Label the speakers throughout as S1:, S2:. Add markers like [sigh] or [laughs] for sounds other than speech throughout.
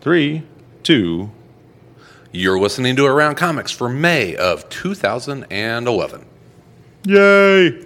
S1: three, two.
S2: You're listening to Around Comics for May of 2011.
S1: Yay!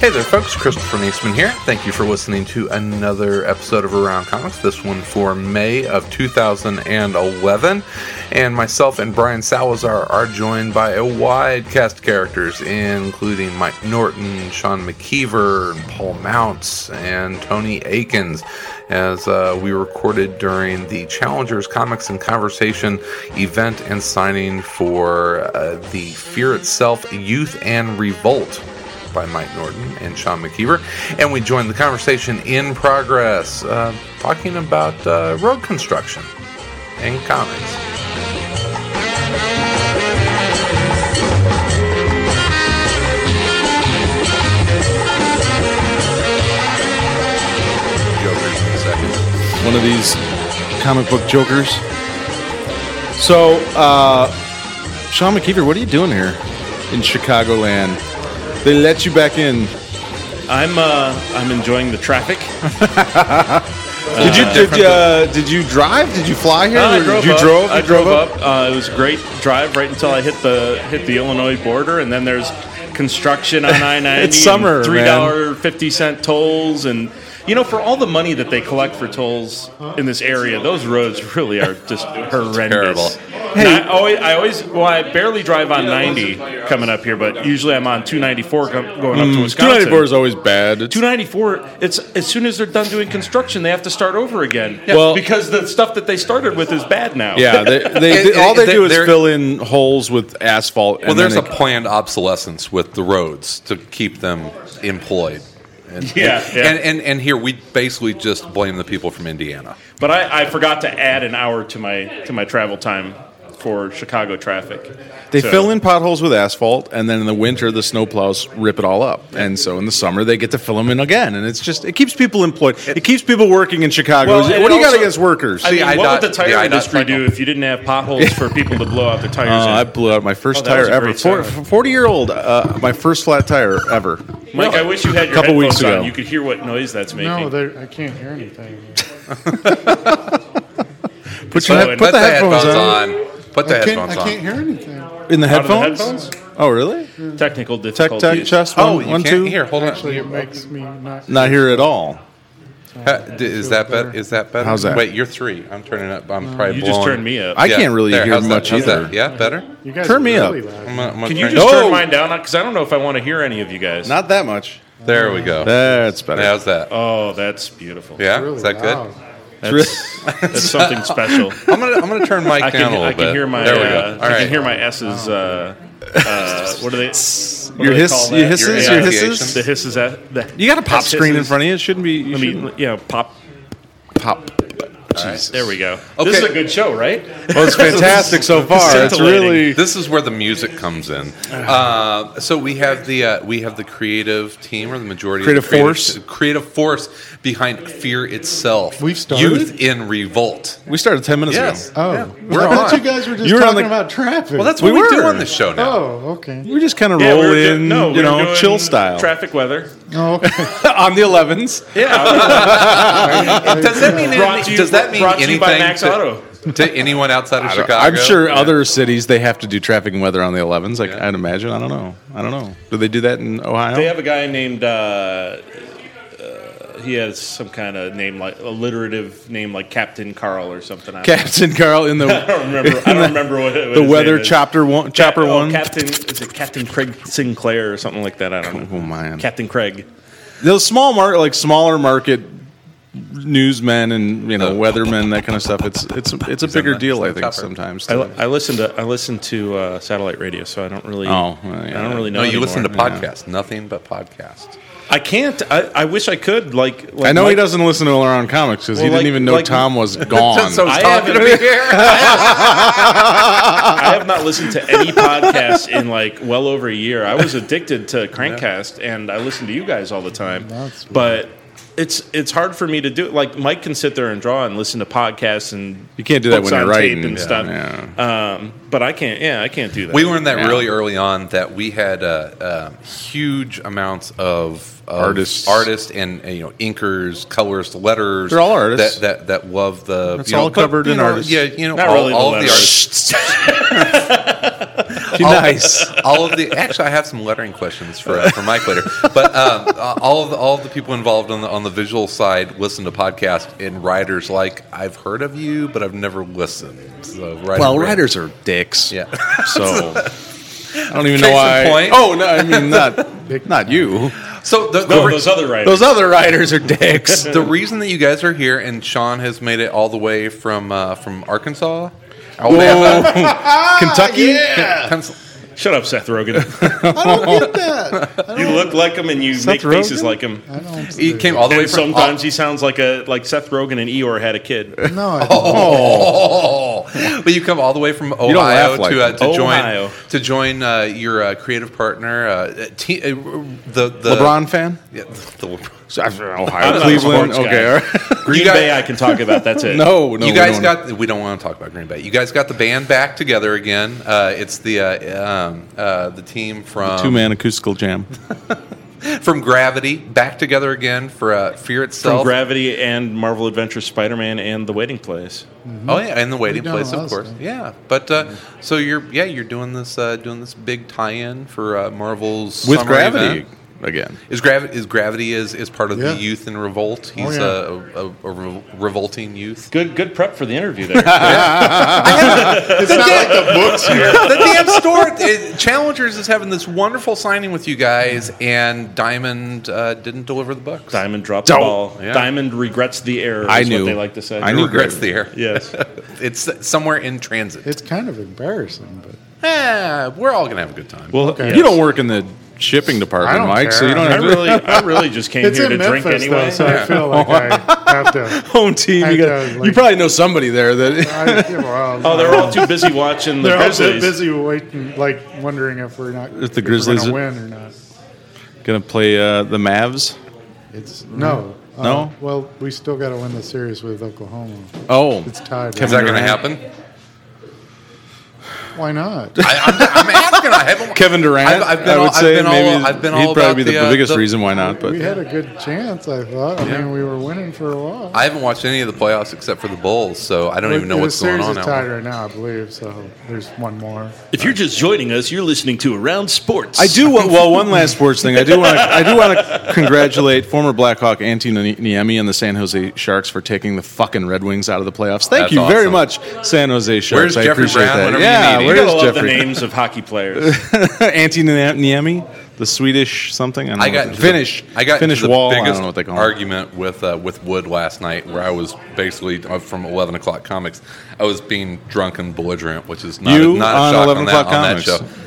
S2: Hey there, folks. Christopher Neesman here. Thank you for listening to another episode of Around Comics, this one for May of 2011. And myself and Brian Salazar are joined by a wide cast of characters, including Mike Norton, Sean McKeever, and Paul Mounts, and Tony Akins, as uh, we recorded during the Challengers Comics and Conversation event and signing for uh, the Fear Itself Youth and Revolt by Mike Norton and Sean McKeever. And we joined the conversation in progress, uh, talking about uh, road construction and comics. Jokers in a second.
S3: one of these comic book jokers. So, uh, Sean McKeever, what are you doing here in Chicagoland? They let you back in.
S4: I'm uh, I'm enjoying the traffic.
S3: [laughs] Did you did, uh, did you drive? Did you fly here?
S4: I
S3: Or
S4: drove
S3: you
S4: up.
S3: drove.
S4: I
S3: You drove up.
S4: Uh, it was a great drive right until I hit the hit the Illinois border, and then there's construction
S3: [laughs]
S4: on I ninety.
S3: It's summer,
S4: Three
S3: man.
S4: dollar fifty cent tolls, and you know for all the money that they collect for tolls in this area, those roads really are
S3: [laughs]
S4: just
S2: Terrible.
S4: horrendous. And I always, I always, well, I barely drive on ninety coming up here, but usually I'm on two ninety four going up to Wisconsin.
S3: Hmm. Two ninety four Mm, is always bad. It's,
S4: 294 it's as soon as they're done doing construction they have to start over again
S3: Well-
S4: because the stuff that they started with is bad now
S3: yeah, [laughs] they, they,
S2: And-
S3: all they,
S2: and
S3: do is
S2: they're-
S3: fill in holes with asphalt.
S2: Well,
S3: and
S2: there's a
S3: then it-
S2: planned obsolescence with the roads to keep them employed. And,
S4: Yeah,
S2: and,
S4: yeah.
S2: And, and and here we basically just blame the people from Indiana.
S4: but I, I forgot to add an hour to my to my travel time for chicago traffic
S3: They
S4: So-
S3: fill in potholes with asphalt, and then in the winter, the snowplows rip it all up. And so in the summer, they get to fill them in again. And it's just, it keeps people employed. It, keeps people working in Chicago.
S4: Well,
S3: Is it-
S4: and
S3: what do you got
S4: also-
S3: against workers?
S4: I
S2: The
S4: mean, what
S2: IDOT
S4: would the tire
S2: the IDOT
S4: industry
S2: cycle.
S4: do if you didn't have potholes for people to blow out their tires
S3: [laughs] Uh, I
S4: in?
S3: blew out my first
S4: Oh, that
S3: tire
S4: was a
S3: ever.
S4: great
S3: Four-
S4: segue.
S3: 40 year old, uh, my first flat tire ever.
S4: Mike, I wish you had your
S3: Couple weeks
S4: headphones
S3: ago.
S4: on. You could hear what noise that's making.
S5: No, there- I can't hear anything.
S3: Put, your
S4: So
S3: head-
S4: it-
S3: put the, headphones,
S2: on. Put the
S5: I can't,
S2: headphones
S5: I
S2: on.
S5: can't hear anything.
S3: on. In the
S4: Out of the
S3: headphones?
S4: headphones?
S3: Oh, really?
S4: Technical
S3: Tech,
S4: difficulties.
S3: tech, chest, one,
S2: Oh, you
S3: one,
S2: can't
S3: two.
S2: hear. Hold on.
S5: Actually, it makes me not.
S3: Not here at all.
S2: Uh, d- is that better? Is that better?
S3: How's that?
S2: Wait, you're three. I'm turning up. I'm probably.
S4: You just
S2: blowing-
S4: turned me up.
S3: I can't really
S2: there,
S3: hear
S2: how's that?
S3: much
S2: How's
S3: either.
S2: that? Yeah, better.
S5: You guys
S3: Turn
S5: are
S3: me
S5: really
S3: up.
S5: Loud.
S2: I'm [laughs] gonna- I'm gonna
S4: Can you
S2: turn-
S4: just
S3: No.
S4: turn mine down? Because I don't know if I want to hear any of you guys.
S3: Not that much.
S2: There we go.
S3: That's better.
S2: How's that?
S4: oh, that's beautiful.
S2: yeah,
S5: Really
S2: is that good?
S5: loud.
S4: That's, that's something special.
S2: [laughs] I'm gonna I'm gonna turn Mike
S4: I can,
S2: down a little
S4: I can
S2: bit.
S4: hear my.
S2: There we go.
S4: uh,
S2: All
S4: I
S2: right.
S4: can hear my S's. Uh, uh, what are they? What
S3: Your
S4: do they
S3: hiss-
S4: call that?
S3: your hisses,
S2: your
S3: hisses?
S4: The hisses. At, the,
S3: You got a pop
S4: S
S3: screen in
S4: hisses.
S3: front of you. It shouldn't be. You
S4: Let
S3: shouldn't-
S4: me, you know, pop.
S3: pop. Jesus.
S4: There we go. This
S2: Okay.
S4: is a good show, right? [laughs]
S3: Well, it's fantastic so far. It's really
S2: This is where the music comes in.
S4: Uh-huh.
S2: Uh, so we have the uh, we have the creative team or the majority of the
S3: Creative force?
S2: creative force behind fear itself.
S5: We've started?
S2: youth in
S3: [laughs]
S2: revolt.
S3: we started ten minutes
S2: Yes,
S3: ago.
S5: Oh,
S2: Yeah,
S5: I
S2: we're
S5: thought
S2: on.
S5: you guys were just
S3: You were on
S5: talking
S3: the-
S5: about traffic.
S2: Well, that's
S3: We
S2: what we, do
S3: were.
S2: on the show now.
S5: Oh, okay.
S3: We just kind of
S4: Yeah,
S3: roll
S4: we were do-
S3: in,
S4: no, we
S3: you
S4: were
S3: know,
S4: doing
S3: chill style
S4: Traffic weather.
S5: Oh, okay.
S3: on the 11s.
S4: Yeah.
S2: Does that mean
S4: Brought
S2: any-
S4: to you-
S2: does that mean
S4: brought to
S2: anything
S4: you by Max
S2: to,
S4: Auto.
S2: to anyone outside of Chicago?
S3: I'm sure
S2: Yeah.
S3: other cities they have to do traffic and weather on the 11s. Like I'd imagine. I don't know. I don't know. Do they do that in Ohio?
S4: They have a guy named. Uh, uh, he has some kind of name like alliterative name like Captain Carl or something. I don't
S3: Captain Carl in the.
S4: [laughs] I don't remember. I don't remember what, it- what
S3: The
S4: his
S3: weather
S4: name is.
S3: chopper one. Chopper
S4: oh,
S3: one.
S4: Captain is it Captain
S3: [laughs]
S4: Craig Sinclair or something like that? I don't know.
S3: Oh, man.
S4: Captain Craig.
S3: Those small market, like smaller market newsmen and you know
S2: Oh.
S3: weathermen, that kind of stuff. It's it's it's a bigger
S2: the-
S3: deal. I
S2: he's in the
S3: think
S2: copper.
S3: sometimes.
S4: I, li- I listen to I listen to uh, satellite radio, so I don't really.
S3: Oh, well, yeah.
S4: I don't really know.
S2: No, you
S4: anymore.
S2: listen to
S3: Yeah.
S2: podcasts. Nothing but podcasts.
S4: I can't. I, I wish I could. Like, like
S3: I know he
S4: Mike-
S3: doesn't listen to All Around Comics because he
S4: Well,
S3: didn't
S4: like-
S3: even know
S4: like-
S3: Tom
S4: [laughs]
S3: was
S2: [laughs]
S3: gone.
S2: Since I was
S4: I
S2: talking to me [laughs] here.
S4: I have not listened to any podcast in like well over a year. I was addicted to Crankcast, and I listen to you guys all the time.
S5: That's weird.
S4: but it's it's hard for me to do. Like Mike can sit there and draw and listen to podcasts and
S3: you can't do that
S4: books
S3: when you're
S4: on tape
S3: writing.
S4: and stuff.
S3: Yeah.
S4: Um, but I can't. Yeah, I can't do that.
S2: We learned that
S3: Yeah.
S2: really early on that we had uh, uh, huge amounts of, of
S3: Artists.
S2: artists, and uh, you know inkers, colorists, letters.
S3: They're all artists.
S2: that that, that love the.
S3: It's
S2: you know,
S3: all
S2: but,
S3: covered
S2: you
S3: in
S2: know,
S3: artists.
S2: Yeah, you know,
S4: Not
S2: all,
S4: really the
S2: all of the
S4: letters.
S3: [laughs]
S2: artists.
S3: Be nice.
S2: [laughs] all of the actually, I have some lettering questions for uh, for Mike later. But um, uh, all of the, all of the people involved on the on the visual side listen to podcasts and writers like I've heard of you, but I've never listened. So writer
S3: Well,
S2: brand.
S3: writers are dicks.
S2: yeah. [laughs]
S3: So I don't even know why.
S2: Case in point.
S3: Oh no, I mean not
S5: [laughs]
S3: not you.
S2: So the,
S4: no,
S2: the-
S4: those other writers.
S3: Those other writers are [laughs] dicks.
S2: [laughs] the reason that you guys are here and Sean has made it all the way from uh, from Arkansas, [laughs]
S3: Whoa. Kentucky.
S2: Pencil-
S4: Shut up, Seth
S2: [laughs]
S4: Rogen. [laughs] you look like him and you make faces
S5: Rogen?
S4: like him.
S5: I don't.
S2: he came all the way
S4: And
S2: from.
S4: sometimes he sounds like a like Seth Rogen and Eeyore had a
S2: [laughs]
S4: kid.
S5: No, I don't.
S2: Oh, [laughs] but you come all the way from Ohio
S3: laugh like
S2: to uh, to
S4: Ohio.
S2: join to join uh, your uh, creative partner, uh, te- uh, the, the
S3: LeBron fan.
S2: Yeah, the LeBron.
S3: So, I'm from Ohio,
S4: I'm not a
S3: Cleveland.
S4: sports guy.
S3: Okay. all right.
S4: Green
S2: guys-
S4: Bay, I can talk about. That's it.
S3: [laughs] No, no.
S2: you
S3: we
S2: guys
S3: don't.
S2: got. We don't want to talk about Green Bay. You guys got the band back together again. Uh, it's the uh, um, uh, the team from
S3: two man acoustical jam.
S2: from Gravity back together again for uh, Fear
S4: From
S2: Itself.
S4: Gravity and Marvel Adventures, Spider-Man, and The Waiting Place.
S2: Oh yeah, and the waiting
S5: done
S2: place,
S5: a lot
S2: of
S5: of
S2: course.
S5: stuff.
S2: Yeah, but uh, so you're yeah you're doing this uh, doing this big tie-in for uh, Marvel's
S3: With
S2: summer
S3: gravity
S2: event.
S3: again.
S2: Is gravity is gravity is, is part of
S5: Yeah.
S2: the youth in revolt? He's
S5: yeah.
S2: uh, a, a, a re- revolting youth.
S4: Good, good prep for the interview
S2: [laughs]
S4: there.
S5: It's not like the books here.
S2: [laughs] the damn store it, Challengers is having this wonderful signing with you guys, and Diamond uh, didn't deliver the books.
S4: Diamond dropped the
S3: Don't.
S4: ball.
S2: Yeah.
S4: Diamond regrets the error. Is
S3: I knew.
S4: What they like to say.
S3: I
S2: It
S3: knew
S2: regrets
S3: Gravity.
S2: the air.
S4: Yes.
S2: [laughs] It's somewhere in transit.
S5: It's kind of embarrassing, but
S2: Eh, we're all gonna have a good time.
S4: [laughs] Well, yes.
S3: You don't work in the shipping
S5: I
S3: department,
S5: don't
S3: Mike, so
S5: care.
S3: you don't
S4: I
S3: have to.
S4: really, I really just came
S5: it's
S4: here
S5: in
S4: to
S5: Memphis,
S4: drink anyway.
S5: though, so I feel like
S3: [laughs]
S5: I have to.
S3: home team.
S5: I
S3: You,
S5: don't,
S3: got,
S5: like-
S3: you probably know somebody there that.
S5: I, yeah, well,
S4: Oh, they're all too busy watching the
S5: [laughs] they're all so
S4: Grizzlies.
S5: busy waiting, like wondering if we're not
S3: [laughs] If the
S5: we're
S3: Grizzlies
S5: gonna
S3: are-
S5: win or not.
S3: Gonna play uh, the Mavs.
S5: It's no, Uh,
S3: No?
S5: well, we still got to win the series with Oklahoma.
S3: Oh,
S5: It's tied.
S2: is that
S5: right?
S2: gonna happen?
S5: Why not?
S2: I, I'm, I'm asking. I haven't.
S3: [laughs] Kevin Durant.
S2: I've- I've been
S3: I would
S2: all- I've
S3: say
S2: been all-
S3: maybe
S2: I've been
S3: he'd
S2: all about
S3: probably be
S2: the,
S3: the,
S2: uh,
S3: biggest
S2: the-
S3: reason why not. But
S5: we had a good chance, I thought. I mean, we were winning for a while.
S2: I haven't watched any of the playoffs except for the Bulls, so I don't even know
S5: the
S2: what's going
S5: series
S2: on.
S5: is
S2: out
S5: tied
S2: there.
S5: right now, I believe. So there's one more.
S4: If you're just joining us, you're listening to Around Sports.
S3: I do want, well. One last sports thing. I do
S4: [laughs]
S3: want. I do want to congratulate former Blackhawk Antti Niemi and the San Jose Sharks for taking the fucking Red Wings out of the playoffs. Thank
S2: That's
S3: you very
S2: awesome.
S3: much, San Jose Sharks.
S2: Where's
S3: I
S2: Jeffrey
S3: appreciate
S2: Brown
S3: that.
S2: whenever you
S3: Yeah,
S2: need him?
S4: You gotta
S3: where's
S4: love the
S3: [laughs] Jeffrey?
S4: names of hockey
S2: [laughs]
S4: players.
S3: Antti Niemi, the Swedish something. I, don't
S2: I
S3: know
S2: got
S3: what
S2: into
S3: the- Finnish.
S2: The, I got
S3: Finnish
S2: into the
S3: wall. I
S2: biggest
S3: don't know what they call 'em.
S2: argument with uh, with Wood last night, where I was basically uh, from eleven o'clock comics. I was being drunk and belligerent, which is not,
S3: You
S2: not
S3: on
S2: a shock
S3: 11
S2: on that,
S3: O'Clock
S2: on
S3: Comics.
S2: that show.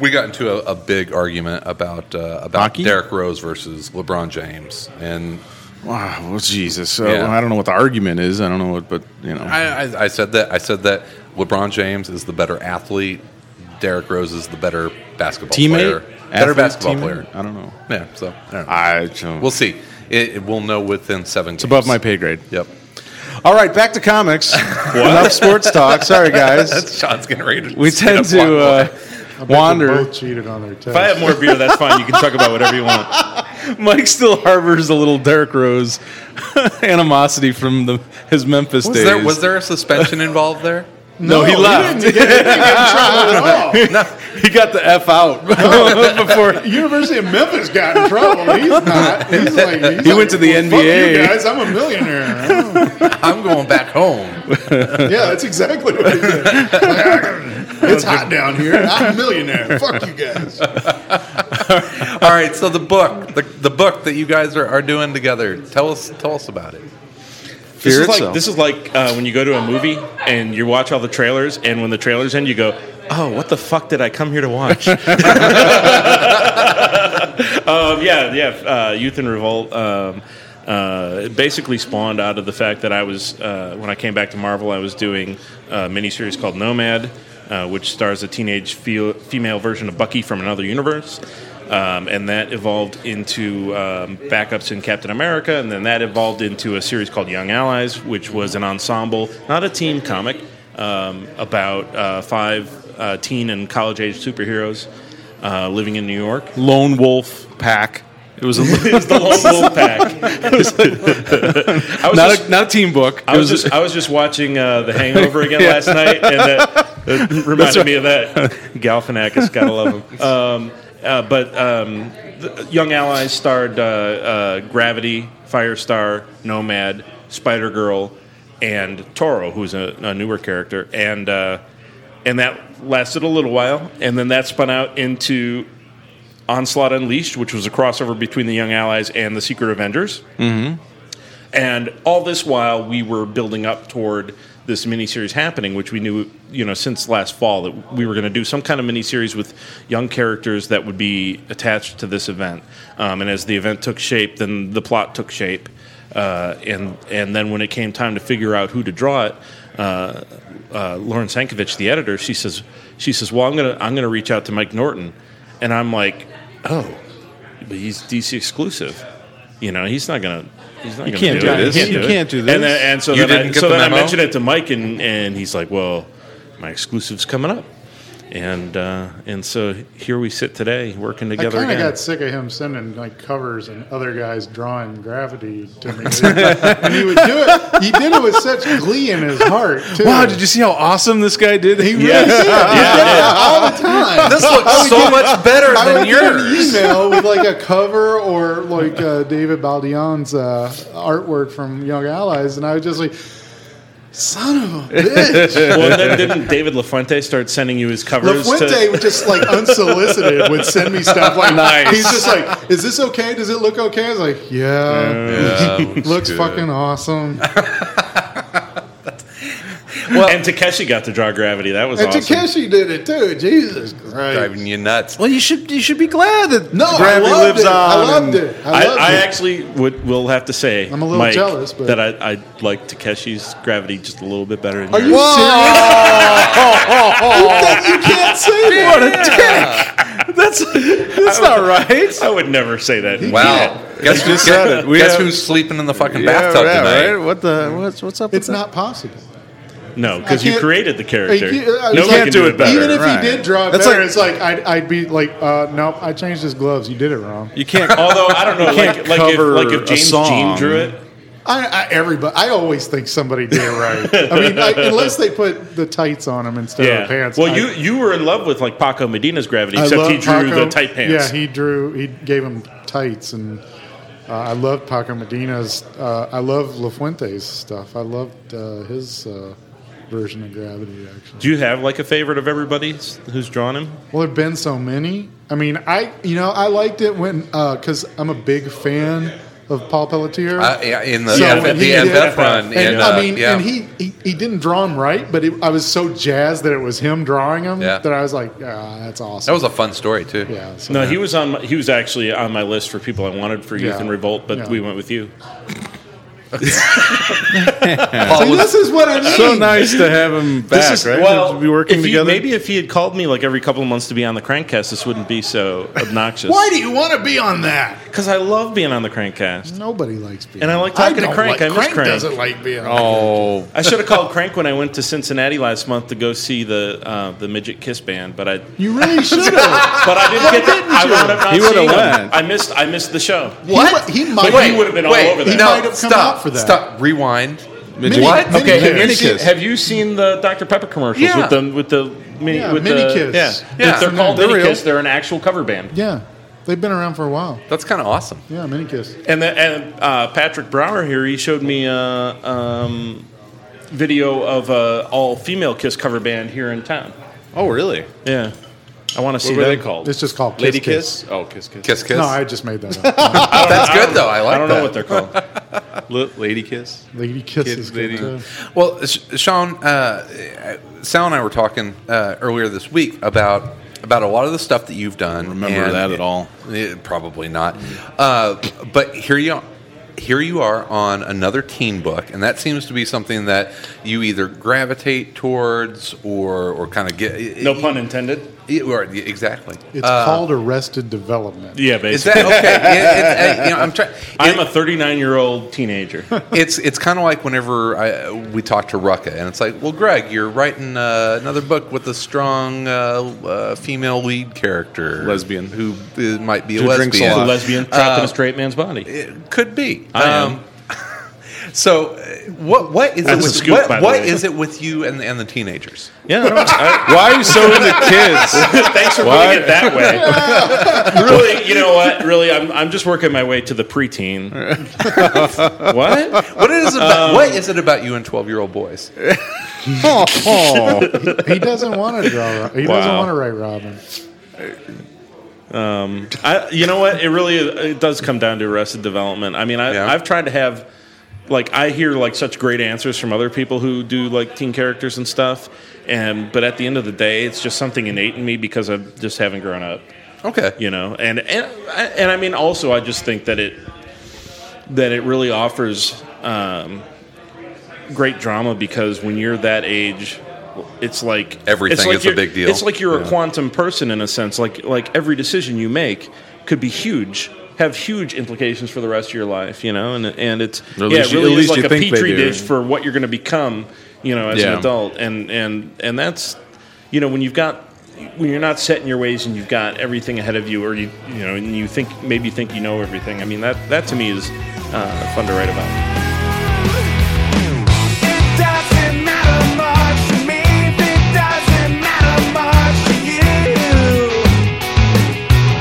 S2: We got into a, a big argument about uh, about
S3: Hockey?
S2: Derrick Rose versus LeBron James, and
S3: Wow, well, Jesus. Uh,
S2: Yeah.
S3: I don't know what the argument is. I don't know what, but you know,
S2: I, I, I said that I said that LeBron James is the better athlete. Derrick Rose is the better basketball player,
S3: teammate,
S2: better
S3: Athlete?
S2: basketball
S3: Teammate?
S2: player.
S3: I don't know.
S2: Yeah, so I don't know.
S3: I don't.
S2: we'll see. It, it, we'll know within seven.
S3: it's above my pay grade.
S2: Yep.
S3: All right, back to
S2: [laughs]
S3: comics. Enough sports talk. Sorry, guys.
S2: Sean's getting ready.
S3: We tend to uh,
S5: They
S3: wander.
S5: both cheated on their test.
S4: if I have more beer, that's fine. You can talk about whatever you want.
S3: Mike still harbors a little Derrick Rose [laughs] animosity from the, his Memphis
S2: [laughs] was
S3: days.
S2: there was there a suspension involved there?
S3: no, he left. He, [laughs] got the f out [laughs] before.
S5: [laughs] University of Memphis got in trouble. He's not. He's like, he's
S3: [laughs] He
S5: like,
S3: went to the
S5: "Well,
S3: NBA."
S5: Fuck you guys, I'm a millionaire. Oh,
S2: I'm going [laughs] back home.
S5: yeah, that's exactly
S3: [laughs]
S5: what he did.
S2: [laughs]
S5: Like, it's hot down here. I'm a
S3: [laughs]
S5: millionaire. Fuck you guys.
S2: All right. So the book, the, the book that you guys are, are doing together. Tell us tell us about it.
S4: This is
S3: Fear
S4: like
S3: itself.
S4: this is like uh, when you go to a movie and you watch all the trailers, and when the trailers end, you go, "Oh, what the fuck did I come here to watch?" [laughs] Um, yeah, yeah. Uh, Youth in Revolt um, uh, it basically spawned out of the fact that I was uh, when I came back to Marvel, I was doing a miniseries called Nomad, uh, which stars a teenage fe- female version of Bucky from another universe. Um, and that evolved into um, backups in Captain America, and then that evolved into a series called Young Allies, which was an ensemble, not a team comic, um, about uh, five uh, teen and college age superheroes uh, living in New York.
S6: Lone wolf pack. It was a,
S4: [laughs] It was the Lone Wolf Pack. I was
S6: not
S4: just-
S6: a not a team book.
S4: I
S6: It
S4: was just I was just watching
S6: [laughs]
S4: uh, The Hangover again last night, and that, that reminded me of that. Galifianakis, gotta
S6: [laughs]
S4: love him. Um, uh, but um, the- Young Allies starred uh, uh, Gravity, Firestar, Nomad, Spider Girl, and Toro, who's a, a newer character, and uh, and that lasted a little while, and then that spun out into Onslaught Unleashed, which was a crossover between the Young Allies and the Secret Avengers. Mm-hmm. And all this while, we were building up toward this miniseries happening, which we knew, you know, since last fall that we were going to do some kind of miniseries with young characters that would be attached to this event. Um, and as the event took shape, then the plot took shape. Uh, and and then when it came time to figure out who to draw it, uh, uh, Lauren Sankovich, the editor, she says she says, "Well, I'm gonna I'm gonna reach out to Mike Norton," and I'm like, "Oh, but he's DC exclusive. You know, he's not gonna." He's not gonna
S6: can't
S4: do,
S6: do
S4: it.
S6: this.
S4: He can't
S6: You
S4: do it.
S6: can't do
S4: And
S6: this.
S4: then, and so
S2: You
S4: then, I,
S2: didn't get
S4: so
S2: the
S4: then I
S2: memo?
S4: mentioned it to Mike, and, and he's like, "Well, my exclusive's coming up," and uh, and so here we sit today working
S5: I
S4: together
S5: kind of
S4: again. [laughs]
S5: got sick of him sending like covers and other guys drawing gravity to
S3: [laughs]
S5: me, and he would do it. He did it with such glee in his
S3: [laughs]
S5: heart. Too.
S6: wow, did you see how awesome this guy did? He
S5: Really did. He did it all the time.
S2: This looks so much better
S5: I
S2: than
S5: would get an
S2: yours.
S5: email with like a cover or like uh, David Baldion's uh, artwork from Young Allies, and I was just like, "Son
S4: [laughs]
S5: of a bitch!"
S4: well, then didn't David LaFuente start sending you his covers?
S5: LaFuente
S4: to,
S5: just like unsolicited would send me stuff
S4: [laughs]
S5: like he's just like, "Is this okay? Does it look okay?" I was like, "Yeah, [laughs] looks fucking awesome."
S4: and Takeshi got to draw Gravity. That was
S5: And
S4: awesome.
S5: Takeshi did it too. Jesus Christ!
S2: driving you nuts.
S6: Well, you should you should be glad that
S5: No,
S6: gravity
S5: I loved
S6: lives
S5: it.
S6: on.
S5: I
S6: and-
S5: loved it. I
S4: I,
S5: loved
S4: I
S5: it.
S4: actually would will have to say
S5: I'm a little
S4: Mike,
S5: jealous, but-
S4: that I, I like Takeshi's Gravity just a little bit better. Than
S5: Are
S4: yours.
S5: you
S6: [laughs]
S5: serious?
S6: you can't say that. What a dick. That's that's not right.
S4: I would never say that.
S2: Wow. Guess, who,
S6: just said it. We
S2: guess
S6: have-
S2: who's sleeping in the fucking bathtub
S6: yeah,
S2: tonight?
S6: right? What the what's what's up?
S5: It's
S6: with
S5: not possible.
S4: No, because you
S5: can't-
S4: created the character.
S5: You can't- I was
S4: Nobody
S5: like-
S4: can do it better.
S5: Even if
S6: right.
S5: he did draw it
S6: That's
S5: better,
S6: like-
S5: it's like I'd, I'd be like, uh, nope, I changed his gloves. You did it wrong.
S6: That? You can't.
S4: [laughs] Although I don't know, like, like if
S6: cover
S4: like if
S6: a
S4: James
S6: song.
S4: Jean
S6: [laughs]
S4: drew it,
S5: I, I everybody. I always think somebody did it right. I mean, [laughs] I,
S4: [laughs]
S5: unless they put the tights on him instead
S4: yeah.
S5: of pants.
S4: well,
S5: I-
S4: you you were in love with like Paco Medina's Gravity,
S5: I
S4: except
S5: love
S4: he drew
S5: Paco.
S4: the tight pants.
S5: Yeah, he drew. He gave him tights, and uh, I love Paco Medina's. Uh, I love LaFuente's stuff. I loved uh, his uh, version of Gravity. Actually.
S4: do you have like a favorite of everybody's who's drawn him?
S5: Well, there've been so many. I mean, I you know I liked it when because I'm a big fan of Paul Pelletier.
S2: Uh, yeah, in the
S5: So
S2: yeah,
S5: when
S2: the
S5: he did-
S2: FF run.
S5: and,
S2: and, uh,
S5: I mean,
S2: yeah.
S5: and he, he he didn't draw him right, but it, I was so jazzed that it was him drawing him
S2: Yeah.
S5: that I was like, ah, that's awesome.
S2: that was a fun story too.
S5: yeah. So.
S4: No, he was on. My, he was actually on my list for people I wanted for Youth
S5: Yeah.
S4: and Revolt, but
S5: Yeah.
S4: we went with you.
S2: Paul
S5: See,
S2: was-
S5: this is what I mean.
S6: so nice to have him back,
S4: This is-
S6: right?
S4: Well,
S6: to be working
S4: if he-
S6: together.
S4: maybe if he had called me like every couple of months to be on the Crankcast, this wouldn't be so obnoxious.
S7: Why do you want to be on that?
S4: Because I love being on the Crankcast,
S5: Nobody likes being.
S4: and I like talking to
S7: don't
S4: Crank.
S7: like-
S4: I miss Crank.
S7: doesn't like being on.
S6: oh,
S4: I should have called Crank when I went to Cincinnati last month to go see the uh, the Midget Kiss Band, but I
S5: you really should have.
S4: [laughs] but I didn't get that. I would have not
S6: He would've
S4: seen
S6: went.
S4: him. I missed I missed the show.
S5: what he, might.
S4: Wait, would've been all over that.
S2: no,
S5: He might have come
S2: stop,
S5: out for that.
S2: Stop. Rewind.
S6: Midget-
S2: what?
S5: Mini
S2: okay.
S5: kiss.
S2: have you
S5: Mini
S2: seen-
S5: kiss.
S2: have-
S4: Have you seen the Dr Pepper commercials
S2: Yeah.
S4: with the with the mini
S5: Yeah,
S4: with
S5: Mini
S4: the,
S5: Kiss.
S4: Yeah,
S2: Yeah.
S4: If they're called
S6: They're
S4: Mini
S6: real.
S4: Kiss. They're an actual cover band.
S5: yeah, they've been around for a while.
S2: that's kind of awesome.
S5: Yeah, Minikiss.
S4: And the, and uh, Patrick Brower here, he showed me a um, video of a all female Kiss cover band here in town.
S3: Oh, really?
S4: Yeah, I want to see
S3: What were
S4: that.
S3: they called?
S5: It's just called Kiss
S3: Lady Kiss? Oh, Kiss Kiss.
S2: Kiss, kiss.
S5: No, I just made
S6: [laughs]
S5: that up.
S2: that's good though. I like.
S4: I don't
S2: that.
S4: know what they're called.
S6: [laughs]
S3: L- Lady Kiss?
S5: Lady Kiss
S3: Kids,
S5: is good
S3: lady.
S5: too.
S2: Well, Sh- Sean, uh, Sal and I were talking uh, earlier this week about about a lot of the stuff that you've done.
S6: Remember
S2: and-
S6: that at all.
S2: Eh, probably not. Uh, but here you here you are on another teen book, and that seems to be something that you either gravitate towards or or kind of get.
S4: No pun intended.
S2: eh, or- exactly.
S5: It's called Arrested Development.
S4: Yeah,
S2: Uh, Is
S4: basically.
S2: that okay?
S4: [laughs]
S2: It- it's, eh, you know, I'm trying.
S4: I'm a 39 year old teenager.
S2: [laughs] it's it's kind of like whenever I, we talk to Rucka, and it's like, well, Greg, you're writing uh, another book with a strong uh, uh, female lead character,
S3: Lesbian.
S2: who uh, might be a
S6: Who
S2: lesbian. Uh, eh,
S6: drinks a
S4: a
S6: lot.
S4: lesbian trapped in a straight man's body.
S2: It could be.
S4: I
S6: Um, [laughs]
S4: am.
S2: so, uh, what what um, is
S4: That's a
S2: it with
S4: scoop,
S2: what,
S4: by the
S2: what
S4: way.
S2: is it with you and and the teenagers?
S4: Yeah, no, I,
S6: Why are you [laughs] so into kids?
S4: [laughs] thanks for
S6: Why?
S4: putting it that way.
S2: [laughs]
S4: really, you know what? Really, I'm, I'm just working my way to the
S2: [laughs]
S4: preteen. what? Um,
S2: What is it about, what is it about you and twelve year
S4: [laughs]
S2: old boys? [laughs]
S6: Oh,
S5: He doesn't want to draw. Ro- He doesn't
S4: Wow.
S5: want to write Robin.
S4: Um, I, you know what? It really it does come down to Arrested Development. I mean, I,
S2: Yeah.
S4: I've tried to have like I hear like such great answers from other people who do like teen characters and stuff, and but at the end of the day, it's just something innate in me because I just haven't grown up.
S2: Okay,
S4: you know and and and i mean also i just think that it that it really offers um, great drama because when you're that age it's like it's
S2: Everything
S4: like
S2: is a
S4: you're-
S2: big deal.
S4: it's like you're a quantum person in a sense like like every decision you make could be huge have huge implications for the rest of your life you know and and it's
S3: Or at
S4: yeah it
S3: least you-
S4: really is
S3: at least
S4: like
S3: you
S4: a
S3: think they
S4: petri
S3: do.
S4: dish for what you're going to become you know as an
S3: Yeah.
S4: adult and and and that's you know when you've got when you're not set in your ways and you've got everything ahead of you or you you know and you think maybe you think you know everything i mean that that to me is uh, fun to write about
S8: It doesn't matter much to me. It doesn't matter much to you. Ooh.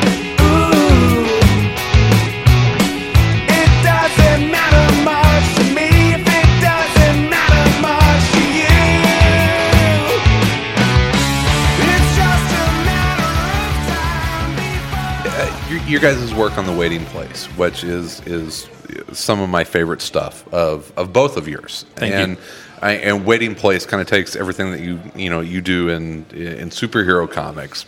S8: It doesn't matter much to me. It doesn't matter much to you. It's just a matter of time before.
S2: Uh, your, your guys' work on the Waiting Place, which is is some of my favorite stuff of of both of yours.
S4: Thank you.
S2: and I, and Waiting Place kind of takes everything that you you know you do in in superhero comics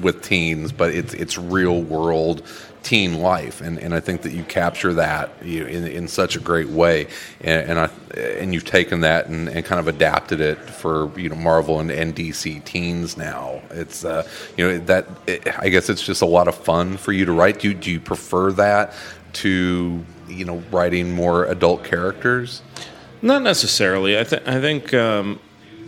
S2: with teens, but it's it's real world teen life, and, and I think that you capture that you, in in such a great way, and, and I and you've taken that and, and kind of adapted it for you know Marvel and, and DC teens now. It's uh, you know that it, I guess it's just a lot of fun for you to write. Do do you prefer that to you know writing more adult characters?
S4: not necessarily i think i think um,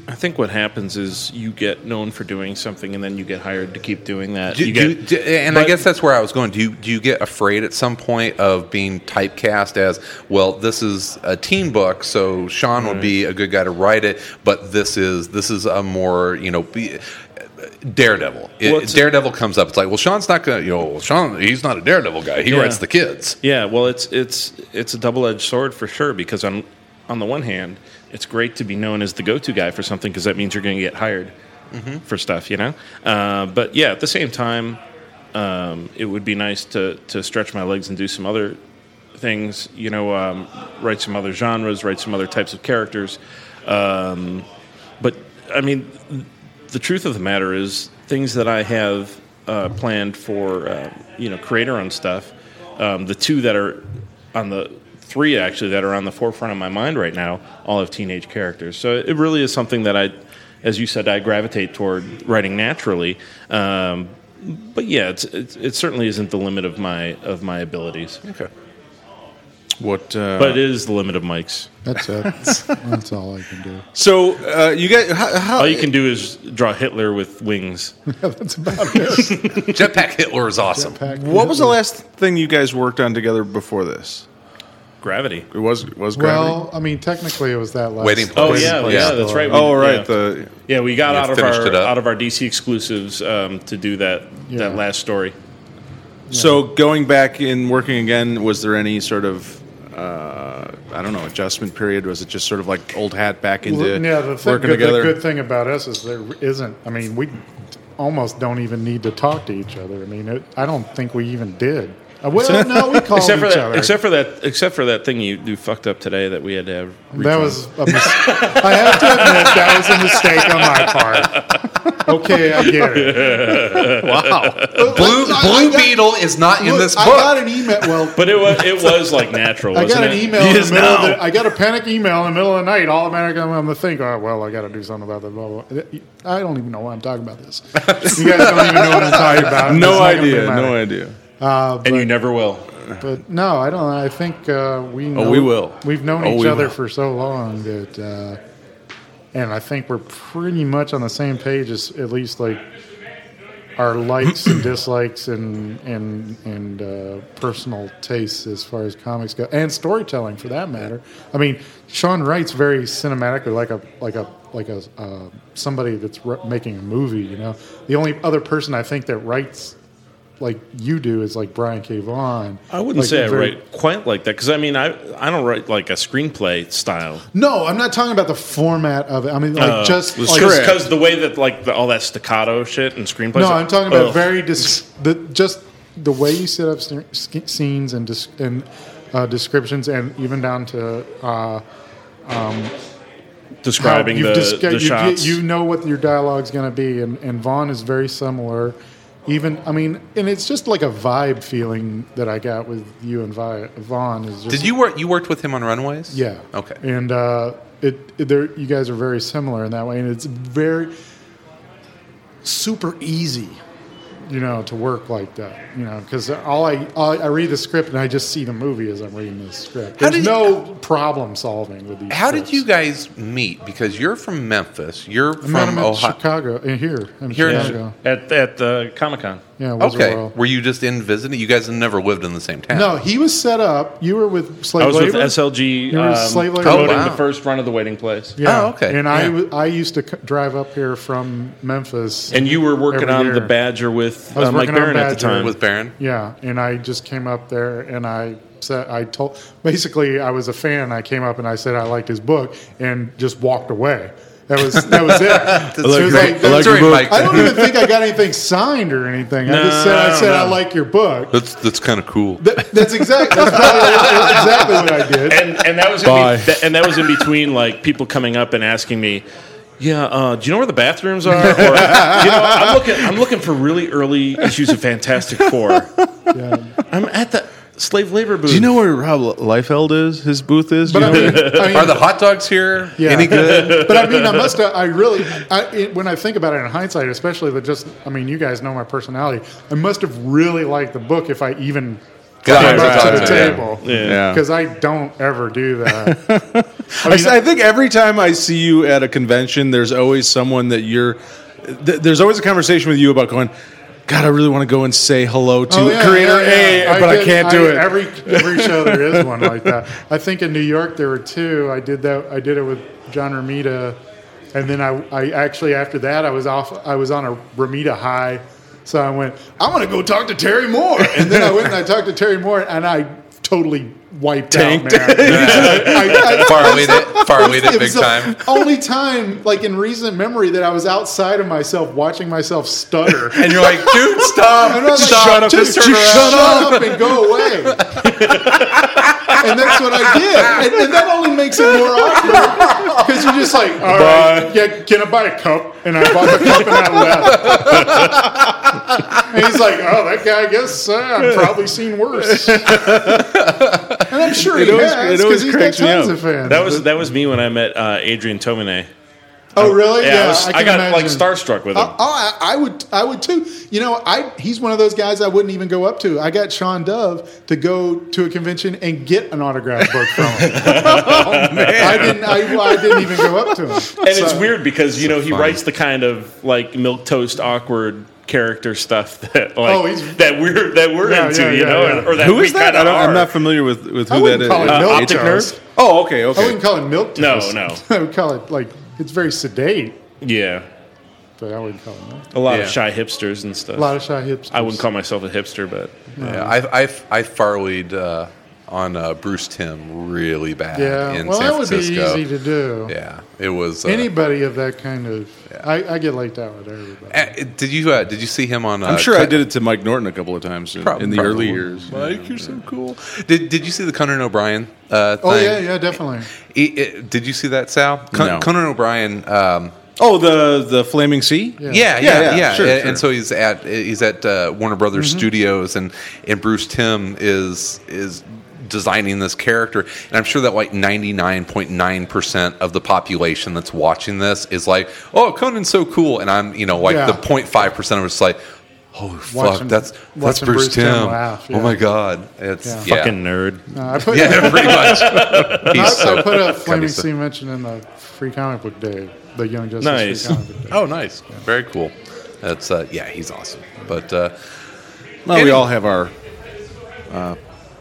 S4: I think what happens is you get known for doing something, and then you get hired to keep doing that.
S2: Do,
S4: Uh, you
S2: do-
S4: get,
S2: do- and I
S4: but-
S2: guess that's where I was going. Do you do you get afraid at some point of being typecast as well? This is a teen book, so Sean would be a good guy to write it, but this is this is a more you know. Be, Daredevil. It-
S4: Well, it's-
S2: Daredevil comes up. It's like, well, Sean's not gonna, you know, well, Sean, he's not a Daredevil guy. He
S4: Yeah.
S2: writes the kids.
S4: Yeah, well, it's it's it's a double edged sword for sure because on on the one hand, it's great to be known as the go to guy for something because that means you're going to get hired
S2: Mm-hmm.
S4: for stuff, you know. Uh, but yeah, at the same time, um, it would be nice to to stretch my legs and do some other things, you know, um, write some other genres, write some other types of characters. Um, but I mean, the truth of the matter is, things that I have uh, planned for uh, you know creator-owned stuff, um, the two that are on the three actually that are on the forefront of my mind right now, all have teenage characters. So it really is something that I, as you said, I gravitate toward writing naturally. Um, but yeah, it's, it's, it certainly isn't the limit of my of my abilities,
S2: Okay.
S3: What? Uh,
S4: but it is the limit of Mike's.
S5: That's
S2: [laughs]
S5: it. That's all I can do. [laughs]
S6: so uh, you guys? How, how,
S4: All you can do is draw Hitler with wings. [laughs]
S5: That's about it.
S2: [laughs] Jetpack Hitler is awesome.
S5: Pack
S6: what was the
S5: Hitler.
S6: last thing you guys worked on together before this?
S4: Gravity.
S6: It was it was gravity.
S5: Well, I mean, technically, it was that last.
S2: Waiting
S4: Oh
S2: Place.
S4: yeah,
S2: Place.
S4: yeah, that's right. We-
S6: oh right,
S4: yeah.
S6: the
S4: Yeah, we got out of
S2: finished it
S4: our
S2: up.
S4: out of our DC exclusives um, to do that
S5: Yeah.
S4: that last story.
S6: So going back and working again, was there any sort of uh, I don't know adjustment period? Was it just sort of like old hat back into
S5: Well, yeah, the, thing,
S6: working
S5: good, the
S6: together?
S5: good thing about us is there isn't. I mean, we almost don't even need to talk to each other. I mean, it, I don't think we even did. Uh, well, no, we called
S4: [laughs] Except for
S5: each
S4: that,
S5: other.
S4: except for that, except for that thing you you fucked up today that we had to have. [laughs]
S2: [laughs]
S5: that was. A mis- I have to admit that was a mistake on my part. Okay, I get it.
S4: [laughs]
S2: Blue
S7: I- I
S2: Blue
S7: got-
S2: Beetle is not in
S7: Look,
S2: this
S7: I got
S2: book.
S7: an email. Well,
S4: But it was it was like natural.
S5: e-, I
S4: wasn't
S5: got an
S4: it?
S3: [laughs]
S5: email. In the
S2: Yes,
S5: middle of
S2: no.
S5: the, I got a panic email in the middle of the night. Automatically, I'm on the think. Oh well, I got to do something about that. Blah, blah. I don't even know why I'm talking about this. You guys don't even know what I'm talking
S3: [laughs]
S5: about. It's
S3: No
S5: not gonna
S3: idea.
S5: matter.
S3: No idea.
S5: Uh, but,
S4: and you never will.
S5: but no, I don't. I think uh,
S2: Oh,
S5: we. Know,
S3: we will.
S5: We've known
S3: Oh,
S5: each
S3: we
S5: other
S3: will.
S5: for so long that, uh, and I think we're pretty much on the same page as at least like our likes
S4: [clears throat]
S5: and dislikes and and and uh, personal tastes as far as comics go, and storytelling for that matter. I mean, Sean writes very cinematically, like a like a like a uh, somebody that's r- making a movie. You know, the only other person I think that writes like you do is like Brian K. Vaughan.
S4: I wouldn't
S5: Like,
S4: say I
S5: very-
S4: write quite like that because I mean I I don't write like a screenplay style
S5: No, I'm not talking about the format of it. I mean, like
S4: Oh. Uh,
S5: just like,
S4: because the way that like the, all that staccato shit and screenplays.
S5: No, I'm talking about
S4: Ugh.
S5: very dis- the, just the way you set up sce- sc- scenes and dis- and uh, descriptions, and even down to uh,
S4: describing the,
S5: dis-
S4: the
S5: you,
S4: shots.
S5: You know what your dialogue's going to be, and, and Vaughn is very similar. Even I mean, and it's just like a vibe feeling that I got with you and Vi- Vaughn. Is just,
S2: Did you work? You worked with him on Runways?
S5: Yeah.
S2: Okay.
S5: And uh, it, it there, you guys are very similar in that way, and it's very super easy, you know, to work like that. You know, because all I, all I I read the script and I just see the movie as I'm reading the script.
S2: How
S5: There's
S2: did you-
S5: no problem solving with these.
S2: How did you
S5: guys
S2: guys meet? Because you're from Memphis. You're
S5: met him in
S2: from Ohio.
S5: Chicago and here in
S2: Here in
S5: Chicago?
S4: at at the Comic Con.
S5: yeah, Wizard
S2: Okay.
S5: World.
S2: Were you just in visiting? You guys never lived in the same town.
S5: No, he was set up. You were with Slave
S4: I was with
S5: Labor?
S4: SLG
S5: You were
S4: um,
S5: Slave Labor?
S4: promoting
S2: Oh, wow.
S4: the first run of the Waiting Place.
S5: Yeah.
S2: Oh, okay.
S5: And I
S2: Yeah.
S5: w- I used to c- drive up here from Memphis.
S4: And you were working
S5: Every
S4: on
S5: year.
S4: the Badger with
S5: I was
S4: uh, Mike
S5: working on
S4: Barron at the
S5: Badger.
S4: time.
S2: With Baron.
S5: Yeah, and I just came up there and I said I told basically I was a fan. I came up and I said I liked his book and just walked away. That was that was
S2: [laughs]
S5: it. It was
S2: great.
S5: like-
S2: I like your
S5: Sorry,
S2: book.
S5: I don't even think I got anything signed or anything. I just said
S4: No, I
S5: I,
S4: don't
S5: said I
S4: know.
S5: like your book.
S2: That's that's kind of cool.
S5: That- that's exactly that's probably that's exactly what I did.
S4: and and that was in
S3: Bye.
S4: be- that- and that was in between like people coming up and asking me, yeah, uh, do you know where the
S5: [laughs]
S4: bathrooms are? Or, you know, I'm looking I'm looking for really early issues of
S5: [laughs]
S4: Fantastic Four. I'm at the slave labor booth.
S3: Do you know where Rob Liefeld is? His booth is. Do
S5: But I
S3: you know-
S5: mean, I mean-
S2: Are the hot dogs here
S5: Yeah.
S2: any good?
S5: [laughs] but I mean, I must. Have, I really, I, it, when I think about it in hindsight, especially that just, I mean, you guys know my personality. I must have really liked the book if I even
S2: Got
S5: came
S2: it,
S5: up
S2: got
S5: to the
S2: it, yeah.
S5: table.
S3: Yeah.
S5: because I don't ever do that.
S3: I, s- I think every time I see you at a convention, there's always someone that you're. Th- there's always a conversation with you about going. God, I really want to go and say hello to
S5: Oh, yeah,
S3: creator
S5: yeah, yeah.
S3: A, but I,
S5: did-
S3: can't do it.
S5: Every every show there
S3: [laughs]
S5: is one like that. I think in New York there were two. I did that. I did it with John Ramita, and then I, I actually after that I was off. I was on a Ramita high, so I went. I want to go talk to Terry Moore, and then I went and I talked to Terry Moore, and I totally wiped
S3: Tanked.
S5: out, man. [laughs] I- I-
S2: Far away that [laughs] far
S5: [laughs]
S2: away that
S5: it
S2: big
S5: was the
S2: time.
S5: Only time, like in recent memory, that I was outside of myself, watching myself stutter.
S2: [laughs] And you're like, dude, stop,
S5: And I was like,
S2: stop, just turn around.
S5: shut up and go away. and that's what I did. And, and that only makes it more awkward because you're just like, all right, yeah, can I buy a cup? And I bought the cup and I left. [laughs] and he's like, oh, [laughs] that guy, I guess uh, I've probably seen
S2: [laughs]
S5: worse. and I'm sure
S3: It
S5: he
S3: always-
S5: has
S3: it
S5: because
S3: always
S5: he's got
S3: cracks me
S5: tons
S3: up.
S5: of fans.
S4: that was that was me when I met uh, Adrian Tomine. Um,
S5: oh, really?
S4: Yeah, I, was- I
S5: can
S4: got like
S5: imagine.
S4: starstruck with him.
S5: Oh, oh, I, I would, I would too. You know, I he's one of those guys I wouldn't even go up to. I got Sean Dove to go to a convention and get an autograph book from
S4: [laughs]
S5: him. Oh, I didn't, I, I didn't even go up to him.
S4: and it's
S5: So-
S4: weird because you know he writes the kind of like milk toast awkward character stuff [laughs] that like
S5: Oh, he's-
S4: that we're that we're
S5: Yeah,
S4: into
S5: yeah,
S4: you
S5: yeah,
S4: know
S5: yeah.
S4: or, or that
S3: Who
S4: we
S3: is that?
S4: kinda
S3: I don't, I'm
S4: are.
S3: not familiar with, with
S5: I
S3: who that
S5: wouldn't
S3: is.
S5: call it milk
S4: Optic
S5: toast.
S3: Oh, okay,
S5: I
S3: okay.
S5: wouldn't call it milk
S4: No,
S5: toast.
S4: no.
S5: [laughs] I would call it like it's very sedate,
S4: yeah
S5: but I wouldn't call it. Milk.
S4: a lot
S2: Yeah.
S4: of shy hipsters and stuff
S5: A lot of shy hips.
S4: I wouldn't call myself a hipster but
S2: Yeah, I I I farleyed uh, on uh, Bruce Tim really bad
S5: Yeah,
S2: in
S5: well,
S2: San
S5: that would be
S2: Francisco.
S5: easy to do.
S2: yeah, it was. Uh,
S5: Anybody of that kind of, I, I get like that with everybody.
S2: uh, did you uh, did you see him on? Uh,
S3: I'm sure
S2: Cut-
S3: I did it to Mike Norton a couple of times in,
S2: Prob-
S3: in the
S2: probably.
S3: early years.
S2: Mike, you're so cool. Did Did you see the Conan O'Brien? Uh, thing? E,
S5: Oh yeah, yeah, Oh, definitely.
S2: He- it- did you see that, Sal? Con-
S3: No.
S2: Conan O'Brien um,
S3: Oh, the the Flaming Sea.
S2: Yeah,
S3: Yeah,
S2: yeah,
S3: yeah,
S2: yeah.
S3: sure,
S2: and,
S3: sure.
S2: and so he's at he's at uh, Warner Brothers
S5: Mm-hmm.
S2: Studios, and and Bruce Tim is is designing this character, and I'm sure that like 99.9 percent of the population that's watching this is like, oh, Conan's so cool, and I'm you know like
S5: Yeah.
S2: the 0.5 percent of us like. Holy
S5: Watching-
S2: fuck! That's that's
S5: watching
S2: Bruce,
S5: Bruce
S2: Tim.
S5: Timm laugh, yeah.
S2: Oh my god! It's yeah.
S4: Fucking nerd.
S5: Uh, I
S3: [laughs]
S5: put [laughs]
S2: [laughs] yeah, pretty much.
S5: I,
S2: He's so-
S5: I put a flaming
S2: so-
S5: sea mention in the free comic book day, the Young Justice
S4: Nice.
S5: free comic book day.
S2: oh, nice, very cool. That's uh, yeah, he's awesome. But uh,
S3: Well, we
S2: Any-
S3: all have our uh,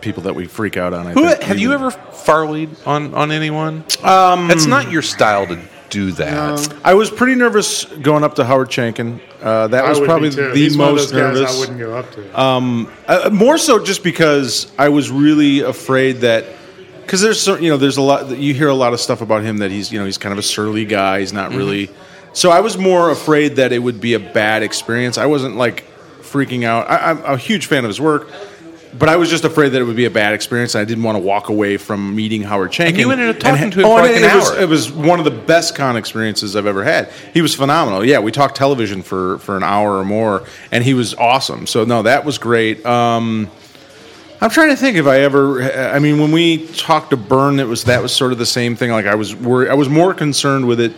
S3: people that we freak out on. I
S2: Who
S3: think.
S2: have you
S3: Even-
S2: ever farlied on on anyone? Um, it's not your style to do that.
S3: I was pretty nervous going up to Howard Chankin. Uh, [laughs] that
S5: I
S3: was
S5: would be
S3: probably
S5: too.
S3: the
S5: He's one of
S3: most
S5: those guys
S3: nervous.
S5: I wouldn't go up to.
S3: Uh, more so just because I was really afraid that because there's cer- you know there's a lot that you hear a lot of stuff about him that he's you know he's kind of a surly guy. He's not really. So I was more afraid that it would be a bad experience. I wasn't like freaking out. I, I'm a huge fan of his work. But I was just afraid that it would be a bad experience, and I didn't want to walk away from meeting Howard Chang. oh,
S2: you ended up talking to him for like
S3: it,
S2: an
S3: it was-
S2: hour.
S3: it was one of the best con experiences I've ever had. He was phenomenal. Yeah, we talked television for for an hour or more, and he was awesome. So no, that was great. Um, I'm trying to think if I ever. I mean, when we talked to Burn, it was that was sort of the same thing. Like I was worried, I was more concerned with it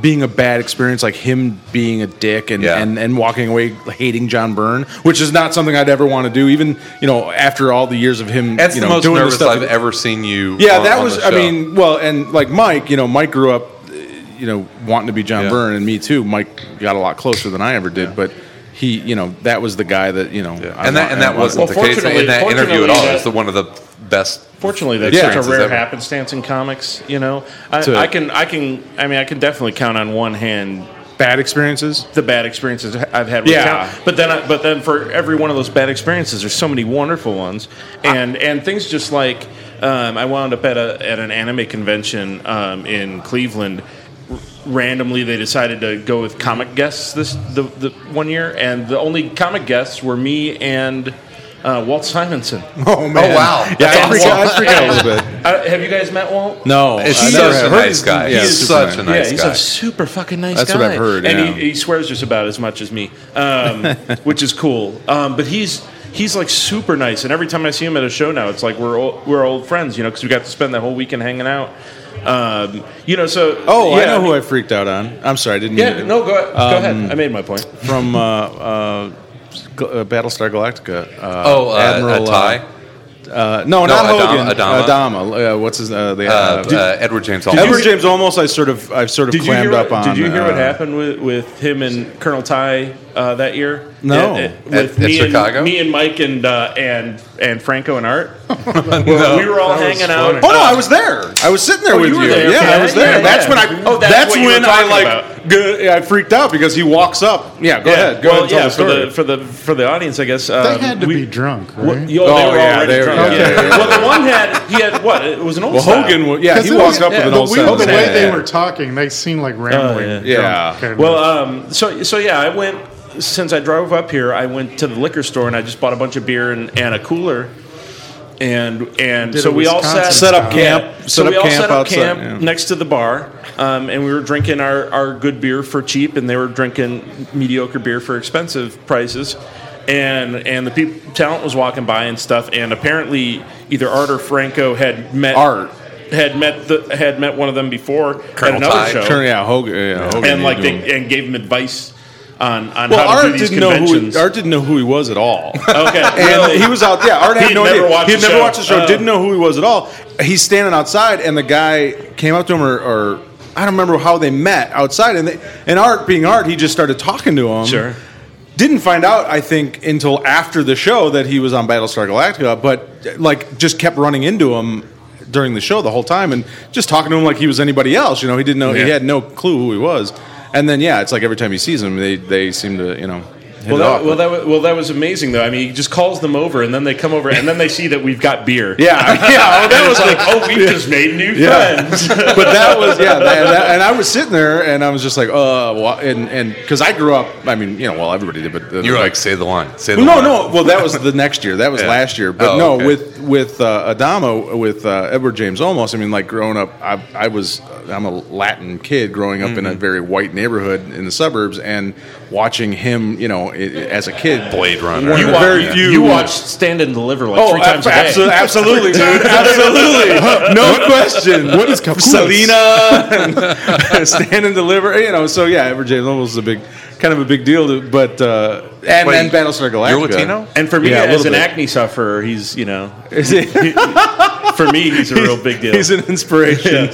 S3: being a bad experience, like him being a dick and,
S2: Yeah.
S3: and, and walking away hating John Byrne, which is not something I'd ever want to do. Even you know, after all the years of him,
S2: That's
S3: you
S2: the
S3: know,
S2: most
S3: doing this
S2: nervous
S3: stuff
S2: I've ever seen you.
S3: yeah,
S2: on-
S3: that
S2: on
S3: was.
S2: the
S3: I
S2: show.
S3: mean, well, and like Mike, you know, Mike grew up, uh, you know, wanting to be John
S2: Yeah.
S3: Byrne, and me too. Mike got a lot closer than I ever did, but he, you know, that was the guy that you know, I
S2: and that
S3: wa-
S2: and
S3: I
S2: that
S3: wanted.
S4: Well,
S2: wasn't the case in
S4: fortunately-
S2: that interview at
S4: fortunately
S2: all.
S4: that-
S2: It's the one of the best.
S4: Fortunately, that's
S2: Yeah.
S4: such a rare
S2: Ever.
S4: happenstance in comics. You know, I,
S3: To-
S4: I can, I can, I mean, I can definitely count on one hand
S3: bad experiences.
S4: the bad experiences I've had. With
S3: Yeah.
S4: yeah. But then, I, but then for every one of those bad experiences, there's so many wonderful ones, and and things just like um, I wound up at a at an anime convention um, in Cleveland. R- Randomly, they decided to go with comic guests this the, the one year, and the only comic guests were me and uh, Walt Simonson.
S3: Oh man!
S2: wow.
S3: Yeah,
S2: That's
S3: I freak, out, I
S4: awesome.
S3: freak out a little bit.
S4: [laughs] Uh, have you guys met Walt?
S3: No,
S2: It's
S3: I never
S2: such a
S3: have.
S2: nice guy.
S3: Yeah,
S2: he's
S3: super
S2: such a
S3: nice.
S4: yeah,
S2: nice
S4: he's
S2: guy.
S4: a super fucking nice
S3: That's
S4: guy.
S3: what I've heard,
S4: And
S3: yeah.
S4: he, he swears just about as much as me,
S3: [laughs]
S4: um, which is cool. Um, but he's he's like super nice, and every time I see him at a show now, it's like we're old, we're old friends, you know, because we got to spend that whole weekend hanging out. Um, you know, so
S3: Oh,
S4: yeah,
S3: I know
S4: mean-
S3: who I freaked out on. I'm sorry, I didn't. mean
S4: Yeah,
S3: to-
S4: no, go, go
S3: Um,
S4: ahead. I made my point.
S3: From uh, uh, G- uh, Battlestar Galactica. Uh,
S2: Oh, uh,
S3: Admiral
S2: uh, Ty,
S3: Uh, uh, no, not
S2: Adama-
S3: Hogan.
S2: Adama.
S3: Adama. Uh, what's his? Uh, the,
S2: uh,
S3: uh,
S2: uh, Edward James Olmos.
S3: Edward James almost I sort of I've sort of
S4: Did you
S3: clammed
S4: hear?
S3: up on
S4: did you hear
S3: uh,
S4: what happened with, with him and Colonel Ty uh, that year?
S3: No.
S4: At- at-
S3: At-
S4: with
S2: at
S4: me
S2: Chicago?
S4: And, me and Mike and uh, and and Franco and
S3: [laughs]
S4: Art.
S5: [laughs]
S2: No.
S4: we were all
S5: That was
S4: hanging
S5: funny.
S4: out. uh,
S3: Oh no, I was there. I was sitting there
S4: Oh,
S3: with
S4: you
S3: you.
S4: were there.
S3: Yeah,
S4: Okay.
S3: I was there.
S4: Yeah,
S3: that's
S4: yeah.
S3: when I
S4: Oh, that's what you were
S3: when I
S4: talking
S3: like
S4: about.
S3: good, I freaked out because he walks up. Yeah, go ahead. Go
S4: well,
S3: ahead and tell
S4: yeah,
S3: the story.
S4: For the, for the for the audience, I guess
S5: they
S4: um,
S5: had to
S4: we-
S5: be drunk,
S4: Well,
S5: right?
S4: yo, they
S3: Oh,
S4: were
S3: yeah,
S4: already
S3: they were-
S4: drunk.
S3: yeah,
S4: Yeah.
S3: [laughs] yeah, yeah.
S4: Well, the one had he had what? It was an
S3: [laughs]
S4: old
S3: well,
S4: style.
S3: Hogan, wa- yeah,
S5: 'Cause
S3: he
S5: it
S3: walks
S5: was-
S3: up with an
S5: the
S3: old
S5: we-
S3: set.
S5: The way
S3: Yeah.
S5: they were talking, they seemed like rambling.
S4: Oh, yeah.
S3: Yeah.
S5: drunk kind of-
S4: Well, um, so so yeah, I went since I drove up here. I went to the liquor store and I just bought a bunch of beer and, and a cooler, and and
S5: Did
S4: so
S5: a
S4: we all
S5: Wisconsin
S4: sat
S5: Set
S3: up
S4: Yeah.
S3: camp.
S4: So
S3: Set
S4: we
S3: up
S4: all
S3: camp
S4: set up
S3: outside,
S4: camp
S3: yeah.
S4: next to the bar, um, and we were drinking our our good beer for cheap, and they were drinking mediocre beer for expensive prices. And and the people talent was walking by and stuff, and apparently either Art or Franco had met
S3: Art.
S4: had met the had met one of them before at
S2: Colonel
S4: another
S2: Ty.
S4: show
S3: Turn- yeah, Hogan, yeah, Hogan
S4: and like
S3: you know.
S4: they, and gave him advice on on
S3: well,
S4: how to do
S3: Art
S4: these
S3: didn't know who
S4: conventions.
S3: he, Art didn't know who he was at all.
S4: okay,
S3: [laughs] And
S4: really?
S3: he was out. Yeah, Art had
S4: He'd
S3: no
S4: never
S3: idea.
S4: watched
S3: He had
S4: the
S3: never
S4: show.
S3: watched the show.
S4: Oh.
S3: Didn't know who he was at all. He's standing outside, and the guy came up to him, or, or I don't remember how they met outside. And they, and Art, being Art, he just started talking to him.
S4: Sure.
S3: Didn't find out, I think, until after the show that he was on Battlestar Galactica, but like just kept running into him during the show the whole time and just talking to him like he was anybody else. You know, he didn't know, he
S4: Yeah.
S3: had no clue who he was. And then, yeah, it's like every time he sees him, they, they seem to, you know,
S4: Well
S2: it
S4: that,
S2: off with-
S4: well, that was, well, that was amazing, though. I mean, he just calls them over, and then they come over, and then they see that we've got beer. [laughs]
S3: [laughs] Yeah, yeah. well, that
S4: And
S3: was
S4: it's
S3: like,
S4: like, oh,
S3: [laughs]
S4: we just made new
S3: Yeah.
S4: friends.
S3: [laughs] but that was yeah. That, that, and I was sitting there, and I was just like, uh, well, and and because I grew up. I mean, you know, well, everybody did, but uh,
S2: You're like, say the line. Say the
S3: Well, no,
S2: line.
S3: no. Well,
S2: [laughs]
S3: that was the next year. That was
S2: Yeah.
S3: last year. But
S2: Oh,
S3: no,
S2: okay.
S3: with with uh, Adamo, with uh, Edward James Olmos. I mean, like growing up, I, I was uh, I'm a Latin kid growing up in
S2: Mm-hmm.
S3: a very white neighborhood in the suburbs, and watching him, you know, i- i as a kid,
S2: Blade Runner.
S3: One of
S2: You
S3: the
S2: watch-
S3: very
S2: yeah.
S3: few.
S4: you watched Stand and Deliver like
S3: Oh,
S4: three times a
S3: ab-
S4: day.
S3: abso- absolutely,
S4: [laughs]
S3: dude. Absolutely. No question. What is Selena? Stand and [laughs] deliver. You know, so yeah, Edward James Olmos is a big, kind of a big deal. To, but uh, and,
S2: Wait,
S3: and Battlestar Galactica.
S2: You're Latino?
S4: And for me,
S3: Yeah, a
S4: as
S3: little
S4: an
S3: bit.
S4: acne sufferer, he's you know,
S3: Is it?
S4: for me, he's a real big deal.
S3: He's an inspiration.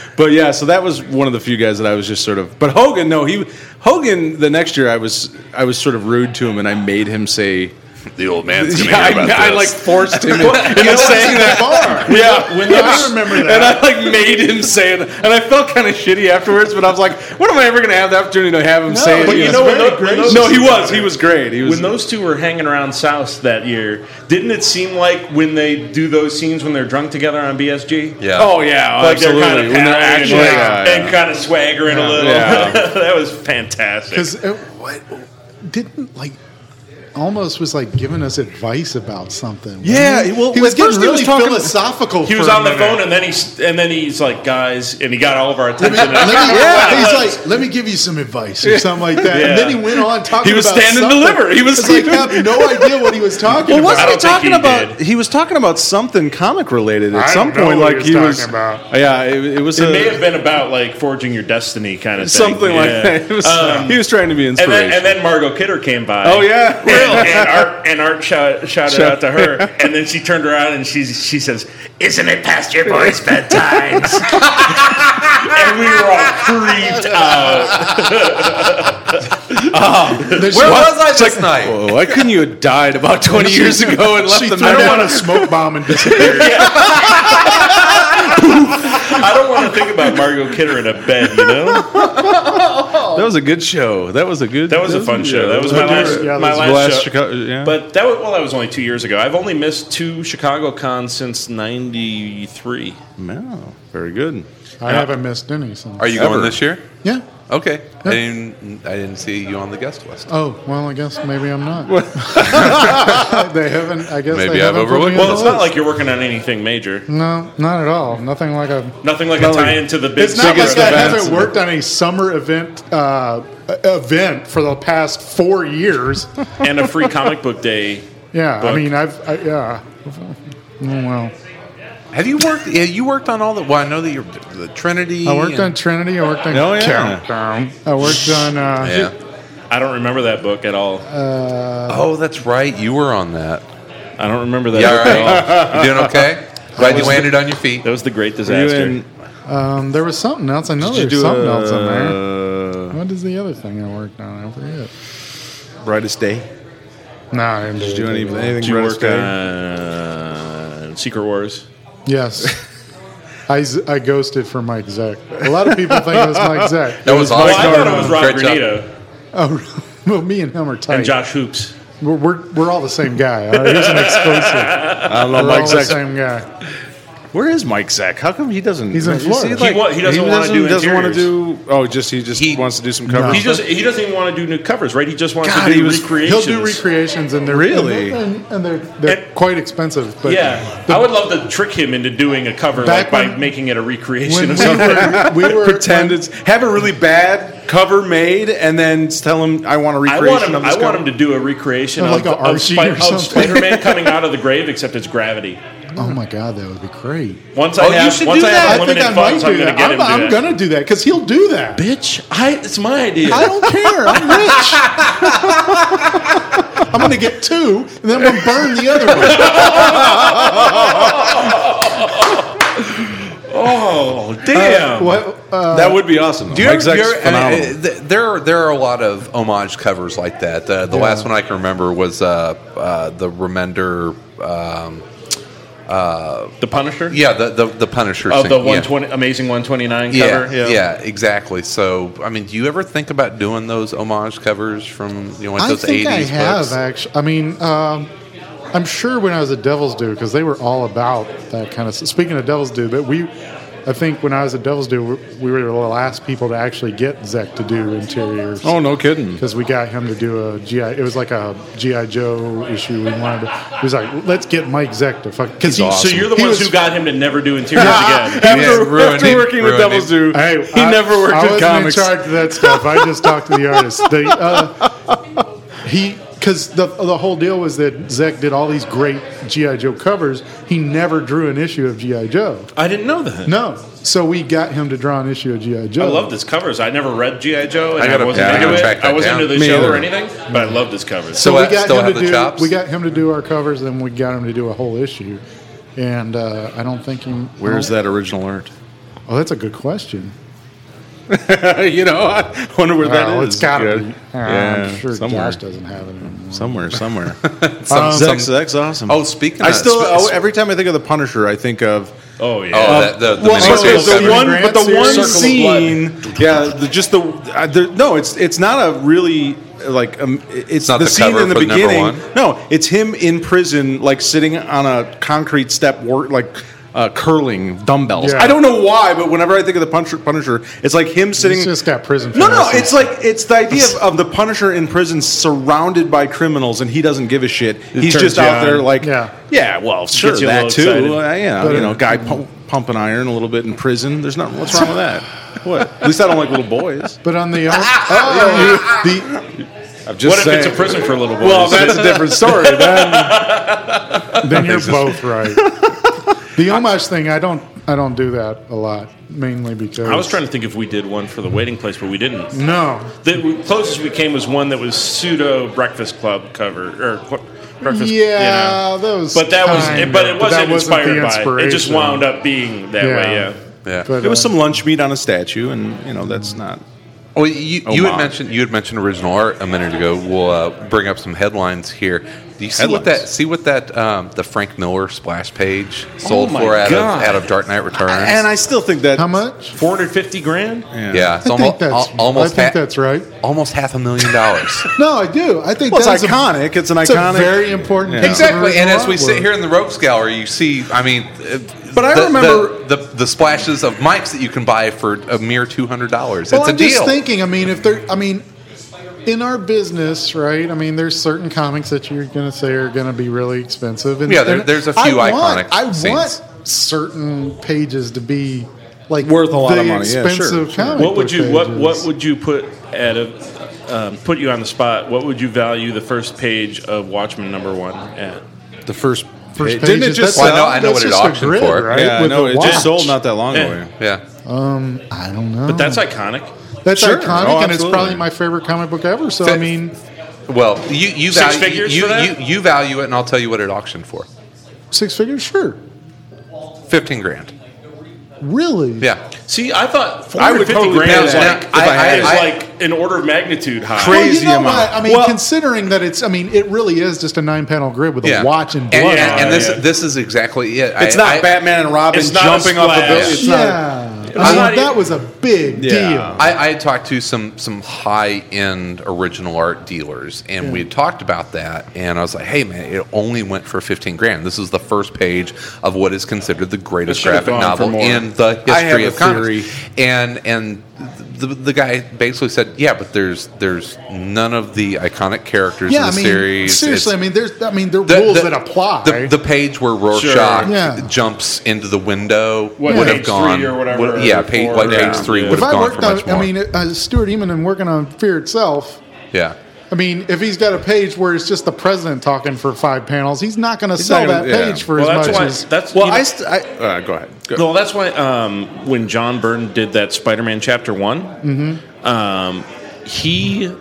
S3: [laughs] but yeah, so that was one of the few guys that I was just sort of. But Hogan, no, he Hogan. The next year, I was I was sort of rude to him, and I made him say.
S2: The old man's gonna
S3: [laughs] Yeah, I,
S2: hear about
S3: I,
S2: this.
S3: like forced him into saying that bar. [laughs] Yeah,
S5: I remember
S3: [laughs] and
S5: that.
S3: I like made him say it, and I felt kind of shitty afterwards. But I was like, when am I ever going to have the opportunity to have him say it?
S4: but you
S3: again?
S4: know when
S5: very
S4: tho- when those,
S3: no, he was, he was great. He was
S4: when those two were hanging around South that year, didn't it seem like when they do those scenes when they're drunk together on BSG?
S2: yeah.
S3: Oh yeah,
S4: Like
S3: absolutely.
S4: they're kind of
S3: When they're
S4: actually
S3: actually, yeah, yeah.
S4: and kind of swaggering a little.
S3: Yeah.
S4: [laughs] that was fantastic.
S5: Because uh, what didn't like almost was like giving us advice about something.
S3: Yeah,
S5: wasn't he?
S3: well,
S5: he was
S3: at
S5: getting
S3: first he
S5: really
S3: was talking-
S5: philosophical.
S4: He was
S5: for a
S4: on the
S5: minute.
S4: phone, and then he's and then he's like, "Guys," and he got all of our
S3: [laughs]
S4: attention. Uh,
S5: Let
S4: [laughs]
S5: me,
S3: Yeah.
S5: he's like, let me give you some advice or something like that. And then he went on talking.
S3: He was
S5: about
S3: stand and
S5: something.
S3: deliver. He was-
S5: It's like, I have no
S4: [laughs]
S5: idea what he
S3: [laughs]
S5: was talking
S3: Well,
S5: about.
S3: wasn't
S4: I don't
S3: he
S4: think
S3: talking
S4: he
S3: about?
S4: did.
S3: He was talking about something comic related at
S5: I
S3: some
S5: don't know
S3: point.
S5: what
S3: like
S5: he was talking
S3: he was.
S5: about.
S3: Yeah, it, it was
S4: It
S3: a-
S4: may have been about like forging your destiny kind of thing.
S3: something like
S4: Yeah. [laughs]
S3: that. [laughs] It was,
S4: Um,
S3: he was trying to be
S4: and
S3: inspirational.
S4: then and
S3: [laughs]
S4: then Margot Kidder came by.
S3: oh yeah,
S4: And, and Art and Art shout, shouted out to her, and then she turned around and she she says, "Isn't it past your boys' bedtimes?" [laughs] and we were all creeped
S2: [laughs]
S4: out. [laughs]
S2: Oh. Where was I this night?
S3: Ah. Whoa, why couldn't you have died
S4: [laughs]
S3: about twenty years ago and left
S5: She
S3: the
S5: threw him
S3: minute-
S5: on a smoke bomb and
S3: [laughs]
S5: disappeared.
S4: I don't want to think about Margot Kidder in a bed. You know,
S3: That was a good show. That was a good.
S4: that was a fun show. That was my last
S5: Yeah, that
S4: my
S5: was
S4: last, show.
S3: Chicago. Yeah.
S4: But that was well, that was only two years ago. I've only missed two Chicago cons since '93.
S3: no, very good.
S5: I haven't missed any. Since.
S2: Are you
S3: Ever.
S2: going this year?
S5: Yeah.
S2: Okay. I didn't, I didn't see you on the guest list.
S5: Oh well, I guess maybe I'm
S3: [laughs]
S5: not. [laughs] they haven't. I guess
S2: Maybe
S5: they haven't put
S2: I've
S5: me in
S2: overlooked it.
S5: the
S4: Well, it's not
S5: list.
S4: like you're working on anything major.
S5: no, not at all. Nothing like a.
S4: Nothing like a tie in to the big.
S5: It's not like
S4: summer
S5: I
S3: events.
S5: haven't worked on a summer event uh, event for the past four years.
S4: [laughs] and a free comic book day.
S5: [laughs] Yeah, I
S4: Book.
S5: mean, I've I, yeah. Mm, Well,
S2: Have you worked? Yeah, you worked on all the. Well, I know that you're the Trinity.
S5: I worked
S2: and-
S5: on Trinity. I worked on
S3: uh, Oh, yeah.
S5: Countdown. I worked on. Uh,
S2: Yeah.
S4: I don't remember that book at all.
S5: uh,
S2: Oh, that's right. You were on that.
S4: I don't remember that.
S2: Yeah, all
S4: book at all. [laughs]
S2: right. you
S5: [laughs]
S2: doing okay? Glad you landed on your feet.
S4: That was the great
S3: Were you
S4: disaster.
S3: in-
S5: Um, there was something else. I know
S3: did you
S5: there's
S3: do
S5: something else in there.
S3: uh,
S5: What is the other thing I worked on? I forget.
S3: Brightest Day?
S5: No, I didn't
S3: Did you do
S5: it.
S3: any, anything?
S4: Did you
S3: Brightest
S4: work
S3: Day?
S4: on Secret Wars?
S5: Yes. I, z- I ghosted for Mike Zeck. A lot of people think it was
S4: [laughs]
S5: Mike Zeck.
S2: That was
S4: Well,
S2: awesome.
S4: Oh, I thought it was Rob
S2: Great job.
S4: Granito
S5: Oh, [laughs] well, me and him are tight.
S4: and Josh Hoops.
S5: We're, we're, we're all the same guy. All right? Here's an
S4: [laughs]
S5: exclusive.
S3: I don't know.
S5: We're
S3: Mike
S5: all the
S3: Zack.
S5: same guy.
S3: Where is Mike Zack? How come he doesn't?
S5: He's in
S3: you see,
S5: Florida.
S3: like,
S4: He wa- he doesn't wanna do
S3: doesn't wanna
S4: interiors.
S3: do. Oh, just he just
S2: He-
S3: wants to do some covers.
S4: He just he doesn't even want to do new covers, right? He just wants
S3: God,
S4: to
S3: he
S4: do
S3: was-
S4: recreations.
S5: He'll do recreations, and they're
S3: Really?
S5: and, and, and they're they're
S4: And-
S5: quite expensive. But
S4: Yeah,
S5: the-
S4: I would love to trick him into doing a cover
S5: Back
S4: like by
S5: when-
S4: making it a recreation
S5: when we
S4: of
S3: [laughs]
S4: something.
S5: were, we were
S3: pretend
S5: when-
S3: it's have a really bad cover made and then tell him I want a
S4: I
S3: recreation
S4: want him.
S3: of this
S4: I want
S3: cover. Oh,
S4: him to do a recreation
S5: Like
S4: of,
S5: a
S4: of,
S5: Archie
S4: Spi-
S5: or
S4: of
S5: something.
S4: Spider-Man coming out of the grave, except it's gravity.
S5: Oh my god, that would be great.
S4: Once
S2: Oh,
S4: I
S2: you
S4: have,
S2: should
S4: once
S2: do
S4: I
S2: that.
S4: have
S5: I think
S4: limited
S5: I might
S4: funds, I'm
S5: do
S4: going to
S5: that.
S4: get him
S5: I'm,
S4: to
S5: I'm
S4: that.
S5: gonna do that because he'll
S3: [laughs]
S5: do that.
S4: Bitch, I, it's my idea.
S5: I don't care. I'm rich.
S4: [laughs]
S5: I'm gonna get two, and then I'm gonna burn the other one.
S4: oh, damn.
S5: What? Uh,
S3: that would be awesome.
S2: Uh, Do you
S3: Mike
S2: ever,
S3: Zack's
S2: do you ever- and, uh,
S3: phenomenal.
S2: th- there are there are a lot of homage covers like that. Uh, the last one I can remember was uh, uh, the Remender um,
S4: The Punisher.
S2: Yeah, the the, the Punisher.
S4: Of
S2: scene,
S4: the
S2: yeah.
S4: 120 Amazing 129
S2: Yeah,
S4: cover.
S2: yeah, exactly. So, I mean, do you ever think about doing those homage covers from you know like
S5: I
S2: those
S5: think
S2: 80s
S5: I have
S2: books?
S5: actually. I mean, um, I'm sure when I was at Devil's Due because they were all about that kind of. Speaking of Devil's Due, that we, I think when I was at Devil's Due, we- we were the last people to actually get Zek to do interiors.
S6: Oh, no kidding.
S5: Because we got him to do a GI, it was like a GI Joe issue. We wanted to. He was like, let's get Mike Zek to fuck. Because
S4: So you're the
S5: He
S4: ones
S5: was-
S4: who got him to never
S2: [laughs]
S4: do interiors again.
S2: Yeah, ruined it, ruined it.
S6: Zoo,
S5: Hey,
S6: he
S5: I-
S6: never worked
S5: I
S6: in
S5: wasn't
S6: comics.
S5: in charge of that stuff. I just talked to the artist. The, uh, he because the the whole deal was that Zek did all these great GI Joe covers. He never drew an issue of GI Joe.
S4: I didn't know that.
S5: No, so we got him to draw an issue of GI Joe.
S4: I loved his covers. I never read GI Joe, and
S2: I
S4: I,
S2: gotta-
S4: wasn't
S2: yeah, I
S4: into
S2: gotta
S4: it.
S2: track that
S4: I wasn't
S2: down.
S4: into the
S2: Me
S4: show
S2: either.
S4: or anything, but I loved his covers.
S2: So
S5: we
S2: I
S5: got
S2: still
S5: him
S2: have
S5: to
S2: the
S5: do,
S2: chops?
S5: We got him to do our covers, and we got him to do a whole issue. And uh, I don't think he.
S3: Where's that original art? [laughs]
S5: Oh, that's a good question.
S3: you know, I wonder where that
S5: Oh,
S3: is.
S5: it's got to be. Uh,
S3: yeah,
S5: I'm sure
S3: somewhere.
S5: Josh doesn't have it anymore. [laughs]
S3: Somewhere, somewhere.
S2: Some- some-
S3: Zex, Zex, awesome.
S2: Oh, speaking
S3: I
S2: of-
S3: still
S2: sp-
S3: oh, every time I think of the Punisher, I think of um,
S4: Oh yeah.
S2: Oh, that, the, the
S3: well,
S2: miniseries
S3: okay,
S5: Circle
S3: the
S5: of
S2: cover.
S3: one,
S5: Blood.
S3: but the
S5: Circle
S3: one
S5: of Blood.
S3: scene, yeah, the, just the, uh, there no, it's it's not a really like um, it's,
S2: not
S3: the,
S2: the
S3: scene
S2: cover
S3: in the
S2: for number
S3: beginning.
S2: one?
S3: No, it's him in prison, like sitting on a concrete step, work like. Uh, curling dumbbells.
S5: Yeah.
S3: I don't know why, but whenever I think of the Punisher, Punisher it's like him sitting.
S5: He's just got prison.
S3: No, no,
S5: fantasy.
S3: it's like it's the idea of, of the Punisher in prison, surrounded by criminals, and he doesn't give a shit. He's
S4: turns
S3: just
S4: you
S3: out
S4: on.
S3: there like,
S5: Yeah.
S3: yeah, well, sure,
S4: you a
S3: that
S4: little
S3: too.
S4: excited.
S3: Uh, yeah,
S5: But
S3: you
S5: it-
S3: know, guy pump, pumping iron a little bit in prison. There's nothing. What's wrong with that? What? At least I don't like little boys.
S5: But on the oh, [laughs] the,
S3: I'm just
S4: what if it's a prison for little boys?
S3: Well, that's a
S4: [laughs]
S3: different story. Then.
S5: then you're both right. The homage thing, I don't, I don't do that a lot, mainly because
S4: I was trying to think if we did one for the waiting place, but we didn't.
S5: No,
S4: The w- closest we came was one that was pseudo Breakfast Club cover or qu- Breakfast.
S5: Yeah,
S4: you know.
S5: that was
S4: But that was,
S5: kind
S4: but it
S5: of,
S4: wasn't,
S5: but that wasn't the
S4: inspired by. It. It just
S5: inspiration.
S4: wound up being that
S5: Yeah.
S4: way. Yeah.
S2: Yeah.
S5: but
S3: There was
S5: uh,
S3: some lunch meat on a statue, and you know that's not.
S2: Well, Oh, you, you had
S3: Homage.
S2: mentioned you had mentioned original art a minute ago. We'll uh, bring up some headlines here. Do you see what
S3: Headlines.
S2: that see what that um, the Frank Miller splash page sold
S4: Oh my
S2: for out
S4: God.
S2: of out of Dark Knight Returns?
S3: And I still think that
S5: how much?
S4: Four hundred fifty grand.
S2: yeah. it's
S5: I
S2: almost
S5: think that's
S2: al- almost
S5: I think
S2: ha-
S5: that's right.
S2: almost half a million dollars.
S5: No, I do. I think
S3: Well, it's
S5: that's a-
S3: iconic. It's an
S5: it's
S3: iconic-
S5: a very important.
S3: Yeah.
S5: piece of
S2: Exactly, and
S5: original
S2: as we sit
S5: artwork.
S2: here in the Rogues Gallery, you see, I mean, uh,
S3: But I
S2: the-
S3: remember-
S2: the, the, the splashes of mics that you can buy for a mere two hundred dollars.
S5: Well,
S2: it's a
S5: I'm
S2: deal.
S5: just thinking. I mean, if they're, I mean, in our business, right? I mean, there's certain comics that you're going to say are going to be really expensive. And
S2: Yeah, there-
S5: and
S2: there's a few
S5: I want,
S2: iconic
S5: I
S2: scenes.
S5: want certain pages to be like
S3: Worth a lot
S5: the
S3: of money. Yeah, sure,
S5: Expensive
S3: sure.
S5: comic.
S4: What would
S5: book
S4: you what
S5: pages.
S4: what would you put at a um, put you on the spot? What would you value the first page of Watchmen number one at?
S3: the first.
S5: First
S3: page- didn't it
S5: pages,
S3: just
S5: that's-
S2: Well, I know- I know
S5: that's
S2: what it
S5: just a
S2: auctioned
S5: grid,
S2: for.
S5: right?
S3: Yeah, I
S5: With
S3: know
S5: the
S3: it
S5: watch. Um,
S3: just sold not that long
S4: Yeah.
S3: ago.
S2: yeah,
S5: I don't know.
S4: Eh. That's iconic.
S5: that's
S3: Sure.
S5: iconic,
S3: Oh,
S5: and it's
S3: absolutely.
S5: probably my favorite comic book ever. So I
S2: Fit-
S5: mean,
S2: well, you you
S4: Six
S2: value
S4: figures
S2: you,
S4: for that?
S2: you you value it, and I'll tell you what it auctioned for:
S5: six figures, sure.
S2: fifteen grand.
S5: Really?
S2: Yeah,
S4: See, I thought four
S3: I
S4: hundred
S3: would
S4: fifty
S3: totally
S4: grand
S3: pay
S4: is
S2: that
S4: like
S2: if I had
S4: is
S2: it.
S4: like an order of magnitude high.
S3: Crazy.
S5: Well, you know
S3: amount.
S5: what? I mean,
S3: Well-
S5: considering that it's, I mean, it really is just a nine-panel grid with
S2: yeah.
S5: a watch and
S2: and,
S5: blood.
S2: and-
S5: on
S2: and
S5: it.
S2: this
S4: Yeah.
S2: this is exactly it.
S3: It's not Batman and Robin
S4: It's not a
S3: jumping off a
S4: splash.
S3: building. It's not.
S5: yeah, I mean,
S4: not e-
S5: that
S4: even-
S5: was a big
S3: Yeah.
S5: deal.
S2: I, I had talked to some some high end original art dealers, and we had talked about that. And I was like, "Hey, man, it only went for fifteen grand. This is the first page of what is considered the greatest
S4: It should have
S2: graphic
S4: gone for
S2: novel
S4: more.
S2: in the history
S3: I have a
S2: of comics."
S3: theory.
S2: And and the, the guy basically said, "Yeah, but there's there's none of the iconic characters in
S5: Yeah,
S2: the
S5: I mean,
S2: series. It's-
S5: seriously, I mean, there's, I mean, there are
S2: the-
S5: rules
S2: the-
S5: that apply.
S2: The, the page where Rorschach
S5: Yeah.
S2: jumps into the window
S4: What,
S2: would
S4: page three
S2: have gone.
S4: or whatever,
S2: would- yeah, page,
S4: four
S2: like
S4: or-
S2: page
S4: Yeah.
S2: three
S4: If
S2: would
S5: if
S2: have
S5: I
S2: gone for
S5: worked
S2: much
S5: on,
S2: more.
S5: I mean, uh, Stuart Eamon and working on Fear itself.
S2: yeah.
S5: I mean, if he's got a page where it's just the president talking for five panels, he's not going to sell
S3: not
S5: that
S3: gonna- yeah.
S5: page for
S4: Well,
S5: as
S4: that's
S5: much
S4: why.
S5: as.
S4: That's
S3: Well,
S4: you know-
S3: I, st- I uh, go ahead. Go.
S4: Well, that's why um, when John Byrne did that Spider-Man Chapter One, um, he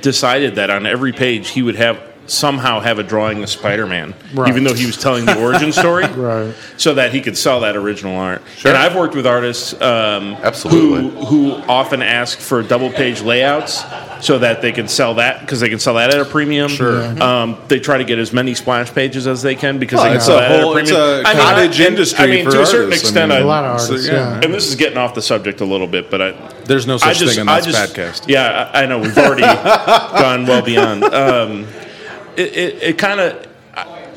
S4: decided that on every page he would have somehow have a drawing of Spider-Man,
S5: Right.
S4: even though he was telling the origin story,
S5: [laughs] Right.
S4: so that he could sell that original art. And I've worked with artists um,
S2: Absolutely.
S4: who, who often ask for double-page layouts so that they can sell that because they can sell that at a premium. Sure. Um, they try to get as many splash pages as they can because
S3: Well,
S4: they can
S3: it's
S4: sell
S3: a
S4: that
S3: whole-
S4: at a
S3: it's
S4: premium.
S3: a
S4: I mean,
S3: cottage
S4: I- and-
S3: industry
S4: I mean,
S3: for
S4: to a certain
S3: artists. I
S4: extent,
S3: mean,
S4: I-
S5: A lot of artists, yeah.
S4: and this is getting off the subject a little bit, but I
S3: There's no such
S4: I just,
S3: thing on
S4: I
S3: this
S4: just,
S3: podcast.
S4: Yeah, I I know we've
S3: [laughs]
S4: already gone well beyond. Um, it it, it kind of.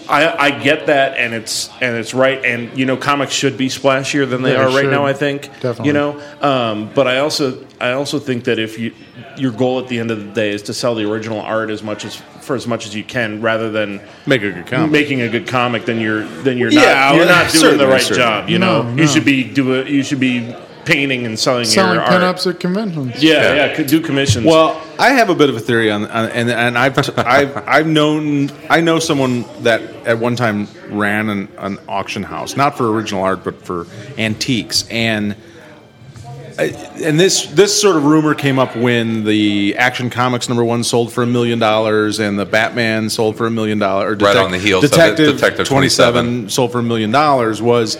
S4: I, I get that, and it's and it's right, and you know, comics should be splashier than they
S5: Yeah,
S4: are
S5: they
S4: right
S5: should.
S4: now. I think,
S5: Definitely.
S4: you know, um, but I also I also think that if you your goal at the end of the day is to sell the original art as much as for as much as you can, rather than
S3: Make a good comment.
S4: making a good comic, then you're then you're
S3: Yeah,
S4: not you're Uh,
S3: [laughs]
S4: not doing
S3: certainly,
S4: the right
S3: certainly.
S4: job. You
S5: No,
S4: know, you
S5: no.
S4: should be do you should be painting and selling,
S5: Selling
S4: your art.
S5: pinups at conventions.
S4: Yeah, yeah, could do commissions.
S3: Well, I have a bit of a theory on, on and and I've I've I've known I know someone that at one time ran an, an auction house, not for original art, but for antiques, and I- and this this sort of rumor came up when the Action Comics number one sold for a million dollars, and the Batman sold for a million dollars.
S2: Right on the heels of it,
S3: Detective,
S2: Detective
S3: twenty seven sold for a million dollars was.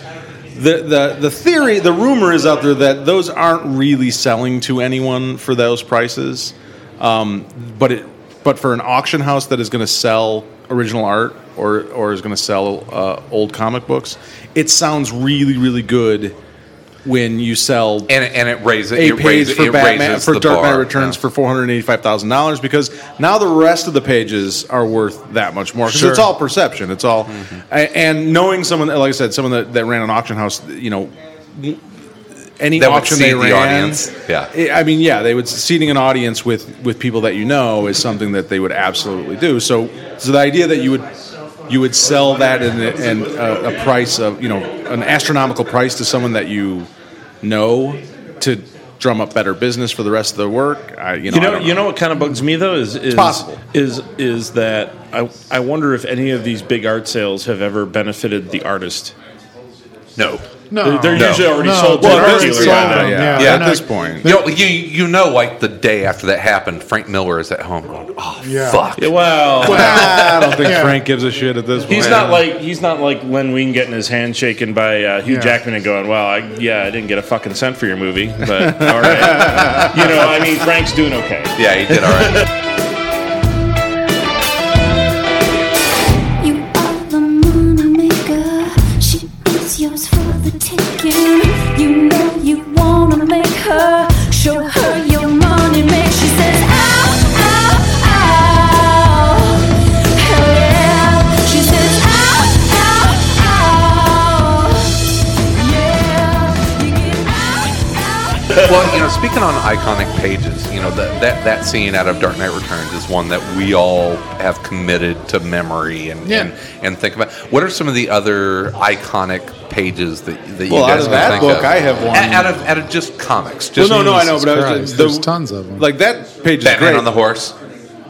S3: The, the the theory the rumor is out there that those aren't really selling to anyone for those prices, um, but it but for an auction house that is going to sell original art or or is going to sell uh, old comic books, it sounds really really good when you sell
S2: and and it raises
S3: a
S2: it
S3: page
S2: raises,
S3: for
S2: it
S3: Batman
S2: raises
S3: for
S2: the
S3: Dark Knight
S2: bar.
S3: Returns
S2: Yeah.
S3: for four hundred eighty-five thousand dollars because now the rest of the pages are worth that much more because it's all perception. It's all
S2: Mm-hmm.
S3: a- and knowing someone that- like I said, someone that, that ran an auction house, you know. w- Any
S2: That would
S3: auction they
S2: seed
S3: ran,
S2: the audience. Yeah.
S3: I- I mean, yeah, they would seating an audience with with people that you know is something that they would absolutely do. So, so the idea that you would you would sell that and and a, a price of you know an astronomical price to someone that you know to drum up better business for the rest of the work. I, you know,
S4: you
S3: I
S4: know,
S3: don't
S4: you know what kind of bugs me though is is
S3: possible.
S4: is is that I I wonder if any of these big art sales have ever benefited the artist.
S2: No.
S5: No,
S4: They're, they're
S5: no.
S4: usually already
S5: No,
S4: sold to
S5: they're
S4: an
S5: already
S4: art dealer.
S5: sold.
S4: by now.
S5: Yeah.
S3: yeah,
S2: Yeah.
S3: at this point.
S2: You, know, you you know like the day after that happened, Frank Miller is at home going, oh
S5: Yeah.
S2: fuck.
S4: Yeah, Well,
S3: I
S4: [laughs]
S3: don't think
S5: Yeah.
S3: Frank gives a shit at this point.
S4: he's not like he's not like Len Wein getting his hand shaken by uh, Hugh
S5: Yeah.
S4: Jackman and going, "Well, I, yeah, I didn't get a fucking cent for your movie, but [laughs] all right." you know, I mean, Frank's doing okay.
S2: [laughs] Yeah, he did all right.
S9: You are the money maker. She is yours for the taking. You know you wanna make her. Show her your money make. She says, ow, ow, ow. Hell yeah. She says, ow, ow, ow. Yeah. You get ow, ow.
S2: well, you know, speaking on iconic pages, you know that, that that scene out of Dark Knight Returns is one that we all have committed to memory and
S5: Yeah.
S2: and, and think about. What are some of the other iconic pages that that
S3: Well,
S2: you
S3: out
S2: guys
S3: of
S2: can
S3: that
S2: think
S3: book,
S2: of?
S3: I have one.
S2: A- Out of out of just comics,
S3: Well,
S2: just
S3: no, no, I know,
S5: Jesus
S3: but I was,
S5: Christ,
S3: the-
S5: there's tons of them.
S3: Like that page is
S2: Batman
S3: great.
S2: on the horse.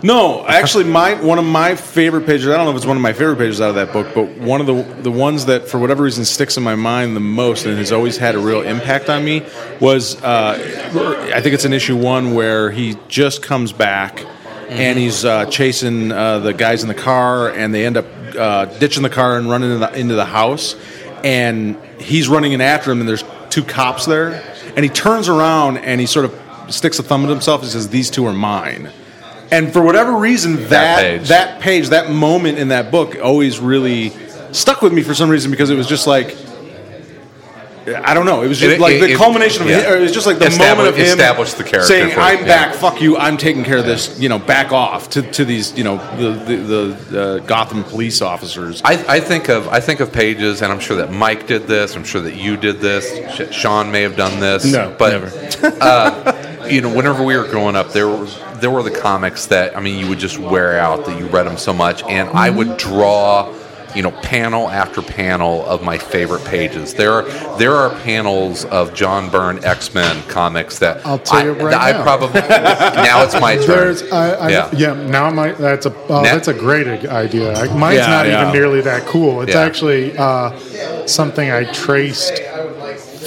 S3: No, actually, my one of my favorite pages. I don't know if it's one of my favorite pages out of that book, but one of the the ones that for whatever reason sticks in my mind the most and has always had a real impact on me was uh, I think it's an issue one where he just comes back and he's uh, chasing uh, the guys in the car and they end up uh, ditching the car and running into the, into the house and he's running in after him and there's two cops there and he turns around and he sort of sticks a thumb at himself and says these two are mine. And for whatever reason, that that
S2: page.
S3: page. that moment in that book always really stuck with me for some reason because it was just like I don't know. It was just
S2: It-
S3: like
S2: it-
S3: the
S2: it-
S3: culmination of
S2: yeah.
S3: it. It was just like the
S2: Establi-
S3: moment of him
S2: established the character
S3: saying,
S2: for-
S3: "I'm
S2: yeah.
S3: back, fuck you, I'm taking care of this." You know, back off to, to these you know the the, the uh, Gotham police officers.
S2: I, I think of I think of pages, and I'm sure that Mike did this. I'm sure that you did this. Sh- Sean may have done this.
S4: No,
S2: but
S4: never.
S2: [laughs] uh, you know, whenever we were growing up, there were there were the comics that I mean, you would just wear out that you read them so much, and I would draw. You know, panel after panel of my favorite pages. There are there are panels of John Byrne X Men
S5: [laughs]
S2: comics that
S5: I'll tell you
S2: I,
S5: right
S2: I
S5: now.
S2: probably now it's my turn.
S5: There's, I, I,
S2: yeah.
S5: yeah. Now my that's a oh,
S2: Net-
S5: that's a great idea. I, mine's
S3: Yeah,
S5: not
S3: yeah.
S5: even nearly that cool. It's
S2: Yeah.
S5: actually uh, something I traced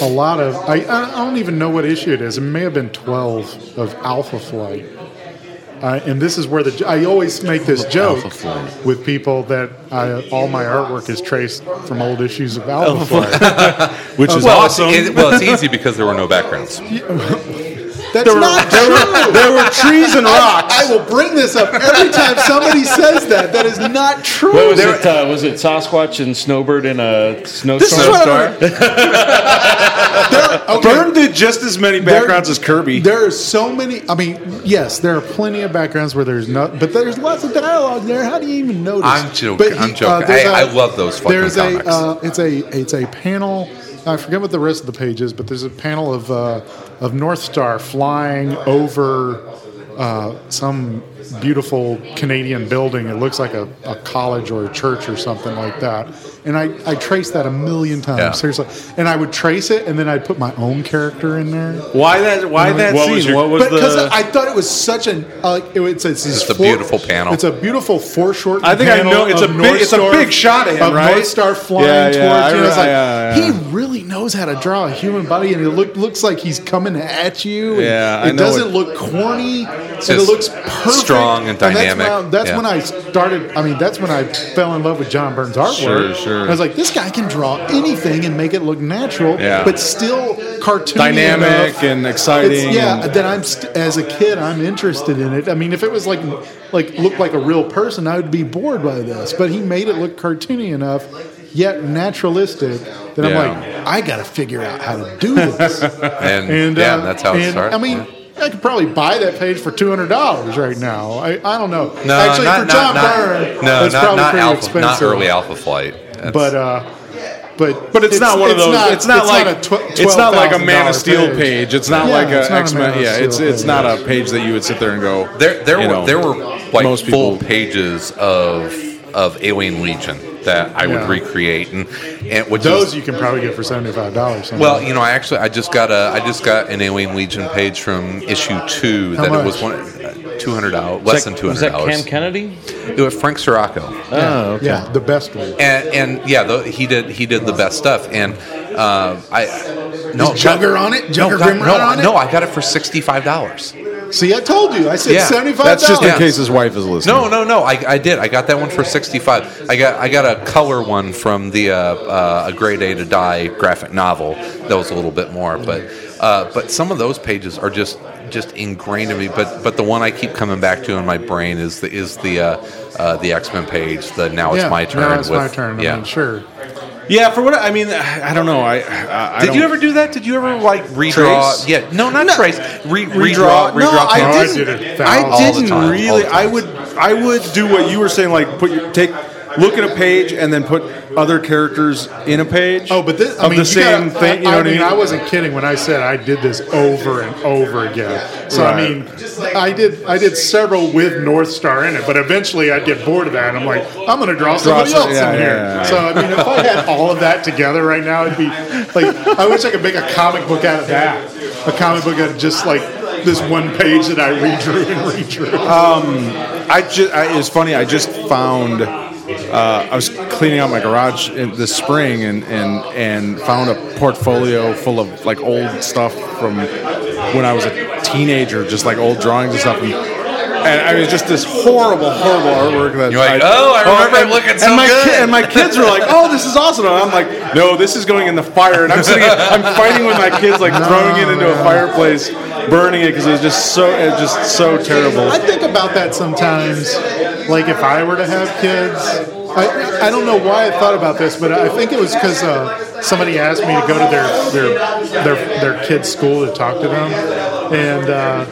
S5: a lot of. I, I don't even know what issue it is. It may have been twelve of Alpha Flight, Uh, and this is where the I always make this joke with people that I, all my artwork is traced from old issues of Alpha
S2: [laughs]
S5: Flight.
S3: [laughs] which is
S2: well,
S3: awesome.
S2: It's, it, well, it's easy because there were no backgrounds.
S5: That's not
S3: there, were, there were trees and rocks.
S7: I will bring this up every time somebody says that. That is not true.
S4: What was it? Uh, was it Sasquatch and Snowbird in a
S3: This is what
S4: snowstorm?
S3: I'm- Byrne did just as many backgrounds as Kirby.
S5: Uh, There are so many. I mean, yes, there are plenty of backgrounds where there's no, but there's lots of dialogue there. How do you even notice?
S2: I'm joking.
S5: But he- uh,
S2: I'm joking.
S5: there's
S2: I- I love those fucking
S5: there's
S2: comics.
S5: A, uh, it's a it's a panel. I forget what the rest of the page is, but there's a panel of uh, of North Star flying over uh, some beautiful Canadian building. It looks like a, a college or a church or something like that. And I I traced that a million times
S2: Yeah.
S5: seriously. And I would trace it, and then I'd put my own character in there.
S3: Why that? Why that
S4: What
S3: scene?
S4: was your-
S3: what was
S7: But because
S3: the?
S7: I thought it was such an uh, it, it's, it's, these
S2: It's a
S7: four-
S2: beautiful panel.
S5: It's a beautiful foreshortened.
S3: I think I
S5: panel
S3: know- it's
S5: of
S3: a big-
S5: North
S3: it's a
S5: Star-
S3: big shot of him, right?
S5: North Star flying
S3: Yeah,
S5: towards
S3: yeah, I
S5: you. And it's
S3: re-
S5: like
S3: yeah, yeah.
S5: he really knows how to draw a human body, and it look, looks like he's coming at you. and
S3: Yeah, I
S5: it
S3: know
S5: doesn't
S3: it-
S5: look corny, and it
S2: just
S5: looks perfect,
S2: strong and dynamic.
S5: that's
S2: Yeah.
S5: when, I, that's when I started. I mean, that's when I fell in love with John Burns artwork.
S3: Sure, sure.
S5: I was like, this guy can draw anything and make it look natural,
S3: Yeah.
S5: but still cartoony,
S3: Dynamic
S5: enough.
S3: and exciting
S5: It's- yeah,
S3: and-
S5: that I'm st- as a kid I'm interested in it. I mean, if it was like like looked like a real person, I would be bored by this. But he made it look cartoony enough, yet naturalistic that
S3: Yeah.
S5: I'm like, I got to figure out how to do [laughs] this.
S2: [laughs] And,
S5: and
S2: yeah,
S5: uh,
S2: that's how it
S5: and,
S2: started.
S5: I mean. I could probably buy that page for two hundred dollars right now. I, I don't know.
S2: no,
S5: Actually,
S2: not,
S5: for John
S2: not,
S5: Byrne,
S2: not, no,
S5: that's
S2: not,
S5: probably
S2: not
S5: pretty
S2: alpha,
S5: expensive.
S2: not early alpha flight. That's-
S5: but uh, but
S3: but it's, not one of those. it's not like
S5: a tw-
S3: it's not like a Man
S5: $12,000
S3: of Steel page. It's not
S5: Yeah,
S3: like
S5: it's
S3: a
S5: not a
S3: X
S5: Man
S3: Men.
S5: of
S3: Yeah,
S5: Steel
S3: it's it's
S5: page.
S3: not a page that you would sit there and go.
S2: There, there
S3: you
S2: were
S3: know,
S2: there were like
S3: most
S2: full
S3: people-
S2: pages of of Alien Legion that I would
S5: Yeah.
S2: recreate, and and which
S5: Those
S2: is,
S5: you can probably get for seventy five dollars.
S2: well, you know, I actually I just got a I just got an Alien Legion page from issue two
S5: How
S2: that
S5: much?
S2: it was one uh, two hundred dollars less than two
S4: Was
S2: hundred
S4: that Cam
S2: dollars.
S4: Kennedy?
S2: It was Frank Sirocco.
S4: Oh, okay.
S5: yeah, the best one.
S2: and, and yeah, the, he did he did the best stuff. And uh, I no
S7: Jugger on it?
S2: No,
S7: Jugger
S2: God,
S7: Grimrod
S2: no,
S7: on it?
S2: no, I got it for sixty five dollars.
S5: See, I told you. I said
S2: Yeah,
S5: seventy five.
S3: That's just in
S2: Yeah.
S3: case his wife is listening.
S2: No, no, no. I, I did. I got that one for sixty five. I got I got a color one from the uh, uh, a Great A to Die graphic novel that was a little bit more. But uh, but some of those pages are just just ingrained in me. But but the one I keep coming back to in my brain is the is the uh, uh, the X Men page. The now it's my turn.
S5: Now it's my
S2: with-
S5: turn. I
S2: Yeah.
S5: mean, sure.
S3: Yeah, for what I I mean, I I don't know. I, I, I
S2: Did you
S3: don't-
S2: ever do that? Did you ever like redraw?
S3: Trace?
S2: Yeah, no, not trace. Re-
S3: redraw?
S2: redraw, redraw.
S3: No,
S2: panels?
S3: I
S5: Oh, I
S3: didn't.
S5: did it
S3: I
S5: thousands.
S3: didn't
S2: All the time, all
S3: really.
S2: the time.
S3: I would. I would do what you were saying. Like put your take. Look at a page and then put other characters in a page.
S5: Oh, but this I
S3: of
S5: mean,
S3: the
S5: you
S3: same
S5: gotta-
S3: thing. You know
S5: I
S3: what I
S5: mean,
S3: mean?
S5: I wasn't kidding when I said I did this over and over again. So
S3: Right.
S5: I mean, I did I did several with North Star in it, but eventually I'd get bored of that, and I'm like, I'm going to draw somebody
S3: some-
S5: else
S3: yeah,
S5: in
S3: yeah,
S5: here.
S3: yeah.
S5: So I mean, if I had all of that together right now, it'd be like I wish I could make a comic book out of that. A comic book out of just like this one page that I [laughs] redrew and redrew.
S3: Um, I just I, it was funny. I just found. Uh, I was cleaning out my garage in, this spring and, and and found a portfolio full of like old stuff from when I was a teenager, just like old drawings and stuff. And, and I was just this horrible, horrible artwork that
S2: You're like, "Oh, I remember it
S3: and-
S2: looking so
S3: and my
S2: good."
S3: and my kids were like, "Oh, this is awesome!" And I'm like, "No, this is going in the fire." And I'm sitting, I'm fighting with my kids, like throwing it into a fireplace, burning it because it was just so, it was just so terrible.
S5: I think about that sometimes. Like if I were to have kids, I, I don't know why I thought about this, but I think it was because uh, somebody asked me to go to their their their, their kids' school to talk to them, and uh,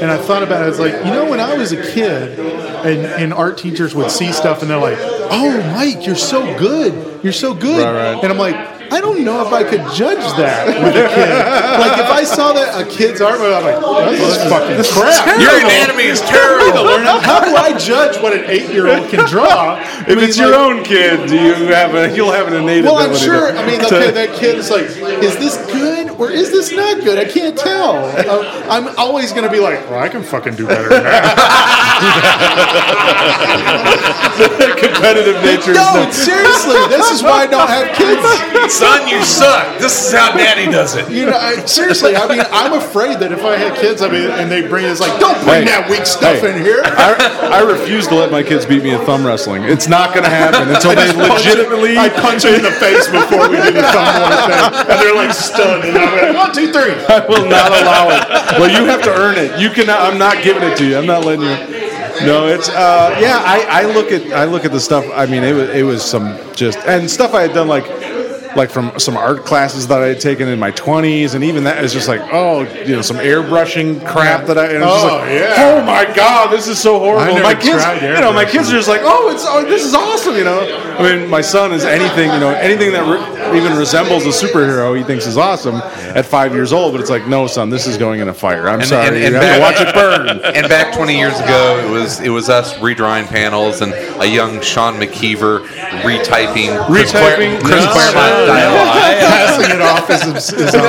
S5: and I thought about it. I was like, you know, when I was a kid, and, and art teachers would see stuff and they're like, "Oh, Mike, you're so good, you're so good,"
S3: Right, right.
S5: and I'm like. I don't know if I could judge that with a kid. like if I saw that a kid's artwork, I'm like, "This is fucking crap."
S2: Your anatomy is terrible.
S5: How do I judge what an eight-year-old can draw? I
S3: If
S5: mean,
S3: it's your
S5: like-
S3: own kid, do you have a, you'll have an innate
S5: Well, I'm
S3: ability
S5: sure.
S3: to-
S7: [laughs]
S5: I mean,
S3: to-
S5: okay, that kid is like, is this good or is this not good? I can't tell. Uh, I'm always going to be like, well, I can fucking do better than that.
S3: [laughs] competitive nature.
S7: No, seriously, this is why I don't have kids.
S2: Son, you suck. This is how daddy does it.
S7: [laughs] You know, I, seriously, I mean, I'm afraid that if I had kids, I mean, and they bring this, like, don't bring
S3: Hey,
S7: that weak stuff
S3: hey.
S7: in here.
S3: I, I refuse to let my kids beat me in thumb wrestling. It's not going to happen until they legitimately.
S7: I punch it in the face before we do the thumb war thing, and they're like stunned. And I'm like, one, two, three.
S3: I will not
S7: [laughs]
S3: allow it. Well, you have to earn it. You cannot. I'm not giving it to you. I'm not letting you. No, it's uh, yeah. I, I look at I look at the stuff. I mean, it was it was some just and stuff I had done like like from some art classes that I had taken in my 20s, and even that is just like oh, you know, some airbrushing crap that I. And it's just
S7: Oh,
S3: like,
S7: yeah.
S3: Oh my god, this is so horrible.
S5: never
S3: My kids,
S5: tried
S3: you know, my kids are just like oh, it's oh, this is awesome. You know, I mean, my son is anything you know anything that re- even resembles a superhero he thinks is awesome at five years old. But it's like no, son, this is going in a fire. I'm sorry, you have
S4: [laughs]
S3: to watch it burn.
S2: [laughs] And back 20 years ago, it was it was us redrawing panels and a young Sean McKeever retyping Chris Clar-
S3: Retyping?
S2: Chris
S3: No,
S2: Claremont
S3: no, no. [laughs]
S2: dialogue.
S7: Passing it off as his,
S4: [laughs]
S7: his own.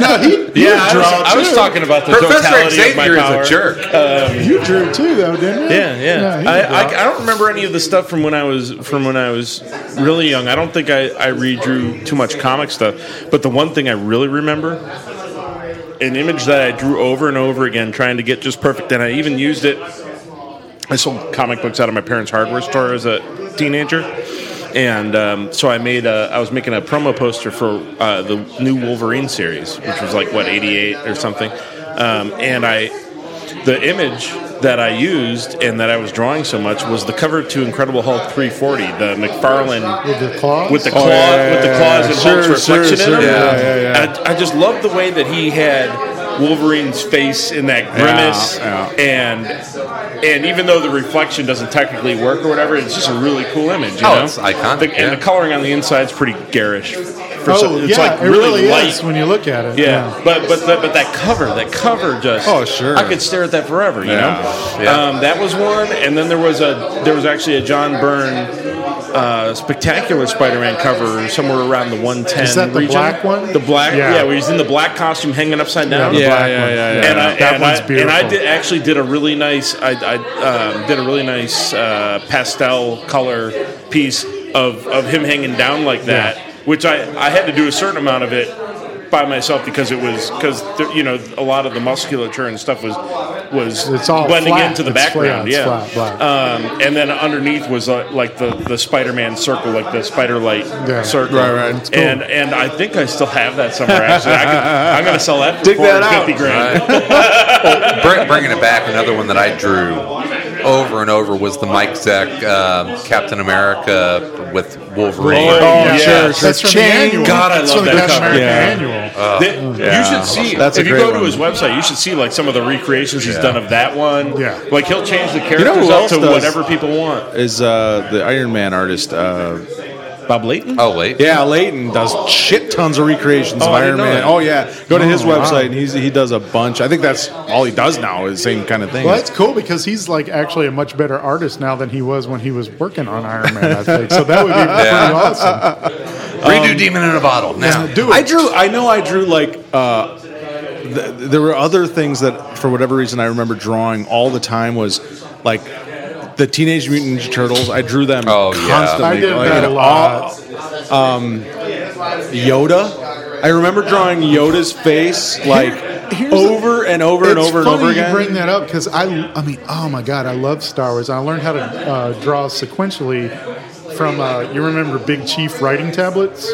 S7: No, he,
S4: Yeah, I was, I was talking about the
S2: Professor
S4: totality of my
S2: Xavier
S4: power.
S2: is a jerk.
S7: you drew too, though, didn't you?
S4: Yeah, yeah.
S7: he
S4: I,
S7: did.
S4: I, I don't remember any of the stuff from when I was from when I was really young. I don't think I, I redrew too much comic stuff. But the one thing I really remember, an image that I drew over and over again, trying to get just perfect, and I even used it. I sold comic books out of my parents' hardware store as a teenager. And um, so I made a, I was making a promo poster for uh, the new Wolverine series, which was like what eighty eight or something. Um, and I the image that I used and that I was drawing so much was the cover to Incredible Hulk 340, the McFarlane
S5: With the claws?
S4: with the
S5: Oh,
S4: claw, with the claws and
S3: Sure,
S4: Hulk's
S3: sure,
S4: reflection
S3: sure.
S4: in them.
S3: Yeah, yeah, yeah.
S4: I, I just loved the way that he had Wolverine's face in that grimace,
S3: Yeah,
S4: and and even though the reflection doesn't technically work or whatever, it's just a really cool image. You
S2: Oh,
S4: know?
S2: it's iconic,
S4: The-
S2: yeah.
S4: And the coloring on the inside's pretty garish. For
S5: Oh,
S4: some- it's
S5: yeah,
S4: like
S5: it really,
S4: light.
S5: is when you look at it.
S4: Yeah, but but the, but that cover, that cover just.
S3: Oh, sure.
S4: I could stare at that forever. You know.
S2: Yeah.
S4: Um, that was one, and then there was a there was actually a John Byrne uh, spectacular Spider-Man cover somewhere around the 110.
S5: Is that the
S4: region.
S5: black one?
S4: The black.
S5: Yeah.
S4: Yeah, where he's in the black costume hanging upside down.
S5: the
S3: Yeah,
S5: black
S3: yeah,
S5: one.
S3: yeah, yeah.
S4: And I,
S5: that
S4: and
S5: one's
S4: I,
S5: beautiful.
S4: And I did, actually did a really nice. I, I um, did a really nice uh, pastel color piece of, of him hanging down like that, which I, I had to do a certain amount of it by myself because it was because you know a lot of the musculature and stuff was was
S5: It's all
S4: blending
S5: flat.
S4: into the
S5: It's flat,
S4: background.
S5: it's
S4: yeah,
S5: flat, black.
S4: Um, and then underneath was uh, like the the Spider Man circle, like the Spider Light
S5: Yeah.
S4: circle.
S3: Right, right. It's cool.
S4: And and I think I still have that somewhere. Actually, I could, I'm going to sell that for
S3: Dig that
S4: 450
S3: out.
S4: grand.
S2: Br- bringing it back, another one that I drew over and over was the Mike Zeck uh, Captain America with Wolverine.
S4: Oh, yeah.
S5: That's from the annual.
S4: God, I
S5: That's
S4: love
S5: from the
S4: that
S5: Captain
S4: cover.
S5: America
S3: Yeah.
S5: annual.
S4: Th- You should see.
S3: That's a
S4: if you
S3: great
S4: go to
S3: one.
S4: his website, you should see like some of the recreations he's done of that one.
S5: Yeah.
S4: like he'll change the characters
S3: know who
S4: up
S3: else
S4: to
S3: does-
S4: whatever people want.
S3: Is uh, the Iron Man artist? Uh,
S4: Bob Layton.
S2: Oh, wait.
S3: yeah, Layton does shit tons of recreations
S4: Oh,
S3: of
S4: I didn't
S3: Iron
S4: know
S3: Man.
S4: that.
S3: Oh yeah, go to his website and he's, he does a bunch. I think that's all he does now is the same kind of thing.
S5: Well, that's cool because he's like actually a much better artist now than he was when he was working on Iron Man. I think so. That would be pretty awesome.
S2: [laughs]
S5: Um,
S2: Redo Demon in a Bottle. Now,
S5: Do
S3: I
S5: it.
S3: drew. I know I drew like. Uh, th- there were other things that, for whatever reason, I remember drawing all the time was like the Teenage Mutant Ninja Turtles. I drew them
S2: Oh, yeah.
S3: constantly.
S5: I did
S3: like,
S5: that a
S3: in
S5: lot.
S3: all- um, Yoda. I remember drawing Yoda's face like
S5: here's the-
S3: over and over and
S5: It's
S3: over and
S5: funny
S3: over
S5: you
S3: again.
S5: bring that up because I, I mean, oh my god, I love Star Wars. I learned how to uh, draw sequentially from uh, you remember Big Chief writing tablets.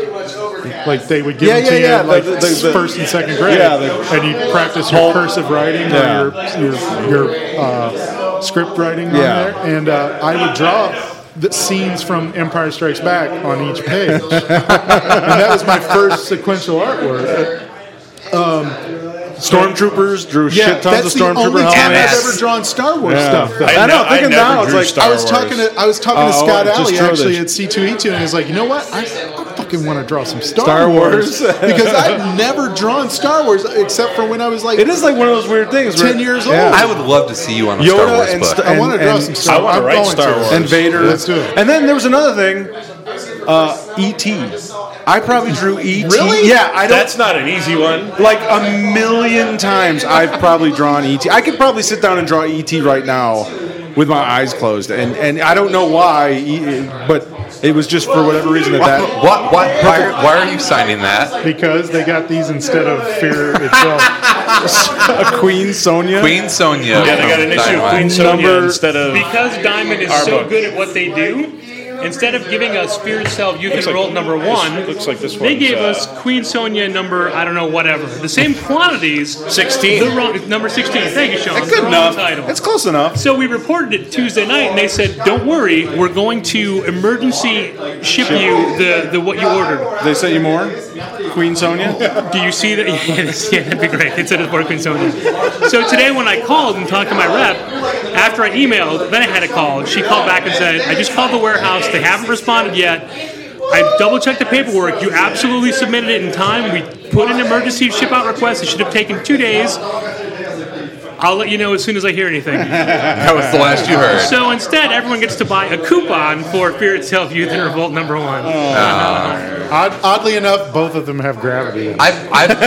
S5: Like they would give
S3: Yeah,
S5: it
S3: yeah,
S5: to you
S3: yeah,
S5: in like
S3: the- the- the-
S5: first and second grade,
S3: Yeah, the-
S5: and you practice your cursive writing
S3: Yeah.
S5: or your your, your uh, script writing
S3: Yeah.
S5: on there. And uh, I would draw the scenes from Empire Strikes Back on each page, [laughs] and that was my first sequential artwork.
S3: stormtroopers drew shit tons of
S7: um, that's the only
S3: stormtrooper
S7: time I've
S2: helmets.
S7: ever
S3: helmets.
S7: drawn Star Wars
S3: Yeah.
S7: stuff. Though.
S3: I
S7: I,
S3: know,
S4: ne-
S3: thinking
S4: never
S3: now, it's
S4: drew
S3: like,
S4: Star
S7: was talking
S4: Wars.
S7: to I was talking
S3: Oh,
S7: to
S3: I
S7: Scott
S3: just
S7: Alley
S3: drew
S7: actually
S3: this.
S7: at C2E2, and I was like, you know what? I, I fucking want to draw some Star,
S3: Star
S7: Wars,
S3: Wars.
S7: [laughs] because I've never drawn Star Wars except for when I was like
S3: It is like one of those weird things. where-
S7: 10 years
S3: Yeah.
S7: old.
S2: I would love to see you on a Star
S3: Yoda
S2: Wars
S3: and,
S2: book.
S3: Sta-
S5: I want
S3: and-
S5: to draw
S3: and-
S5: some Star
S4: I wanna
S5: I'm
S4: write
S5: going
S4: Star
S5: to.
S4: Wars.
S3: and Vader.
S5: Let's do it.
S3: And then there was another thing, uh, E.T. I probably drew E.T.
S7: Really?
S3: Yeah, I don't.
S4: That's not an easy one.
S3: like E a million times I've probably drawn E.T. I could probably sit down and draw E.T. E right now with my eyes closed, and and I don't know why, e- but it was just for whatever reason that
S2: What?
S3: that.
S2: What? what why, are- why are you signing that?
S5: because they got these instead of fear itself.
S3: [laughs] a Queen Sonia.
S2: Queen Sonia.
S4: Yeah, they got an
S2: from
S4: issue of
S2: Dynamite.
S4: Queen Sonya instead of
S10: Because Diamond is
S4: Our
S10: so
S4: book.
S10: good at what they do, instead of giving us Spirit Self, you can
S4: like-
S10: roll number
S4: this-
S10: one.
S4: looks like this
S10: They
S4: one's,
S10: gave
S4: uh,
S10: us Queen Sonia number I don't know whatever. The same quantities. Sixteen. The wrong, number sixteen. Thank you, Sean. The
S3: Good
S10: wrong
S3: enough.
S10: Title.
S3: That's close enough.
S10: So we reported it Tuesday night, and they said, "Don't worry, we're going to emergency ship you the, the what you ordered."
S3: They sent you more, Queen Sonia.
S10: Do you see that? [laughs] Yes, yeah, that'd be great. Instead of working so. So today, when I called and talked to my rep, after I emailed, then I had a call. She called back and said, "I just called the warehouse. They haven't responded yet. I double checked the paperwork. You absolutely submitted it in time. We put an emergency ship out request. It should have taken two days." I'll let you know as soon as I hear anything.
S2: [laughs] That was the last you heard.
S10: So instead, everyone gets to buy a coupon for Fear Itself Youth and Revolt number one. Oh.
S2: Ah.
S5: Odd, oddly enough, both of them have gravity. In it.
S2: I've, I've,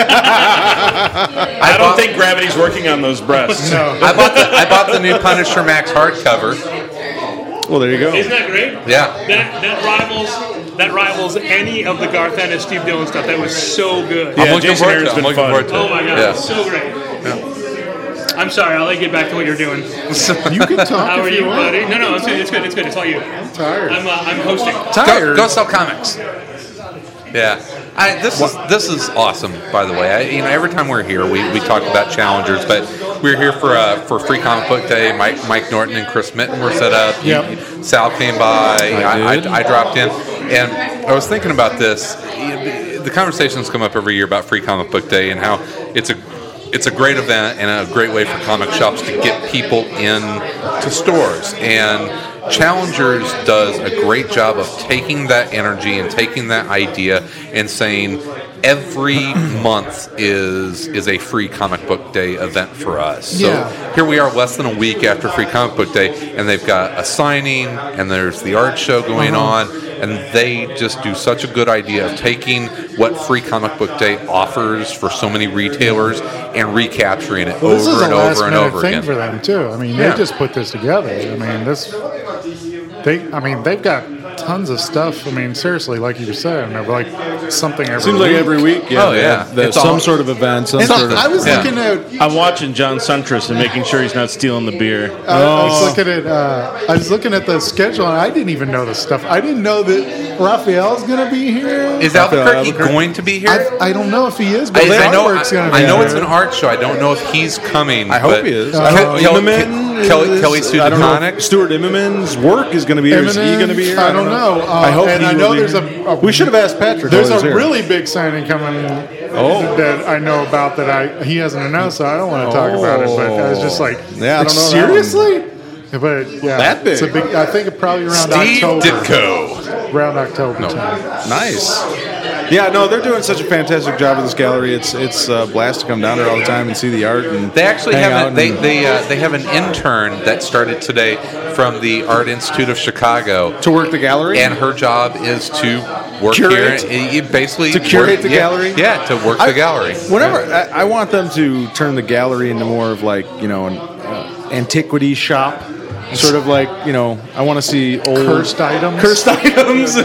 S4: I don't think gravity's working on those
S2: [laughs]
S4: breasts. [laughs]
S2: I bought, the, I bought the new Punisher Max hardcover.
S3: Well, there you go.
S10: Isn't that great?
S2: Yeah.
S10: That that rivals that rivals any of the Garth and Steve Dillon stuff. That was so good.
S4: Yeah,
S2: I'm looking
S4: Jason
S2: forward to
S4: Aaron's
S2: it. I'm
S4: been
S2: looking
S4: fun.
S2: forward to it.
S10: Oh my god,
S2: Yeah.
S10: so great. I'm sorry, I'll let you get back to what you're doing.
S4: [laughs]
S5: you can talk
S10: How are
S5: if
S10: you,
S5: you want.
S10: buddy? No, no, it's good. It's good. It's good. It's all you.
S5: I'm tired.
S10: I'm uh, I'm hosting.
S2: Go, go sell comics. Yeah. I, this is this is awesome. By the way, I, you know, every time we're here, we, we talk about challengers, but we were here for uh, for Free Comic Book Day. Mike Mike Norton and Chris Mitten were set up. You-
S5: Yep.
S2: Sal came by. I,
S3: did.
S2: I, I dropped in, and I was thinking about this. The conversations come up every year about Free Comic Book Day and how it's a it's a great event and a great way for comic shops to get people in to stores. And Challengers does a great job of taking that energy and taking that idea and saying every month is is a free comic book day event for us. So
S5: Yeah.
S2: here we are less than a week after Free Comic Book Day, and they've got a signing, and there's the art show going
S3: Uh-huh.
S2: on, and they just do such a good idea of taking what Free Comic Book Day offers for so many retailers and recapturing it
S5: Well, this is
S2: over
S5: a
S2: and
S5: last
S2: over and
S5: minute
S2: over
S5: thing
S2: again.
S5: for them too. I mean,
S2: Yeah.
S5: they just put this together. I mean, this they. I mean, they've got tons of stuff. I mean, seriously, like you said, I mean, like something every
S3: Seems like
S5: week.
S3: every week. Yeah.
S2: Oh,
S3: they
S2: yeah.
S3: have the-
S2: It's
S3: some
S2: all-
S3: sort of event. Some
S5: And
S3: sort of.
S5: I was
S2: Yeah.
S5: looking at.
S4: I'm watching John Suntress and making sure he's not stealing the beer.
S3: Oh.
S5: I, Uh, I
S2: Oh.
S5: was looking at. Uh, I was looking at the schedule, and I didn't even know this stuff. I didn't know that Raphael's going to be here.
S2: Is Albuquerque going to be here?
S5: I, I don't know if he is, but
S2: I, I know,
S5: Artwork's going to be
S2: I know
S5: there.
S2: it's an art show. I don't know if he's coming.
S3: I hope
S2: but-
S3: he is.
S2: Ke-
S3: I don't know.
S2: Kel-
S3: Immonen
S2: Ke- Kelly,
S3: is-
S2: Kelly Sue
S3: I don't know
S2: DeConnick.
S3: if Stuart Immonem's work is going to be here. Is he
S5: Eminem,
S3: going to be here?
S5: I don't know. Uh,
S3: I hope
S5: and
S3: he
S5: I
S3: will
S5: know
S3: be
S5: there's
S3: here.
S5: a- a-
S3: We should have asked Patrick.
S5: There's
S3: while he's
S5: a
S3: here.
S5: really big signing coming
S3: Oh.
S5: that I know about that I he hasn't announced, so I don't want to talk about it. But I was just like,
S3: Yeah, I don't know that one.
S5: seriously. But yeah,
S3: That
S5: It's a
S3: big.
S5: big. I think it probably around
S2: Steve
S5: October.
S2: Ditko.
S5: Around October time.
S3: Nice. Yeah, no, they're doing such a fantastic job at this gallery. It's it's a blast to come down here all the time and see the art. And
S2: They actually
S3: hang
S2: have
S3: out
S2: a, they
S3: and-
S2: they uh, they have an intern that started today from the Art Institute of Chicago,
S3: to work the gallery.
S2: and her job is to work
S3: Curate?
S2: here. and- and basically
S3: To curate
S2: work-
S3: the
S2: yeah,
S3: gallery?
S2: Yeah, to work
S3: I-
S2: the gallery.
S3: Whenever I, I want them to turn the gallery into more of like you know an uh, antiquity shop, sort of like you know I want to see old
S5: Cursed
S3: [laughs]
S5: items.
S3: cursed items,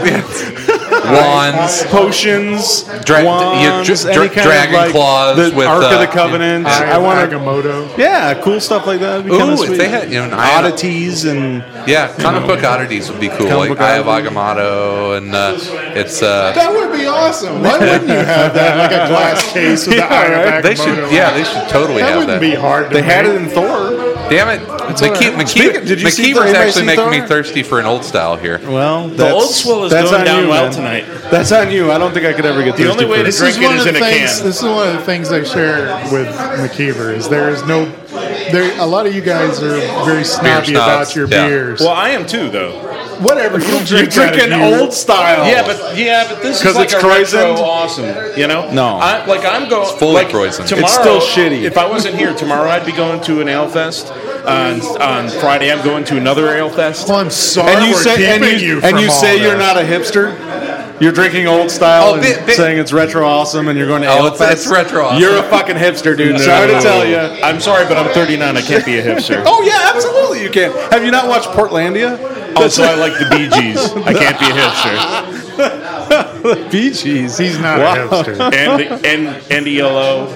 S2: Wands.
S3: potions,
S2: Dra-
S3: wands,
S2: yeah, dra-
S3: any
S2: dra-
S3: kind
S2: dragon
S3: of like
S2: claws
S3: the
S2: with,
S3: Ark
S2: uh,
S3: of the Covenant.
S5: Eye of
S3: I want to.
S5: Agamotto.
S3: Yeah, cool stuff like that. Would be
S2: Ooh,
S3: kinda
S2: if
S3: sweet.
S2: they had, you know, an eye on-
S3: oddities and
S2: Yeah, comic book oddities would be cool.
S3: Comic
S2: Like
S3: book
S2: I have
S3: oddity.
S2: Agamotto, and uh, it's uh,
S5: That would be awesome. Why [laughs] wouldn't you have that? Like a
S3: [laughs]
S5: glass case with the eye of
S2: they
S5: Agamotto.
S2: should yeah they should totally
S5: that
S2: have
S5: wouldn't
S2: that.
S5: be hard. To
S3: they had it
S5: make.
S3: in Thor.
S2: Damn it, McKe- McKe-
S3: Speaking- did you see Thor?
S2: McKeever's
S3: Anybody
S2: actually
S3: see
S2: making
S3: Thor?
S2: me thirsty for an old style here.
S3: Well, that's,
S4: old swill is
S3: that's
S4: going
S3: on
S4: down
S3: you,
S4: well
S3: man.
S4: tonight.
S3: That's on you. I don't think I could ever get the
S4: only way to
S5: This is
S4: Drink it
S5: one
S4: is
S5: of the
S4: in a
S5: things.
S4: can.
S5: This is one of the things I share with McKeever is there is no. There, a lot of you guys are very snobby
S2: snobs,
S5: about your
S2: yeah.
S5: beers.
S4: Well, I am too, though.
S5: Whatever. You don't drink
S3: You're
S5: that
S3: drinking
S5: if you-
S3: old style.
S4: Yeah, but yeah, but this is
S3: 'Cause
S4: like
S3: it's
S4: a
S3: Croizened?
S4: retro awesome. You know?
S3: No.
S4: I, like I'm going
S2: fully
S4: like,
S2: Croizened.
S4: Tomorrow,
S3: It's still shitty.
S4: If I wasn't here tomorrow, I'd be going to an ale fest. On on Friday, I'm going to another ale fest.
S3: Oh,
S5: Well, I'm sorry.
S3: and you
S5: we're
S3: say and
S5: keeping
S3: you,
S5: you
S3: and
S5: from
S3: you
S5: all
S3: say you're
S5: this.
S3: not a hipster. You're drinking old style
S2: Oh,
S3: and
S2: bit- bit-
S3: saying it's retro awesome, and you're going to
S2: Oh,
S3: ale
S2: it's- it's
S3: fest?
S2: retro awesome.
S3: You're a fucking hipster, dude. Sorry to tell you.
S4: I'm sorry, but I'm 39. I can't be a
S3: [laughs]
S4: hipster.
S3: Oh yeah, absolutely you can. Have you not watched Portlandia?
S4: Also, Oh, I like the Bee Gees. I can't be a hipster.
S3: [laughs] Bee Gees.
S5: He's not a hipster.
S4: And the, and and ELO.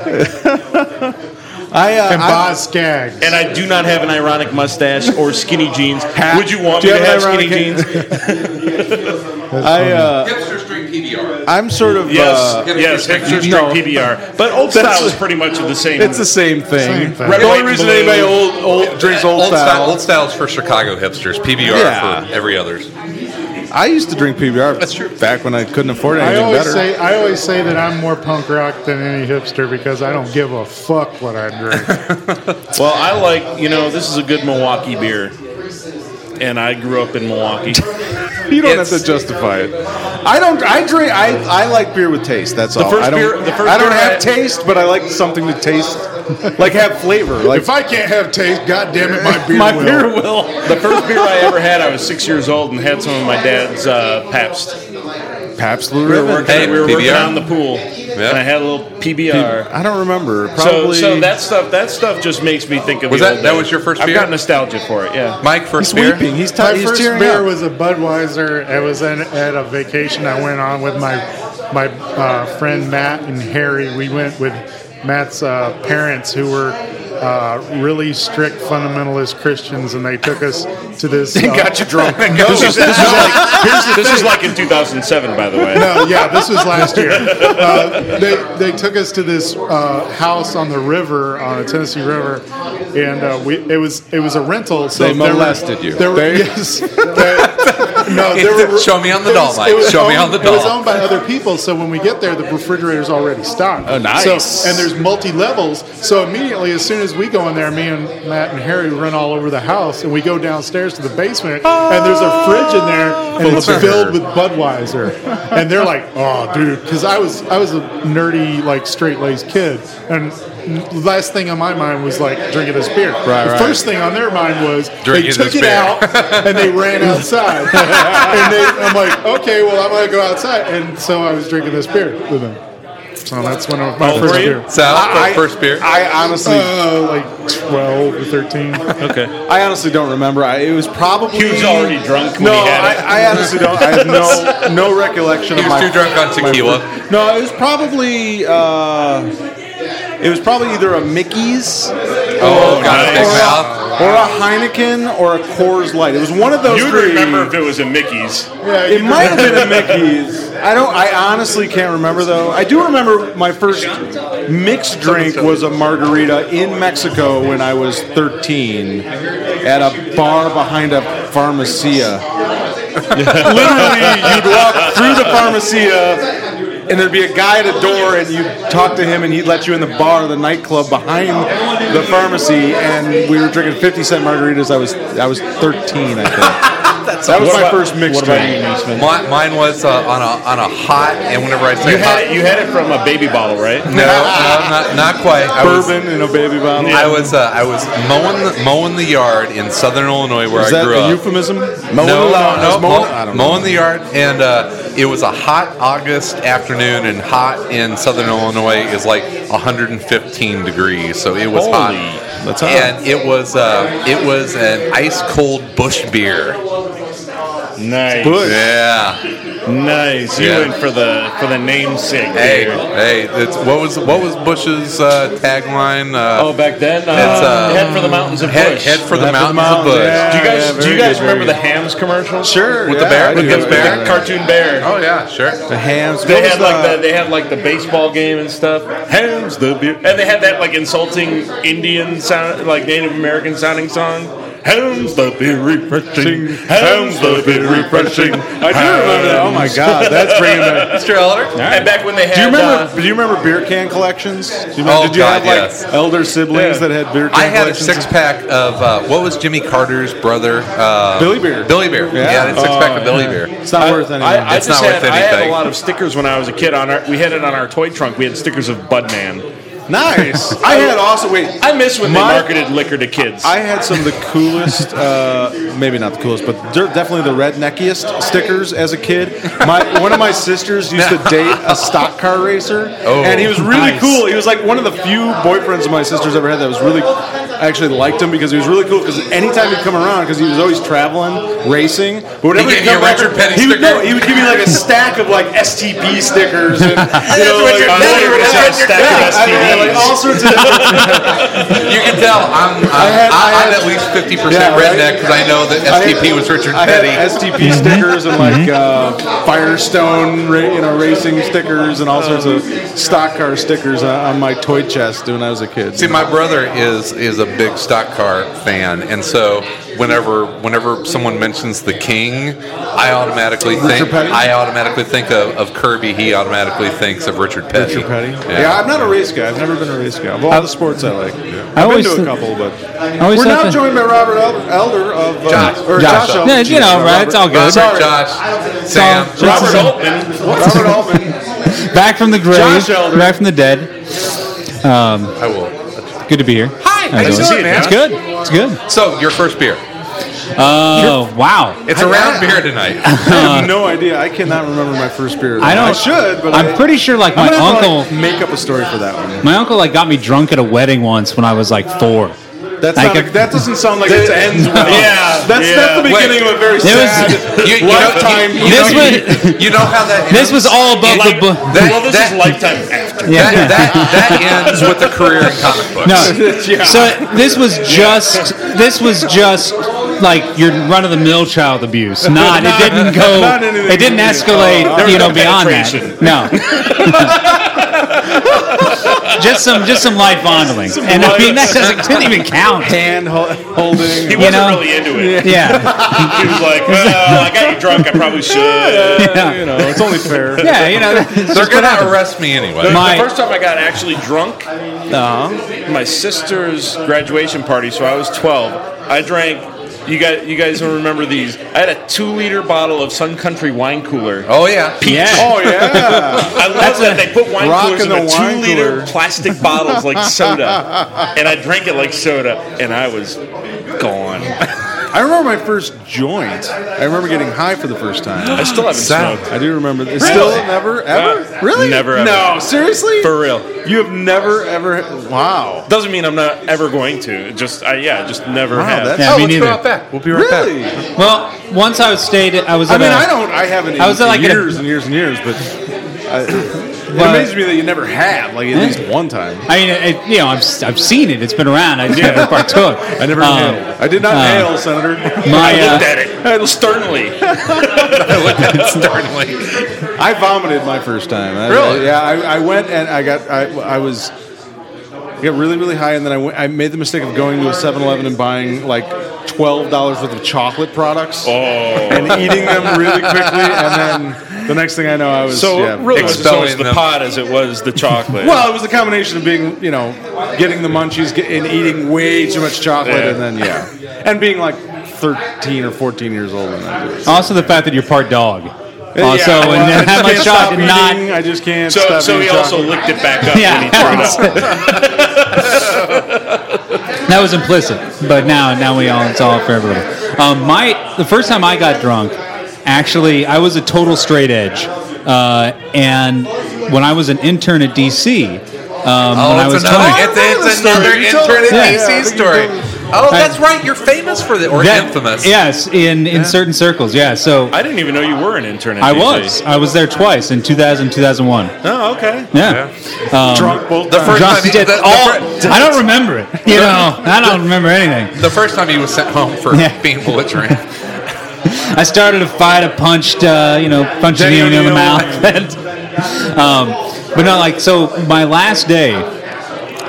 S3: I, uh,
S5: And
S3: I-
S5: Boz Skaggs.
S4: And I do not have an ironic mustache or skinny jeans. Would you want
S3: Do
S4: me
S3: you
S4: to have
S3: have an
S4: skinny
S3: ironic-
S4: jeans? [laughs]
S3: I, uh,
S2: Hipsters drink PBR.
S3: I'm sort of.
S4: Yes,
S3: Uh,
S4: yes, hipster straight
S3: no.
S4: PBR. But old
S3: That's-
S4: style is pretty much of the same.
S3: it's the same thing.
S5: Same thing.
S3: The
S5: Red,
S3: only
S4: white,
S3: reason
S4: blue.
S3: anybody old, old drinks old, style.
S2: Old style's for Chicago hipsters. PBR
S3: Yeah.
S2: for every others.
S3: I used to drink PBR.
S2: That's true.
S3: Back when I couldn't afford
S5: I
S3: anything
S5: always
S3: better.
S5: say I always say that I'm more punk rock than any hipster because I don't give a fuck what I
S3: [laughs]
S5: drink.
S4: well, I like you know this is a good Milwaukee beer, and I grew up in Milwaukee.
S3: [laughs] you don't have
S2: It's-
S3: to justify it. I don't. I drink. I, I like beer with taste. That's all.
S4: first
S3: I don't.
S4: beer- the first
S3: I don't
S4: beer
S3: have
S4: I-
S3: taste, but I like something to taste, like have flavor. Like
S7: If I can't have taste, God damn it,
S3: [laughs]
S7: my beer
S3: my
S7: will.
S3: beer will.
S4: The first beer I ever had, I was six years old and had some of my dad's uh, Pabst.
S3: Pabst Blue
S4: We were
S3: Ribbon.
S4: working,
S2: Hey,
S4: we were working
S2: PBR.
S4: on the pool, and I had a little PBR.
S3: I don't remember.
S4: So,
S3: Probably.
S4: so that stuff that stuff just makes me think of
S2: Was
S4: the
S2: that-
S4: old
S2: that
S4: days.
S2: was your first
S4: I've
S2: beer?
S4: got nostalgia for it. Yeah.
S2: Mike, first
S3: He's
S2: beer.
S3: weeping. He's, t-
S5: My
S3: he's
S5: first
S3: tearing
S5: beer
S3: up.
S5: was a Budweiser. It was in, at a vacation I went on with my my uh, friend Matt and Harry. We went with Matt's uh, parents who were. Uh, really strict fundamentalist Christians, and they took us to this. [laughs] uh,
S3: you
S4: [laughs]
S3: drunk.
S4: This is, this,
S3: [laughs]
S4: is like, here's the- this is like in 2007, by the way.
S5: no, yeah, this was last
S4: [laughs]
S5: year. Uh, they, they took us to this uh, house on the river, on a Tennessee river, and uh, we it was it was a rental. So
S3: They
S5: there were-
S3: molested you.
S5: There were, [laughs]
S3: They-
S5: yes. They- no, there were,
S2: [laughs] Show me on the
S5: it
S2: doll,
S5: was-
S2: Mike.
S5: it was
S2: Show me
S5: owned-
S2: on the
S5: It was
S2: doll.
S5: owned by other people, so when we get there, the refrigerator's already stocked.
S3: Oh, nice.
S5: So, and there's multi levels. So immediately, as soon as we go in there, me and Matt and Harry run all over the house, and we go downstairs to the basement, and there's a fridge in there,
S2: Oh,
S5: and it's filled with Budweiser. and they're like, "Oh, dude," because I was I was a nerdy, like straight laced kid, and. Last thing on my mind was like drinking this beer.
S3: Right,
S5: the
S3: right.
S5: first thing on their mind was
S2: Drinking
S5: they took
S2: this
S5: it
S2: beer.
S5: out and they
S2: [laughs]
S5: ran outside. and they, I'm like, okay, well, I'm gonna go outside, and so I was drinking this beer with them. So that's when I, my first
S4: were you?
S5: beer.
S2: Sal, first beer.
S3: I honestly,
S5: Uh, like 12 or 13.
S4: Okay.
S3: I honestly don't remember. I, it was probably.
S4: He was already drunk when
S3: No,
S4: he had it.
S3: I, I honestly don't. I have no no recollection
S2: he
S3: of my.
S2: was too drunk on
S3: my
S2: tequila.
S3: first- no, it was probably. Uh, it was probably either a Mickey's
S2: Oh, God,
S4: nice.
S2: big
S3: or
S2: mouth.
S3: a, or a Heineken or a Coors Light. It was one of those
S4: You'd
S3: three.
S4: remember if it was a Mickey's.
S5: Yeah,
S3: It might have been a Mickey's. I don't. I honestly can't remember though. I do remember my first mixed drink was a margarita in Mexico when I was 13 at a bar behind a
S4: [laughs]
S3: farmacia. Literally, you'd walk through the farmacia. And there'd be a guy at a door, and you'd talk to him, and he'd let you in the bar, the nightclub behind the pharmacy. And we were drinking 50 cent margaritas. I was I was 13, I think.
S2: [laughs]
S3: that was
S4: What
S3: my
S4: about-
S3: first mixed
S4: what about
S3: drink.
S4: you, Neesman?
S2: Mi- Mine was uh, on a on a hot, and whenever I say
S4: You
S2: hot,
S4: had it. You had it from a baby bottle, right?
S2: no, no, not, not quite. I was,
S3: bourbon in a baby bottle.
S2: I was uh, I was mowing the, mowing the yard in Southern Illinois where
S3: Is
S2: I
S3: that
S2: grew
S3: a
S2: up.
S3: euphemism?
S2: no, no, no,
S3: Mowing,
S2: mow-
S3: I don't know.
S2: mowing the yard, and uh, it was a hot August afternoon, and hot in Southern Illinois is like 115 degrees, so it was hot.
S3: that's hot.
S2: And it was uh, it was an ice cold Bush beer.
S4: Nice,
S2: Yeah.
S4: nice. You
S2: Yeah.
S4: went for the for the namesake.
S2: Hey,
S4: beer.
S2: hey, it's, what was what was Bush's uh, tagline?
S4: Oh,
S2: Uh,
S4: back then, uh,
S2: uh,
S4: head for the mountains of
S2: head,
S4: Bush.
S2: head for the
S3: Head for the
S2: mountains of Bush.
S3: mountains,
S4: do you guys,
S3: Yeah,
S4: do
S3: very
S4: you guys
S3: good,
S4: remember
S3: very
S4: the Hams commercial?
S3: Sure.
S2: With the bear?
S3: I
S2: With
S3: do.
S2: the
S4: With
S2: bear?
S4: the cartoon bear.
S2: Oh yeah, sure.
S3: The hams.
S4: They
S3: What
S4: had
S3: was
S4: like the, they had like the baseball game and stuff. Hams the beer, and they had that like insulting Indian sound, like Native American sounding song. Hams the beer refreshing. Hams the beer refreshing.
S3: I do remember that. Oh my [laughs] god, that's bringing back.
S2: Mr. Elder.
S4: And back when they had,
S3: Do you
S4: uh,
S3: remember? Do you remember beer can collections? Do you remember,
S2: Oh,
S3: did you
S2: God,
S3: have like
S2: yes.
S3: elder siblings
S4: Yeah.
S3: that had beer can
S2: I had a
S3: collections?
S2: six pack of uh, what was Jimmy Carter's brother? Uh,
S3: Billy Beer.
S2: Billy Beer.
S3: Yeah.
S2: Yeah,
S3: Oh,
S2: I had a six pack of Billy Beer.
S3: Uh, It's not worth anything.
S4: I, I
S2: It's
S4: just
S2: not
S4: had,
S2: worth
S4: I had a
S2: anything.
S4: lot of stickers when [laughs] I was a kid. On our, we had it on our toy trunk. We had stickers of Budman.
S3: Nice. I had also wait.
S4: I miss when
S3: My-
S4: they marketed liquor to kids.
S3: I had some of the coolest, uh, maybe not the coolest, but de- definitely the redneckiest stickers as a kid. My one of my sisters used to date a stock car racer,
S2: Oh.
S3: and he was really
S10: Nice.
S3: cool. He was like one of the few boyfriends my sister's ever had that was really. I actually liked him because he was really cool. Because anytime he'd come around, because he was always traveling, racing, but whenever
S2: He
S3: he'd
S2: gave you
S3: come
S2: a
S3: back,
S2: Richard Petty
S3: he would, no,
S2: sticker?
S3: he would give me like a stack of like STP stickers and [laughs] you know,
S2: Richard
S3: like,
S2: Petty, that's
S3: yeah,
S2: Richard
S3: I
S4: Petty.
S3: had, like, all sorts of.
S2: You can tell I'm, I'm, I
S3: had- I
S2: am
S3: had-
S2: at least 50%
S3: Yeah, right?
S2: redneck because I know that
S3: I
S2: STP
S3: had-
S2: was Richard
S3: I
S2: Petty.
S3: had STP
S11: Mm-hmm.
S3: stickers and like uh, Firestone, ra- you know, racing stickers and all sorts of stock car stickers on, on my toy chest when I was a kid.
S2: See, my brother is is a big stock car fan, and so whenever whenever someone mentions the King, I automatically think
S3: Petty?
S2: I automatically think of, of Kirby. He automatically thinks of Richard Petty.
S3: Richard Petty.
S2: Yeah.
S3: Yeah. I'm not a race guy. I've never been a race guy. Of all the sports I like, I've been
S11: always
S3: to a
S11: th-
S3: couple, but
S11: always
S3: we're
S11: thought
S3: now
S11: that-
S3: joined by Robert El- Elder of uh,
S2: Josh.
S3: or
S2: Josh
S3: Josh,
S2: Elder.
S3: Elder.
S11: Yeah, you know, right? It's all
S2: Robert,
S11: good.
S2: Josh, Sam.
S11: It's all-
S4: Robert Altman.
S3: Robert Altman.
S11: Back from the grave,
S3: Josh Elder.
S11: back from the dead. Um,
S2: I will.
S11: Good to be here. Hi,
S2: How you doing, man?
S11: It's good. It's good.
S2: So your first beer.
S11: Oh wow!
S2: It's a round beer tonight.
S11: [laughs]
S3: I have no idea. I cannot remember my first beer.
S11: I don't.
S3: I should, but
S11: I'm
S3: I-
S11: pretty sure. Like
S3: I'm
S11: my
S3: gonna have to,
S11: uncle,
S3: like, make up a story for that one.
S11: my uncle like got me drunk at a wedding once when I was like four.
S3: That's
S11: Like
S3: not
S11: if-
S3: a, that doesn't sound like it ends well.
S4: Yeah,
S3: that's
S4: yeah.
S3: that's the
S2: Wait.
S3: beginning of a very
S11: There was-
S3: sad
S2: You, you
S3: lifetime.
S2: Know, you, you,
S11: This
S2: know,
S11: was-
S2: you, you know how that.
S11: [laughs] This was all above the.
S4: Like,
S11: Bu-
S2: That-
S4: well, this
S2: that-
S4: is lifetime after.
S11: yeah.
S2: That, that, that ends with a career in comic [laughs] books.
S11: No.
S3: [laughs] Yeah.
S11: So this was just this was just like your run of the mill child
S3: [laughs]
S11: abuse. Not, it didn't go.
S3: not anything
S11: it didn't
S3: serious.
S11: escalate.
S3: Oh,
S11: you
S4: no
S11: know, beyond that.
S4: penetration.
S11: No. [laughs] just some just some light fondling, and I mean that doesn't didn't even count.
S3: hand hol- holding.
S4: He
S11: You
S4: wasn't
S11: know?
S4: really into it.
S11: Yeah.
S4: He was like, well, I got you drunk. I
S3: [laughs]
S4: probably should.
S11: Yeah.
S3: You know, it's only fair.
S11: Yeah. You
S2: [laughs]
S11: know.
S2: They're going to arrest me anyway.
S11: My-
S4: the first time I got actually drunk, my sister's graduation party, so I was 12. I drank. You guys, you guys don't remember these? I had a two-liter bottle of Sun Country wine cooler.
S2: Oh, yeah.
S11: Yeah.
S3: Oh yeah.
S4: I love that they put wine
S3: Rock
S4: coolers in
S3: and
S4: the
S3: the wine
S4: two-liter
S3: cooler.
S4: plastic bottles like soda, and I drank it like soda, and I was gone.
S3: I remember my first joint. I remember getting high for the first time.
S4: I still haven't
S2: Sound.
S4: smoked
S3: I do remember. This. Still never ever
S4: Yeah.
S3: really
S4: Never, ever.
S3: No, seriously.
S4: for real.
S3: you have never ever. Wow.
S4: Doesn't mean I'm not ever going to. It Just I, yeah, just never
S3: Wow,
S4: have.
S3: that's-
S11: Yeah,
S2: oh,
S11: me
S2: let's
S11: neither.
S2: go out back. We'll be right
S3: Really?
S2: back.
S11: Well, once I was stayed, I was.
S3: I
S11: at
S3: mean,
S11: a-
S3: I don't. I haven't. In
S11: I was at, like, in a-
S3: years and years and years, but. I, it
S11: But-
S3: amazes me that you never have, like at least one time.
S11: I mean, it, you know, I've, I've seen it. It's been around. I just never partook.
S3: [laughs] I never
S11: Um,
S3: nailed. I did not
S11: uh,
S3: nail, Senator. [laughs]
S11: My,
S4: I
S11: uh,
S4: looked at it sternly. [laughs]
S3: I vomited my first time. I-
S2: Really?
S3: yeah, I, I went and I got I, I was I got really really high, and then I went, I made the mistake of going to a 7-Eleven and buying like twelve dollars worth of chocolate
S4: Oh.
S3: products and eating them really quickly, and then the next thing I know, I was
S4: So
S3: yeah.
S4: it really, it was
S2: Expelling
S4: always the
S2: them.
S4: pot as it was the chocolate.
S3: Well, it was the combination of being, you know, getting the munchies get, and eating way too much chocolate,
S4: Yeah.
S3: and then yeah, and being like thirteen or fourteen years old when I did. it.
S11: Also, the fact that you're part dog. Also,
S3: Uh, Yeah, well, I
S11: and that
S3: just
S11: much shot
S3: can't stop
S11: did not.
S3: eating, I just can't.
S4: so
S3: stop
S4: so he
S3: eating
S4: also
S3: chocolate.
S4: licked it back up when
S11: Yeah, [laughs]
S4: he threw it up.
S11: that was implicit, but now now we all it's all for everybody. Um, my the first time I got drunk, actually, I was a total straight edge, uh, and when I was an intern at DC, um, when I
S2: [laughs] Oh,
S11: was
S2: it's another,
S11: 20
S2: it's, it's another
S3: You told-
S2: intern
S11: Yeah.
S2: at AC story. Oh, that's right. You're famous for that, or
S11: that-
S2: infamous.
S11: yes, in in certain circles, yeah. So
S4: I didn't even know you were an intern. At
S11: I
S4: DC.
S11: was. I was there twice in 2000, 2001.
S4: Oh, okay.
S11: Yeah. Um,
S3: drunk both
S2: The first
S11: Johnson
S2: time, he,
S11: did
S2: the,
S11: all.
S2: the, fir-
S11: I don't remember it. You know, I don't remember anything.
S2: the first time he was sent home for
S11: Yeah.
S2: being belligerent.
S11: [laughs] I started a fight. I punched, uh, you know, punched
S3: Danny
S11: Neil in the
S3: O'Neill.
S11: mouth. And, [laughs] um, but not like so. My last day,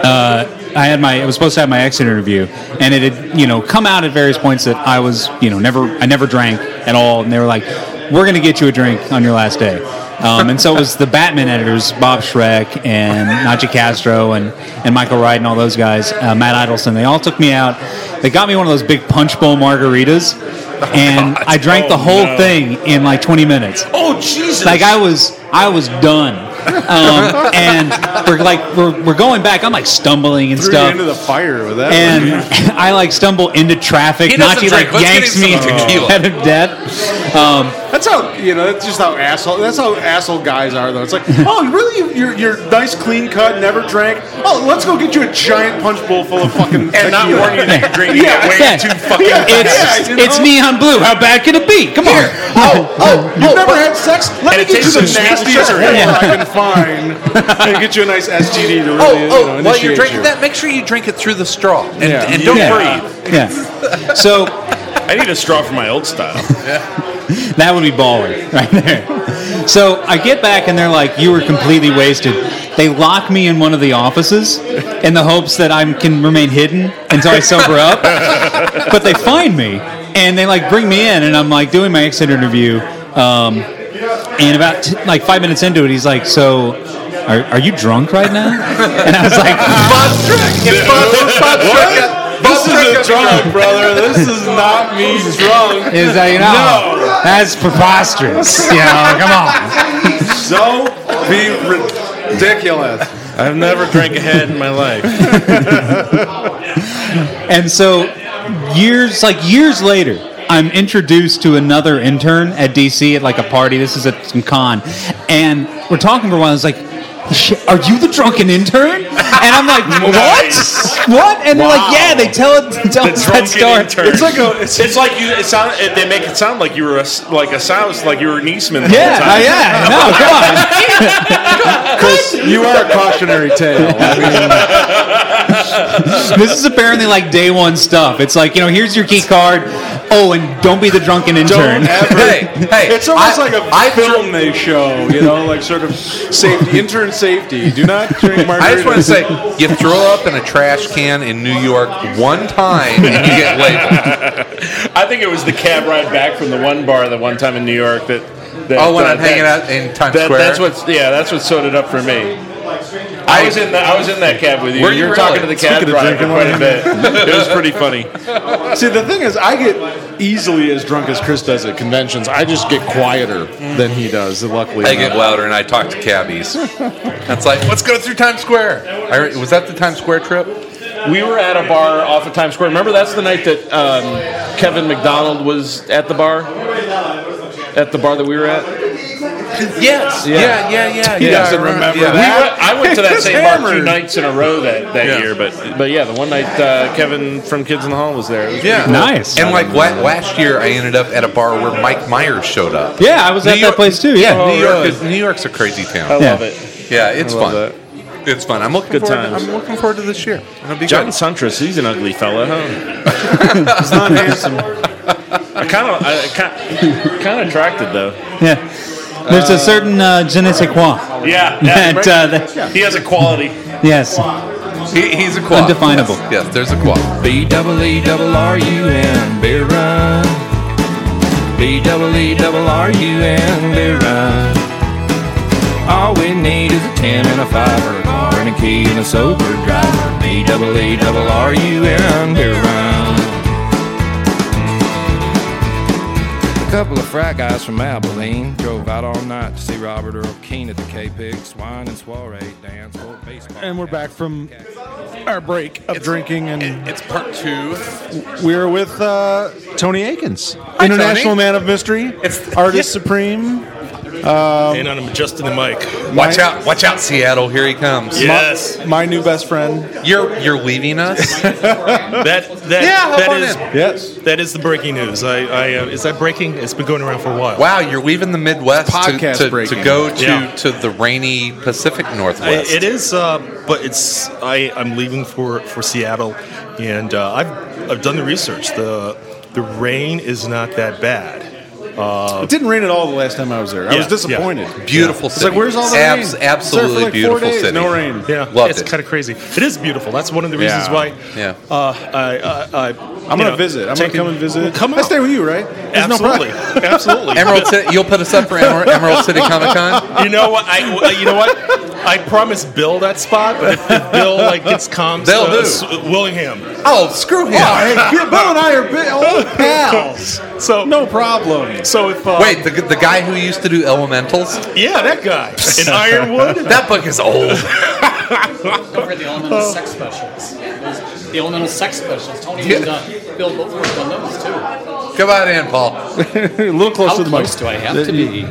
S11: uh, I had my. I was supposed to have my exit interview, and it had, you know, come out at various points that I was, you know, never. I never drank at all, and they were like, "We're going to get you a drink on your last day." Um, and so it was the Batman editors, Bob Schreck and Nachi Castro and, and Michael Wright and all those guys, uh, Matt Idelson. They all took me out. They got me one of those big punch bowl margaritas, and I drank the
S4: [laughs] Oh,
S11: whole
S4: no.
S11: thing in like 20 minutes.
S4: Oh Jesus!
S11: Like I was, I was done.
S3: [laughs]
S11: Um, and we're like, we're, we're going back. I'm like stumbling and
S3: Threw you
S11: stuff.
S3: into the fire with that.
S11: and [laughs]
S3: one.
S11: I like stumble into traffic.
S3: He doesn't
S11: Nachi like
S3: drink. Let's get
S11: yanks
S3: him
S11: me
S3: some tequila.
S11: out of debt. Um,
S3: That's how you know. That's just how asshole. That's how asshole guys are, though. It's like, oh, really? You're, you're nice, clean cut, never drank. Oh, let's go get you a giant punch bowl full of fucking and not warn you that you're [laughs] drinking
S11: it way too
S3: fucking.
S11: it's it's neon blue. How bad could it be? Come on. Oh, oh,
S3: You've never had sex? Let me get you the nastiest thing I can
S11: [laughs]
S3: find and get you a nice STD to really.
S2: Oh,
S3: you
S2: oh,
S3: know,
S2: while
S3: initiate
S2: you're drinking
S3: you.
S2: that, make sure you drink it through the straw and,
S3: Yeah.
S2: and don't
S11: Yeah.
S2: breathe.
S11: Yeah. So
S4: I need a straw for my old style.
S11: that would be baller [laughs] right there. So I get back and they're like, "You were completely wasted." They lock me in one of the offices in the hopes that I can remain hidden until I sober
S4: [laughs]
S11: up. but they find me and they like bring me in, and I'm like doing my exit interview. Um, and about t- like five minutes into it, he's like, "So, are, are you drunk right now?" And I was
S3: [laughs]
S11: like,
S3: This is a drunk, brother. This is not me drunk.
S11: Is that you know? That's preposterous. You know, come on.
S3: So be ridiculous.
S4: I've never drank a head in my life.
S11: [laughs] And so years like years later, I'm introduced to another intern at DC at like a party. This is at some con. And we're talking for a while. It's like, "Shit, are you the drunken intern? And I'm like, what?
S4: Nice.
S11: What? And they're like, yeah, they tell
S4: [laughs]
S11: it tell us that story.
S4: It's like a, it's, like you. It sound, it, they make it sound like you were a, s- like a souse, like you were an Eastman. the whole
S11: Yeah,
S4: time.
S11: yeah,
S4: [laughs]
S11: no,
S3: Chris, you are a cautionary
S11: [laughs]
S3: tale.
S11: this is apparently like day one stuff. It's like, you know, here's your key card. Oh, and don't be the drunken intern. [laughs]
S2: Hey, hey,
S3: it's almost like a
S2: I've
S3: film they show, you know, like sort of safety, intern safety. Do not drink margaritas.
S2: I just want to say, you throw up in a trash can in New York one time and you get labeled.
S4: I think it was the cab ride back from the one bar the one time in New York that. that uh,
S2: Oh, when I'm
S4: that-
S2: hanging out in Times
S4: that-
S2: Square.
S4: That's what's yeah. That's what sewed it up for me. I, was in the I was in that cab with you.
S2: Were you
S4: you were
S2: really?
S4: talking to the cab
S3: Speaking of
S4: driver
S3: drinking
S4: quite a
S3: wine.
S4: bit. It was pretty funny.
S3: [laughs] See, the thing is, I get easily as drunk as Chris does at conventions. I just get quieter than he does. Luckily,
S2: I
S3: enough.
S2: get louder and I talk to cabbies. That's like, let's go through Times Square. I, re- was that the Times Square trip?
S4: We were at a bar off of Times Square. Remember, that's the night that um, Kevin McDonald was at the bar. At the bar that we were at.
S2: Yes. Yeah, yeah, yeah. yeah,
S4: He doesn't
S2: I
S4: remember
S2: yeah.
S4: that. I went to that
S3: Chris
S4: same bar two
S3: hammered.
S4: nights in a row that, that
S2: Yeah.
S4: year, but but yeah, the one night uh, Kevin from Kids in the Hall was there. It was
S2: Yeah.
S4: pretty cool.
S11: Nice.
S2: And like la- last year, I ended up at a bar where Mike Myers showed up.
S11: Yeah, I was at
S2: New
S11: that place too. Yeah.
S2: New York
S4: Oh, really?
S2: is New York's a crazy town.
S4: I
S11: Yeah.
S4: love it.
S2: Yeah, it's
S4: I love
S2: fun. It's fun. I'm looking
S4: Good
S2: forward.
S4: times.
S2: I'm looking forward to this year. It'll be
S4: John
S2: good.
S4: Suntress, he's an ugly fella, huh?
S3: He's not handsome.
S4: I kind of I kind kind of attracted though.
S11: Yeah. There's a certain uh, je ne sais quoi
S4: Yeah, [laughs]
S11: that, uh, that
S4: he has a quality.
S11: yes,
S2: He, he's a quad.
S11: Undefinable.
S2: Yes, yes, there's a quad.
S8: B double E double R U N beer run. B double E double R U N beer run. All we need is a ten and a fiver, a car and a key and a sober driver. B double E double R U N beer run. A couple of frat guys from Abilene drove out all night to see Robert Earl Keane at the K-Pix wine and soiree dance or baseball.
S3: And we're back from our break of drinking, and
S2: It's part two.
S3: we're with uh, Tony Akins, international
S2: Tony.
S3: man of mystery,
S2: It's-
S3: artist supreme. um,
S12: Hang on, I'm adjusting the mic.
S2: Watch out! Watch out, Seattle! Here he comes.
S12: Yes,
S3: My new best friend.
S2: You're you're leaving us.
S12: that that
S2: Yeah, hop on
S12: that is
S2: in.
S3: Yes.
S12: that is the breaking news. I, I uh, is that breaking? It's been going around for a while.
S2: Wow, you're leaving the Midwest to,
S3: Podcast
S2: to, to
S3: breaking.
S2: go to
S12: Yeah.
S2: to the rainy Pacific
S12: I,
S2: Northwest.
S12: it is, uh, but it's I I'm leaving for for Seattle, and uh, I've I've done the research. the The rain is not that bad. Uh,
S3: It didn't rain at all the last time I was there. I
S12: Yeah,
S3: was disappointed.
S2: Beautiful
S3: It's
S2: city.
S3: like, where's all the
S2: Abs-
S3: rain?
S2: Absolutely
S3: It's there for like
S2: beautiful
S3: four days,
S2: city.
S3: No rain.
S12: Yeah,
S2: Loved
S12: it's
S2: it.
S12: kind of crazy. It is beautiful. That's one of the reasons
S3: Yeah.
S12: why.
S2: Yeah.
S12: Uh, I, I, I
S3: I'm gonna visit. I'm gonna come and visit.
S12: Come
S3: I
S12: out.
S3: stay with you, right? There's no
S12: Absolutely.
S3: problem. [laughs]
S12: Absolutely. [laughs]
S2: Emerald City. You'll put us up for Emer- Emerald City Comic Con.
S12: You know what? I, you know what? I promised Bill that spot, but if, if Bill like gets comms,
S2: They'll do.
S12: S- Willingham.
S2: Oh, screw him.
S12: Bill and I are
S2: [laughs]
S12: bi- old pals, so no problem. So if uh,
S2: Wait, the, the guy who used to do Elementals?
S12: Yeah, that guy. In Ironwood?
S2: [laughs] that book is old.
S13: Don't forget the Elemental
S3: Oh.
S13: Sex Specials. Those- The Elemental Sex Specials. Tony and uh, Bill both worked on those too.
S2: Come on in, Paul.
S3: [laughs] a little close
S13: How
S3: to the
S13: close
S3: mic.
S13: do I have to be?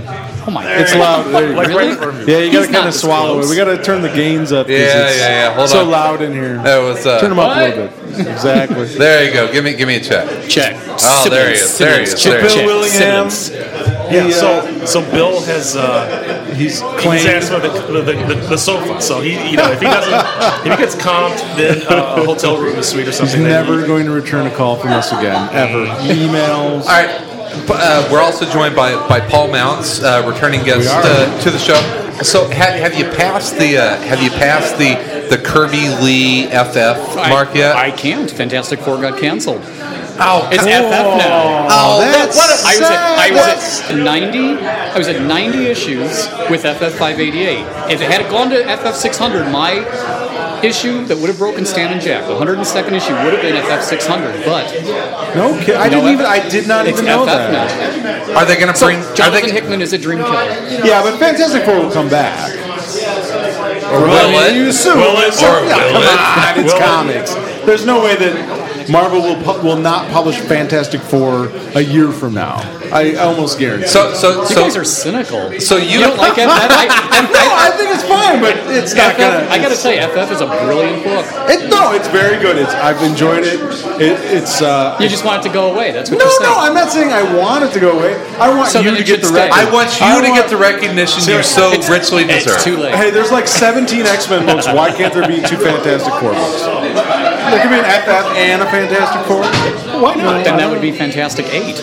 S13: Oh my god.
S3: It's loud. There you go.
S13: Really?
S3: Yeah, you
S13: He's
S3: gotta
S13: not
S3: kind of
S13: this
S3: swallow
S13: close.
S3: it. We gotta turn the gains up. 'cause
S2: Yeah,
S3: it's
S2: yeah, yeah. Hold
S3: so
S2: on.
S3: loud in here.
S2: That was, uh,
S3: turn them up a little bit.
S2: [laughs]
S3: Exactly.
S2: There you go. Give me give me a check.
S13: Check.
S2: Oh, there he is. There he is. There he is.
S12: Bill Willingham. Yeah, so so Bill has uh,
S3: he's
S12: he's asked for the, the, the, the sofa. So he you know if he doesn't if he gets comped, then uh, a hotel room, a suite, or
S3: He's
S12: something. then he-
S3: never going to return a call from us again, ever. Emails.
S2: All right. P- Uh, we're also joined by, by Paul Mounts, uh, returning guest uh, to the show. So, ha- have you passed the uh, have you passed the, the Kirby Lee FF mark yet?
S13: I can't. Fantastic Four got canceled.
S2: Oh,
S13: it's FF now.
S2: Oh, that's
S13: what a, I was at, I was
S2: sad.
S13: at 90. I was at 90 issues with FF 588. If it had gone to FF 600, my issue that would have broken Stan and Jack, the 102nd issue, would have been FF 600. But
S3: No kidding. I
S13: No,
S3: didn't
S13: I-
S3: even. I did not
S13: it's
S3: even know
S13: FF
S3: that.
S13: now.
S2: Are they going to
S13: So
S2: bring? are
S13: Jonathan
S2: they,
S13: Hickman is a dream killer.
S3: Yeah, but Fantastic Four will come back. Or
S2: Will it?
S3: You assume.
S2: Will it?
S3: So-
S2: Or
S3: yeah, come
S2: will it?
S3: on,
S2: Will
S3: it's
S2: it?
S3: comics. There's no way that Marvel will pu- will not publish Fantastic Four a year from now. I almost guarantee. it.
S2: so so
S13: You
S2: so
S13: guys are cynical.
S2: so you-
S13: don't like
S2: [laughs]
S13: FF? I,
S3: no, I think it's fine, [laughs] but it's not
S13: FF,
S3: gonna.
S13: I gotta say, FF is a brilliant book.
S3: It, no, it's very good. It's I've enjoyed it. it it's uh,
S13: You just want it to go away. That's what
S3: no,
S13: you're saying.
S3: no. I'm not saying I want it to go away. I want
S13: So
S3: you
S13: then
S3: to
S13: it
S3: get the
S13: should stay.
S3: record.
S2: I want you
S3: I
S2: to
S3: want-
S2: get the recognition you so richly deserve.
S13: It's too late.
S3: Hey, there's like 17 X-Men books. Why can't there be two Fantastic Four books? There could be an FF and a Fantastic Four. Why not?
S13: Then that would be Fantastic Eight.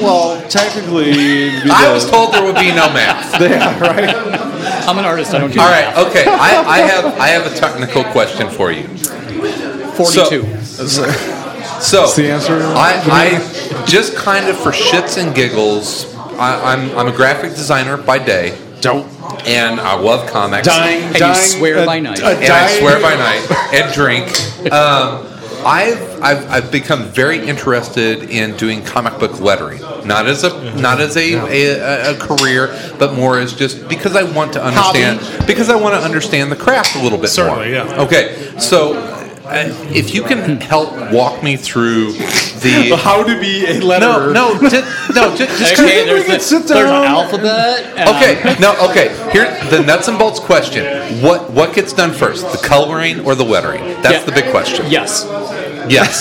S3: well, technically, it'd be
S2: I
S3: the-
S2: was told there would
S3: [laughs]
S2: be no math.
S3: Yeah, right.
S13: I'm an artist. I don't do
S2: All right, okay. I, I have I have a technical question for you.
S13: Forty-two.
S2: So
S3: the answer?
S2: I, I just kind of for shits and giggles. I, I'm I'm a graphic designer by day,
S3: Don't
S2: and I love comics.
S13: and you swear
S3: uh,
S13: by night.
S3: uh,
S2: and I
S3: dying-
S2: swear by night and drink. Um, I've, I've I've become very interested in doing comic book lettering, not as a not as a, a, a, a career, but more as just because I want to understand because I want to understand the craft a little bit
S12: Certainly,
S2: more.
S12: yeah.
S2: Okay, so. Uh, if you can help walk me through the
S3: How to be [laughs] a
S2: no
S3: letterer?
S2: no just, no ju- just kinda-
S13: Okay, there's,
S3: we can
S13: the,
S3: sit
S13: there's
S3: down.
S13: an alphabet. and,
S2: Okay, no, okay. Here, the nuts and bolts question: What what gets done first, the coloring or the lettering? That's
S13: Yeah.
S2: the big question.
S13: um, yes.
S2: Yes.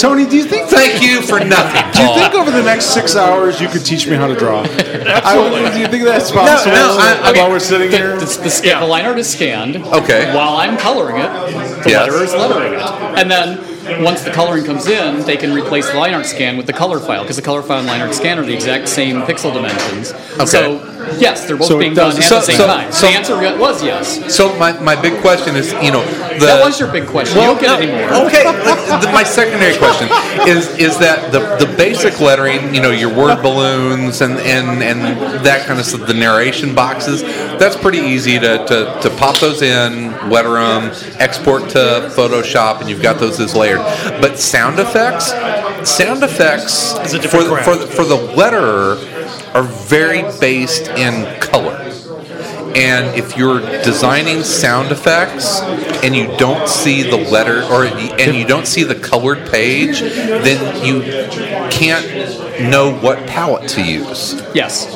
S3: [laughs] Tony, do you think?
S2: Thank you for nothing,
S3: do you
S2: Paul.
S3: think over the next six hours you could teach me how to draw? Absolutely. do you think that's possible?
S2: no, I- I
S3: while
S2: mean,
S3: we're sitting
S13: The,
S3: here,
S13: the, the, scan- the line art is scanned.
S2: Okay.
S13: While I'm coloring it, the
S2: Yes.
S13: letterer is lettering it. And then once the coloring comes in, they can replace the line art scan with the color file because the color file and line art scan are the exact same pixel dimensions.
S2: Okay.
S13: So yes, they're both
S3: So it
S13: being
S3: does-
S13: done at
S2: so-
S13: the same
S2: so-
S13: time.
S2: so-
S13: the answer was yes.
S2: so my, my big question is, you know, the
S13: that was your big question.
S2: Well,
S13: you don't get
S2: no,
S13: any more.
S2: Okay, the- the- my secondary question is is that the, the basic lettering, you know, your word balloons and, and, and that kind of stuff, the narration boxes, that's pretty easy to, to, to pop those in, letter them, export to Photoshop, and you've got those as layered. But sound effects, sound effects
S12: It's a
S2: for,
S12: different
S2: the- for, the- for the letterer are very based in color. And if you're designing sound effects and you don't see the letter or and you don't see the colored page, then you can't know what palette to use.
S13: Yes.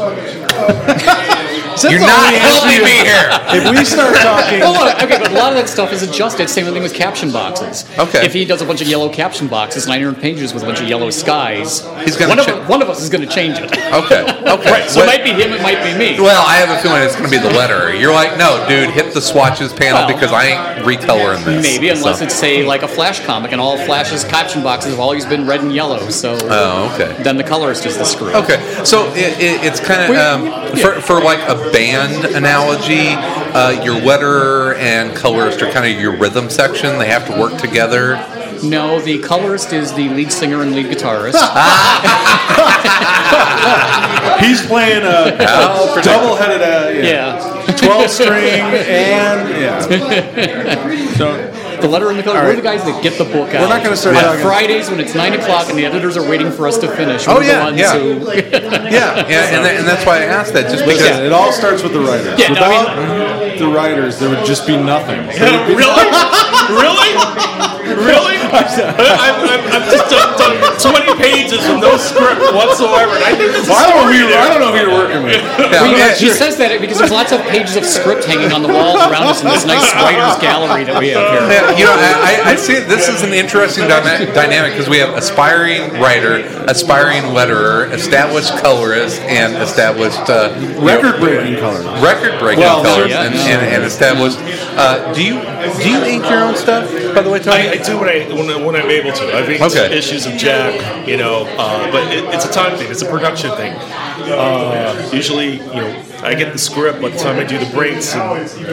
S2: You're not helping me here.
S3: if we
S2: [laughs]
S3: start talking,
S13: Well, look, okay, but a lot of that stuff is adjusted. Same thing with caption boxes.
S2: Okay.
S13: If he does a bunch of yellow caption boxes, 900 pages with a bunch of yellow skies,
S2: He's gonna
S13: one, of,
S2: cha-
S13: us- one of us is going to change it.
S2: Okay. Okay.
S13: So it
S2: Well-
S13: might be him, it might be me.
S2: well, I have a feeling it's going to be the letter. You're like, no, dude, hit the swatches panel
S13: Well-
S2: because I ain't recoloring this.
S13: Maybe, unless
S2: So-
S13: it's, say, like a Flash comic, and all Flash's caption boxes have always been red and yellow, so
S2: Oh, okay.
S13: then the colorist is the screw.
S2: Okay, so it, it, it's kind of um, for, for like a band analogy. Uh, your letterer and colorist are kind of your rhythm section. They have to work together.
S13: No, the colorist is the lead singer and lead guitarist.
S3: [laughs] He's playing a
S12: Al
S3: double-headed, uh,
S13: yeah,
S3: twelve-string and yeah. So
S13: the letter in the color.
S3: All
S13: We're the guys that get the book out.
S3: We're not gonna start
S13: on
S3: talking-
S13: Fridays when it's nine o'clock and the editors are waiting for us to finish.
S2: Oh,
S13: We're the
S2: yeah,
S13: ones
S2: yeah.
S13: who- [laughs]
S3: [laughs]
S2: yeah, and, and, that, and that's why I asked that, just because
S3: Listen, it all starts with the writers.
S2: Yeah, no, I
S3: Without the writers, there would just be
S2: [laughs]
S3: nothing. There would be-
S12: really?
S3: [laughs]
S12: Really? I'm, I'm, I'm just done, done 20 pages of no script whatsoever. And I think this is
S3: I don't know
S12: story
S3: who you- I
S12: there.
S3: don't know who you're working with.
S13: Well, you know, he says that because there's lots of pages of script hanging on the walls around us in this
S3: [laughs]
S13: nice writers gallery that we have here.
S2: Yeah, you know, I, I- I see this is an interesting dyna- dynamic because we have aspiring writer, aspiring letterer, established colorist, and established uh, record breaking colorist, record breaking
S12: Well,
S2: colorist,
S12: yeah.
S2: and, and, and established. Uh, do you do you ink your own stuff? By the way, Tony,
S12: I, I do when I when, I- when I'm able to. I've inked
S2: Okay.
S12: issues of Jack, you know, uh, but it, it's a time thing. It's a production thing. Uh, usually, you know, I get the script by the time I do the breaks. And,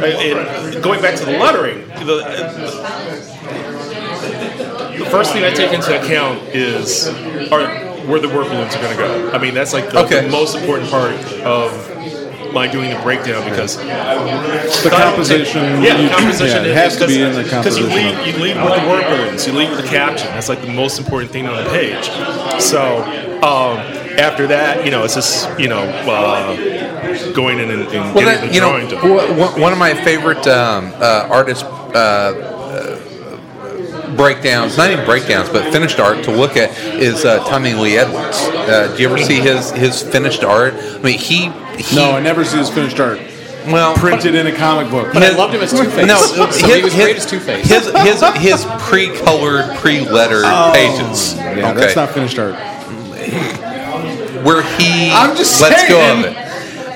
S12: I- and going back to the lettering, the, the first thing I take into account is are, where the word balloons are going to go. I mean, that's like the, the most important part of my doing the breakdown because
S3: The composition,
S12: yeah,
S3: you-
S12: composition
S3: yeah, it has to be in the
S12: because you
S3: composition
S12: lead,
S3: of-
S12: you lead with the word balloons, you lead with the caption. That's like the most important thing on the page. So um, after that, you know, it's just you know uh, going in and, and
S2: Well,
S12: getting
S2: that,
S12: the
S2: you
S12: drawing
S2: know,
S12: done.
S2: wh- wh- one of my favorite um, uh, artist uh, uh, breakdowns, not even breakdowns, but finished art to look at is uh, Tommy Lee Edwards. Uh, do you ever see his his finished art? I mean, he. he
S3: no, I never see his finished art.
S2: Well,
S3: printed in a comic book.
S2: his- [laughs] No, His his his pre-colored, pre-lettered
S3: Oh,
S2: pages.
S3: Yeah,
S2: okay.
S3: that's not finished art.
S2: where he
S3: I'm just
S2: lets
S3: saying.
S2: go of it.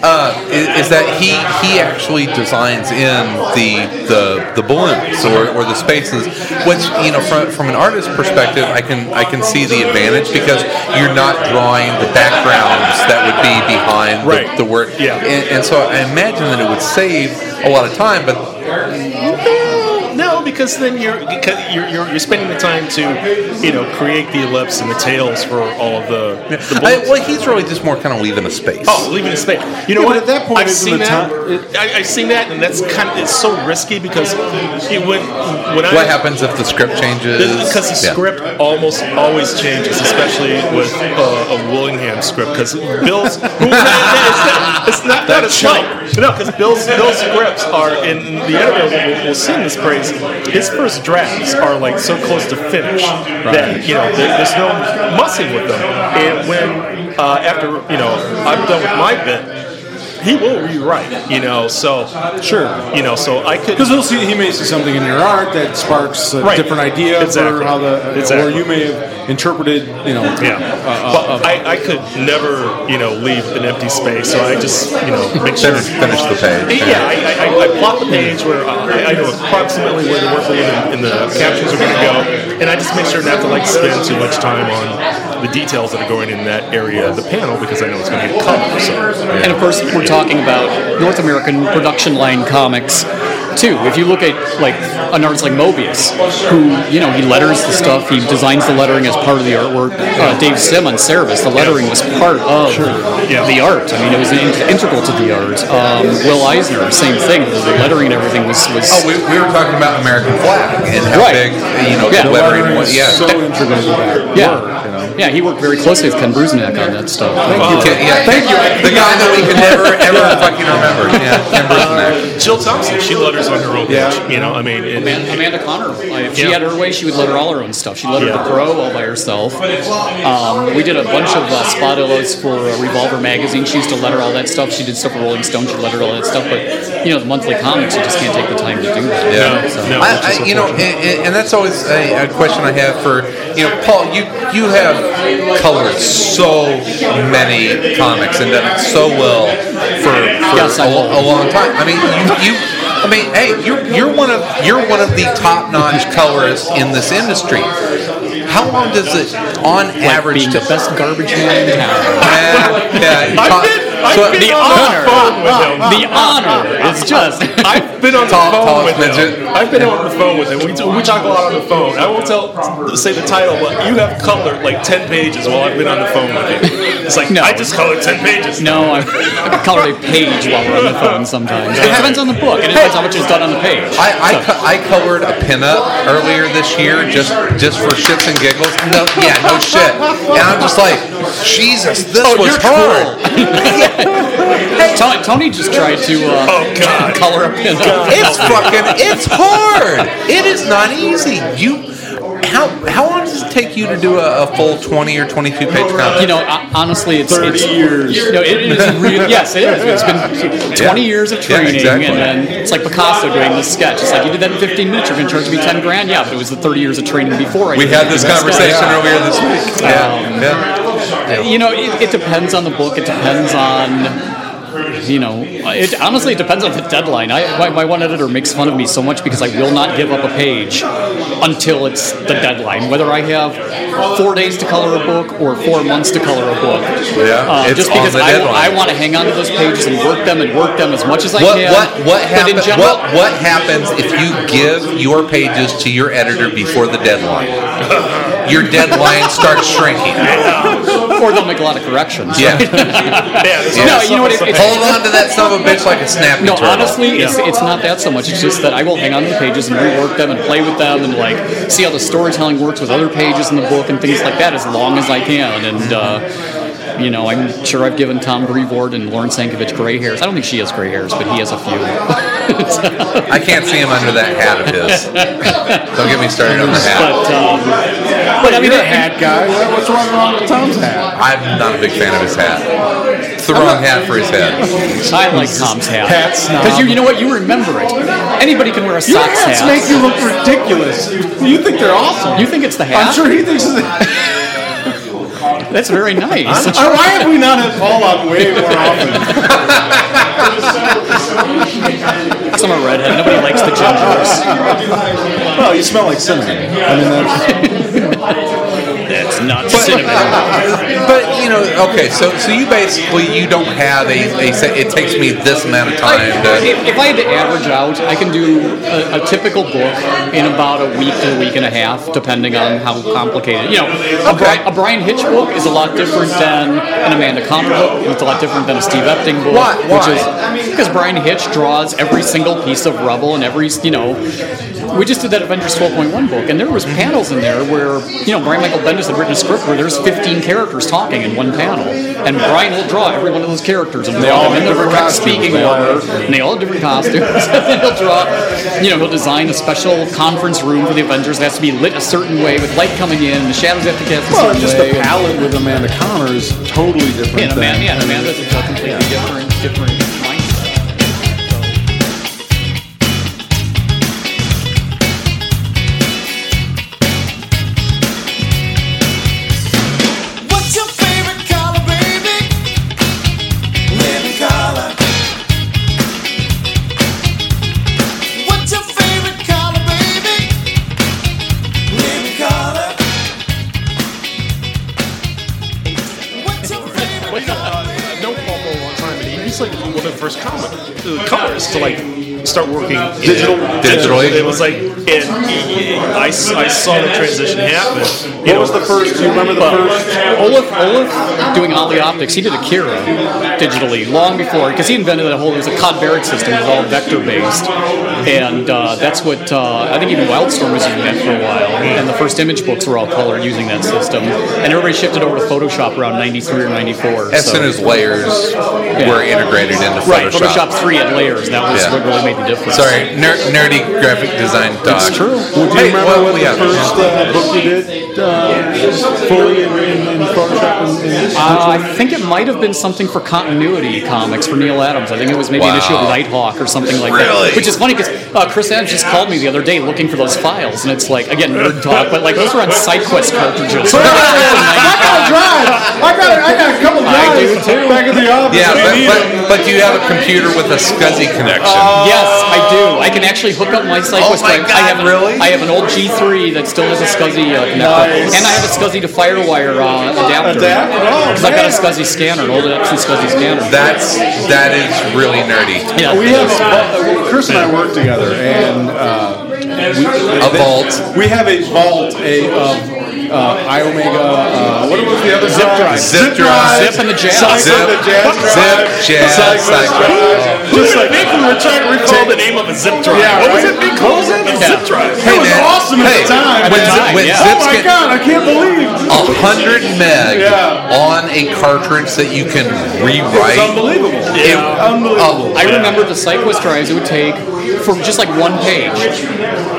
S2: Uh, i- is, that he he actually designs in the the the balloons or, or the spaces, which you know from from an artist's perspective, I can I can see the advantage because you're not drawing the backgrounds that would be behind the, the work. Yeah, and, and so I imagine that it would save a lot of time, but
S12: No, because then you're
S10: [laughs]
S12: because you're, you're you're spending the time to you know create the ellipse and the tails for all of the. the
S2: I, well, he's really just more kind of leaving a space.
S12: Oh, leaving a space. You know
S2: Yeah,
S12: what?
S2: but at that point,
S12: I've
S2: isn't
S12: seen
S2: the
S12: that. I, I've seen that, and that's kind of it's so risky because it would when I
S2: what happens if the script changes?
S12: because the
S2: Yeah.
S12: script almost always changes, especially with uh, a Willingham script. Because Bill's it's not that it's not no, because Bill's Bill's scripts are in the editor will, will sing this praise. His first drafts are like so close to finish that you know there, there's no mussing with them. And when uh, after you know I'm done with my bit. He will rewrite, you know. So sure, you know. So I could
S3: Because he'll see, he may see something in your art that sparks a
S12: Right.
S3: different idea
S12: Exactly.
S3: for how the,
S12: Exactly.
S3: or you may have interpreted, you know, uh,
S12: Yeah, but I, I could never, you know, leave an empty space, so I just, you know, make sure
S2: Finish- finish the page.
S12: Yeah, I, I, I, I plot the page where uh, I, I know approximately where the work lead and, and the captions are going to go, and I just make sure not to like spend too much time on the details that are going in that area of the panel
S2: [laughs]
S12: because I know it's going to get covered. So.
S13: And of course, we're talking about North American production line comics too. If you look at like an artist like Mobius, who you know he letters the stuff, he designs the lettering as part of the artwork. Uh, Dave Sim on Cerebus, the lettering was part of the art. I mean, it was in- integral to the art. Um, Will Eisner, same thing. The lettering and everything was was.
S2: Oh, we, we were talking about American flag and how
S13: Right.
S2: big, you know,
S13: Yeah.
S2: the lettering
S13: Lettering
S2: was. Yeah.
S13: is so
S3: integral to that
S13: yeah. Yeah, he worked very closely with Ken Brusnak on that stuff.
S2: Thank you. The guy that we could never, ever fucking remember. Yeah. Ken Brusnak.
S12: Uh, Jill Thompson, she letters on her own page. You know, I mean, it,
S13: Amanda, Amanda Connor. Like, if she
S12: Yeah.
S13: had her way, she would letter all her own stuff. She lettered the Pro all by herself. Um, we did a bunch of uh, spot illos for uh, Revolver magazine. She used to letter all that stuff. She did stuff for Rolling Stone. She lettered all that stuff. But you know, the monthly comics, you just can't take the time to do that. So-
S2: I, I, you know, and, and- and that's always a, a question I have for you know, Paul. You you have colored so many comics and done it so well for, for a, lo- a long time. I mean, you. you I mean, hey, you're, you're one of you're one of the top-notch colorists in this industry. How long does it, on average,
S13: being
S2: to
S13: the best garbage man in town?
S2: Yeah, yeah. Tom, So-
S13: the
S3: [laughs]
S13: honor, the honor. It's just
S12: I've been on the
S2: Tall-
S12: phone
S2: tallest
S12: with
S2: midget.
S12: him. I've been on the phone with him. We, we talk a lot on the phone. I won't tell say the title, but you have colored like ten pages while I've been on the phone with you. It's like I just colored ten pages.
S13: No, I've, I've colored a page while we're on the phone sometimes. It depends on the book, and it depends how much is done on the page.
S2: I, I, co- I colored a pinup earlier this year just just for shits and giggles. No, yeah, no shit. And I'm just like, Jesus, this was [laughs] hard.
S13: Tony, Tony just tried to uh,
S12: Oh,
S13: [laughs] color a pin.
S2: It's fucking, it's hard. It is not easy. You, how how long does it take you to do a, a full twenty or twenty two page comic?
S13: You know, ho- honestly, it's thirty years. [laughs] No, it is
S2: [laughs]
S13: real. Yes, it is. It's been twenty
S2: Yeah.
S13: years of
S2: Yeah,
S13: training,
S2: exactly.
S13: and then it's like Picasso doing this sketch. It's like you did that in fifteen minutes. You're going to charge me ten grand. Yeah, but it was the thirty years of training before. I
S2: We
S13: did
S2: had
S13: that
S2: this
S13: sketch.
S2: conversation earlier this week. Yeah, yeah.
S13: You know, it, it depends on the book. It depends on. You know, it honestly it depends on the deadline. I, my, my one editor makes fun of me so much because I will not give up a page until it's the deadline. Whether I have four days to color a book or four months to color a book,
S2: Yeah,
S13: Uh,
S2: it's
S13: just
S2: on
S13: because
S2: the
S13: I,
S2: deadline.
S13: I want to hang on to those pages and work them and work them as much as I
S2: What
S13: can.
S2: what what
S13: But in
S2: happens?
S13: general,
S2: What what happens if you give your pages to your editor before the deadline? Your deadline starts shrinking.
S13: or they'll make a lot of corrections. [laughs]
S2: Yeah.
S13: [laughs] No, you know what? It, it's,
S2: Hold on to that son of a bitch like a snapping
S13: No,
S2: turtle.
S13: honestly, it's, it's not that so much. It's just that I will hang on to the pages and rework them and play with them and like see how the storytelling works with other pages in the book and things like that as long as I can. And uh, you know, I'm sure I've given Tom Brevoort and Lauren Sankovich gray hairs. I don't think she has gray hairs, but he has a [laughs] few.
S2: I can't see him under that hat of his. Don't get me started on the hat.
S13: but um, but I mean,
S5: You're a
S13: it-
S5: hat guy. What's wrong with Tom's hat?
S2: I'm not a big fan of his hat. It's the wrong hat for his head.
S13: I like Tom's hat.
S2: Hat snob.
S13: Because you, you know what? You remember it. Anybody can wear a
S2: Your
S13: socks
S2: hats
S13: hat.
S2: make
S13: you look ridiculous. You think they're awesome. You think it's the hat?
S3: I'm sure he thinks [laughs] it's
S13: [laughs] That's very nice.
S3: Oh, why have we not had Paul on way more
S13: [laughs]
S3: often?
S13: Because I'm a redhead. Nobody likes the gingers.
S3: Well, you smell like cinnamon. I mean, that's,
S13: That's not
S2: But you know, okay, so so you basically you don't have a, a set, it takes me this amount of time to
S13: uh, If, if I had to average out, I can do a, a typical book in about a week to a week and a half, depending on how complicated. You know, a, Bri- a Brian Hitch book is a lot different than an Amanda Conner book. It's a lot different than a Steve Epting book.
S2: Why? Why?
S13: Which is because Brian Hitch draws every single piece of rubble and every you know. We just did that Avengers 12.1 book, and there was panels in there where you know Brian Michael Bendis had written a script where there's 15 characters talking in one panel, and Brian will draw every one of those characters and
S3: They
S13: draw
S3: all
S13: them in
S3: have
S13: the
S3: different
S13: correct
S3: costumes.
S13: speaking
S3: They all
S13: order,
S3: have-
S13: and they all have different costumes. [laughs] and then he'll draw, you know, he'll design a special conference room for the Avengers that has to be lit a certain way with light coming in, and the shadows have to cast a
S3: well,
S13: certain
S3: just
S13: way.
S3: the palette with Amanda Connor is totally
S13: Yeah, and
S3: different. than-
S13: Amanda, yeah, and Amanda's a completely different, different mindset.
S14: What's your favorite color, baby? Living color. What's your favorite color, baby? Living color. What's your favorite color?
S12: I've known Paul for a long time, and he's like one of the first comic uh, colors to like start working in-
S2: Digital- digitally?
S12: It was like, and I, I saw the transition happen.
S3: What was the first? Do you remember the first?
S13: Olaf, Olaf, doing all the optics, he did Akira digitally long before, because he invented that whole, it was a Cod Barrett system, it was all vector based. And uh, that's what, uh, I think even Wildstorm was using that for a while. And the first image books were all colored using that system. And everybody shifted over to Photoshop around 93 or 94.
S2: as
S13: so-
S2: soon as layers were integrated into Photoshop.
S13: Right, Photoshop 3 had layers, that was
S2: Yeah.
S13: what really made the difference.
S2: Sorry, ner- nerdy graphic design dog.
S13: It's true.
S3: Well, do you
S2: Hey,
S3: remember
S2: well,
S3: what the
S2: yeah.
S3: first uh, book you did uh, fully in, in, in Photoshop? And, and
S13: Uh, I think it might have been something for continuity comics for Neil Adams. I think it was maybe an
S2: Wow.
S13: issue of Nighthawk or something like
S2: Really?
S13: that. Which is funny because uh, Chris Adams just called me the other day looking for those files, and it's like again nerd talk, but like those were on SideQuest cartridges.
S3: I drive. I got, I got a couple
S13: I do
S3: drives back at the office.
S2: Yeah, but, but, but do you have a computer with a SCSI connection?
S13: Oh. yes, I do. I can actually hook up my Psycho
S2: Oh my
S13: Stripes. I
S2: God,
S13: have an,
S2: really?
S13: I have an old G3 that still has a SCSI uh, connector,
S2: Nice.
S13: and I have a SCSI to FireWire uh, adapter.
S2: Adapter? Oh,
S13: Because I've got a SCSI scanner, an old Epson SCSI scanner.
S2: That's that is really nerdy.
S13: Yeah.
S9: We have uh, Chris and I work together, and uh, we,
S2: a vault.
S9: We have a vault a of uh, iOmega. Uh, what was the other zip drive?
S2: Zip drive. Zip and the jazz.
S9: Cycle
S2: Zip.
S9: the jazz
S2: Zip,
S9: drive.
S2: jazz,
S9: Cycle
S2: cycle.
S9: drive. Just like
S12: think we were trying to recall the name of a zip drive.
S9: Yeah,
S12: what was
S9: right?
S12: it being called? A zip drive.
S2: Hey,
S12: it was
S2: man.
S12: awesome
S2: Hey,
S12: at the time.
S2: when
S12: man.
S2: Zip- when
S12: Yeah.
S2: Zips
S12: oh my
S2: get-
S12: god, I can't believe.
S2: A hundred meg on a cartridge that you can rewrite.
S13: unbelievable.
S2: It-
S13: I remember the Cyclist drives it would take for just like one page.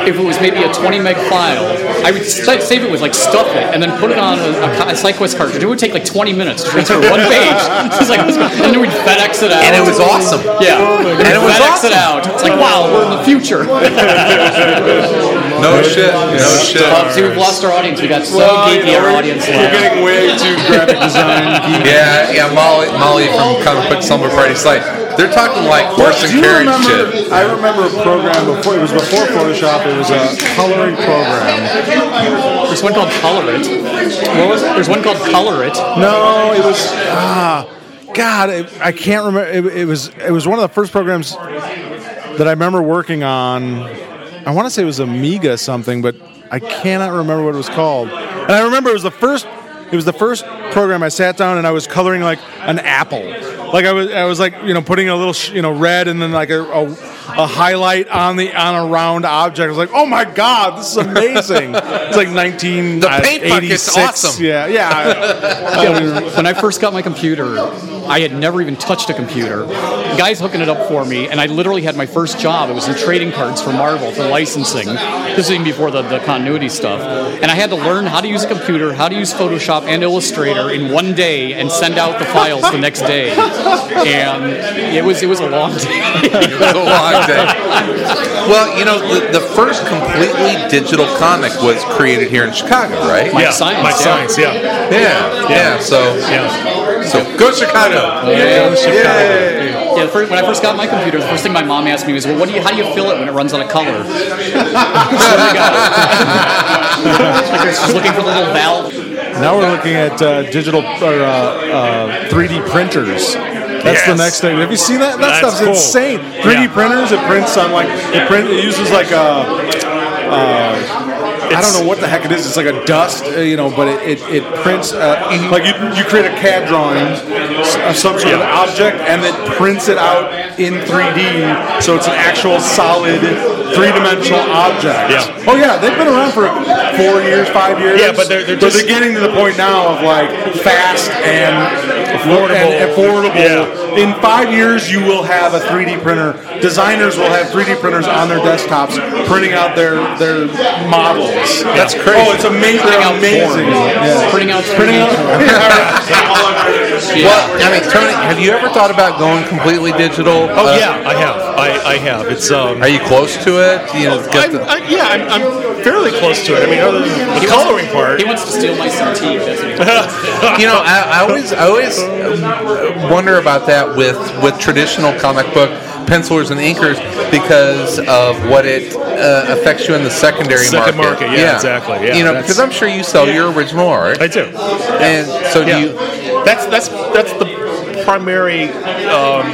S13: If it was maybe a 20 meg file, I would sa- save it with like stuff it and then put it on a, a, co- a Cyclist cartridge. It would take like 20 minutes to transfer one page. [laughs] It's like, and then we'd FedEx it out.
S2: And it was awesome.
S13: Yeah.
S2: And it was
S13: FedEx
S2: awesome.
S13: it out. It's like, wow, we're in the [laughs] future.
S2: No shit. No shit.
S13: Uh, see, we've lost our audience. We got so
S2: Well, you
S13: geeky
S2: know,
S13: our
S2: we're-
S13: audience.
S2: we're
S13: now.
S2: getting way too graphic [laughs]
S9: design.
S2: Yeah, yeah. Molly, Molly from Comic Book Slumber Party's like they're talking like horse and
S3: Do you
S2: carriage
S3: remember-
S2: shit.
S3: I remember a program before it was before Photoshop. It was a coloring program.
S13: There's one called Color It. What was it? There's one called Color It.
S3: No, it was ah, God, it, I can't remember. It, it was it was one of the first programs that I remember working on. I want to say it was Amiga something, but I cannot remember what it was called. And I remember it was the first. It was the first program I sat down and I was coloring like an apple. Like I was, I was like you know putting a little sh- you know red and then like a, a, a highlight on the on a round object. I was like, oh my god, this is amazing. it's like 19.
S2: The paint bucket's awesome.
S3: Yeah, yeah. I-
S13: [laughs] Yeah, when- when I first got my computer, I had never even touched a computer. Guys hooking it up for me, and I literally had my first job. It was in trading cards for Marvel for licensing. This is even before the, the continuity stuff. And I had to learn how to use a computer, how to use Photoshop and Illustrator in one day, and send out the files the next day. And it was it was a long [laughs] day.
S2: It was [laughs] a long day. Well, you know, the, the first completely digital comic was created here in Chicago, right?
S12: My Yeah, Science, My yeah. Science, yeah.
S2: Yeah, yeah. So, so go Chicago.
S13: Yeah,
S2: Yay.
S13: Yeah, the first, when I first got my computer, the first thing my mom asked me was, "Well, what do you? How do you fill it when it runs out of
S2: [laughs]
S13: color?" so we [laughs] got it. She's looking for the little valve.
S3: Now we're looking at uh, digital or uh, uh, 3D printers. That's the
S9: Yes.
S3: next thing. Have you seen that? That
S9: That's
S3: stuff's
S9: cool.
S3: insane. 3D printers. It prints on like it print. It uses like a. Uh, I
S9: It's-
S3: don't know what the heck it is. It's like a dust, uh, you know, but it, it, it prints, uh, like you, you create a CAD drawing s- of some sort of object and it prints it out in 3D. So it's an actual solid three dimensional object.
S12: Yeah.
S3: Oh, yeah. They've been around for four years, five years.
S12: Yeah, but they're- they're
S3: But
S12: just-
S3: getting to the point now of like fast and affordable. And affordable. In five years, you will have a 3D printer. Designers will have 3D printers on their desktops, printing out their their models.
S2: That's crazy.
S3: Oh, it's amazing! They're amazing. Yeah.
S13: Printing out
S3: Printing out. [laughs]
S2: Well, I mean, Tony, have you ever thought about going completely digital? Uh,
S12: Oh yeah, I have. I, I have. It's um.
S2: Are you close to it? You know, get
S12: I'm,
S2: the-
S12: I, yeah, I'm, I'm fairly close to it. I mean, other than the coloring part.
S13: He wants to steal my CT. That's what he
S2: [laughs] you know, I, I always, I always um, wonder about that with with traditional comic book pencilers and inkers because of what it uh, affects you in the secondary
S12: Second
S2: market.
S12: market, yeah, exactly, yeah,
S2: you know,
S12: that's-
S2: because I'm sure you sell your original art. I
S12: do.
S2: And so do
S12: Yeah.
S2: you.
S12: That's that's that's the primary um,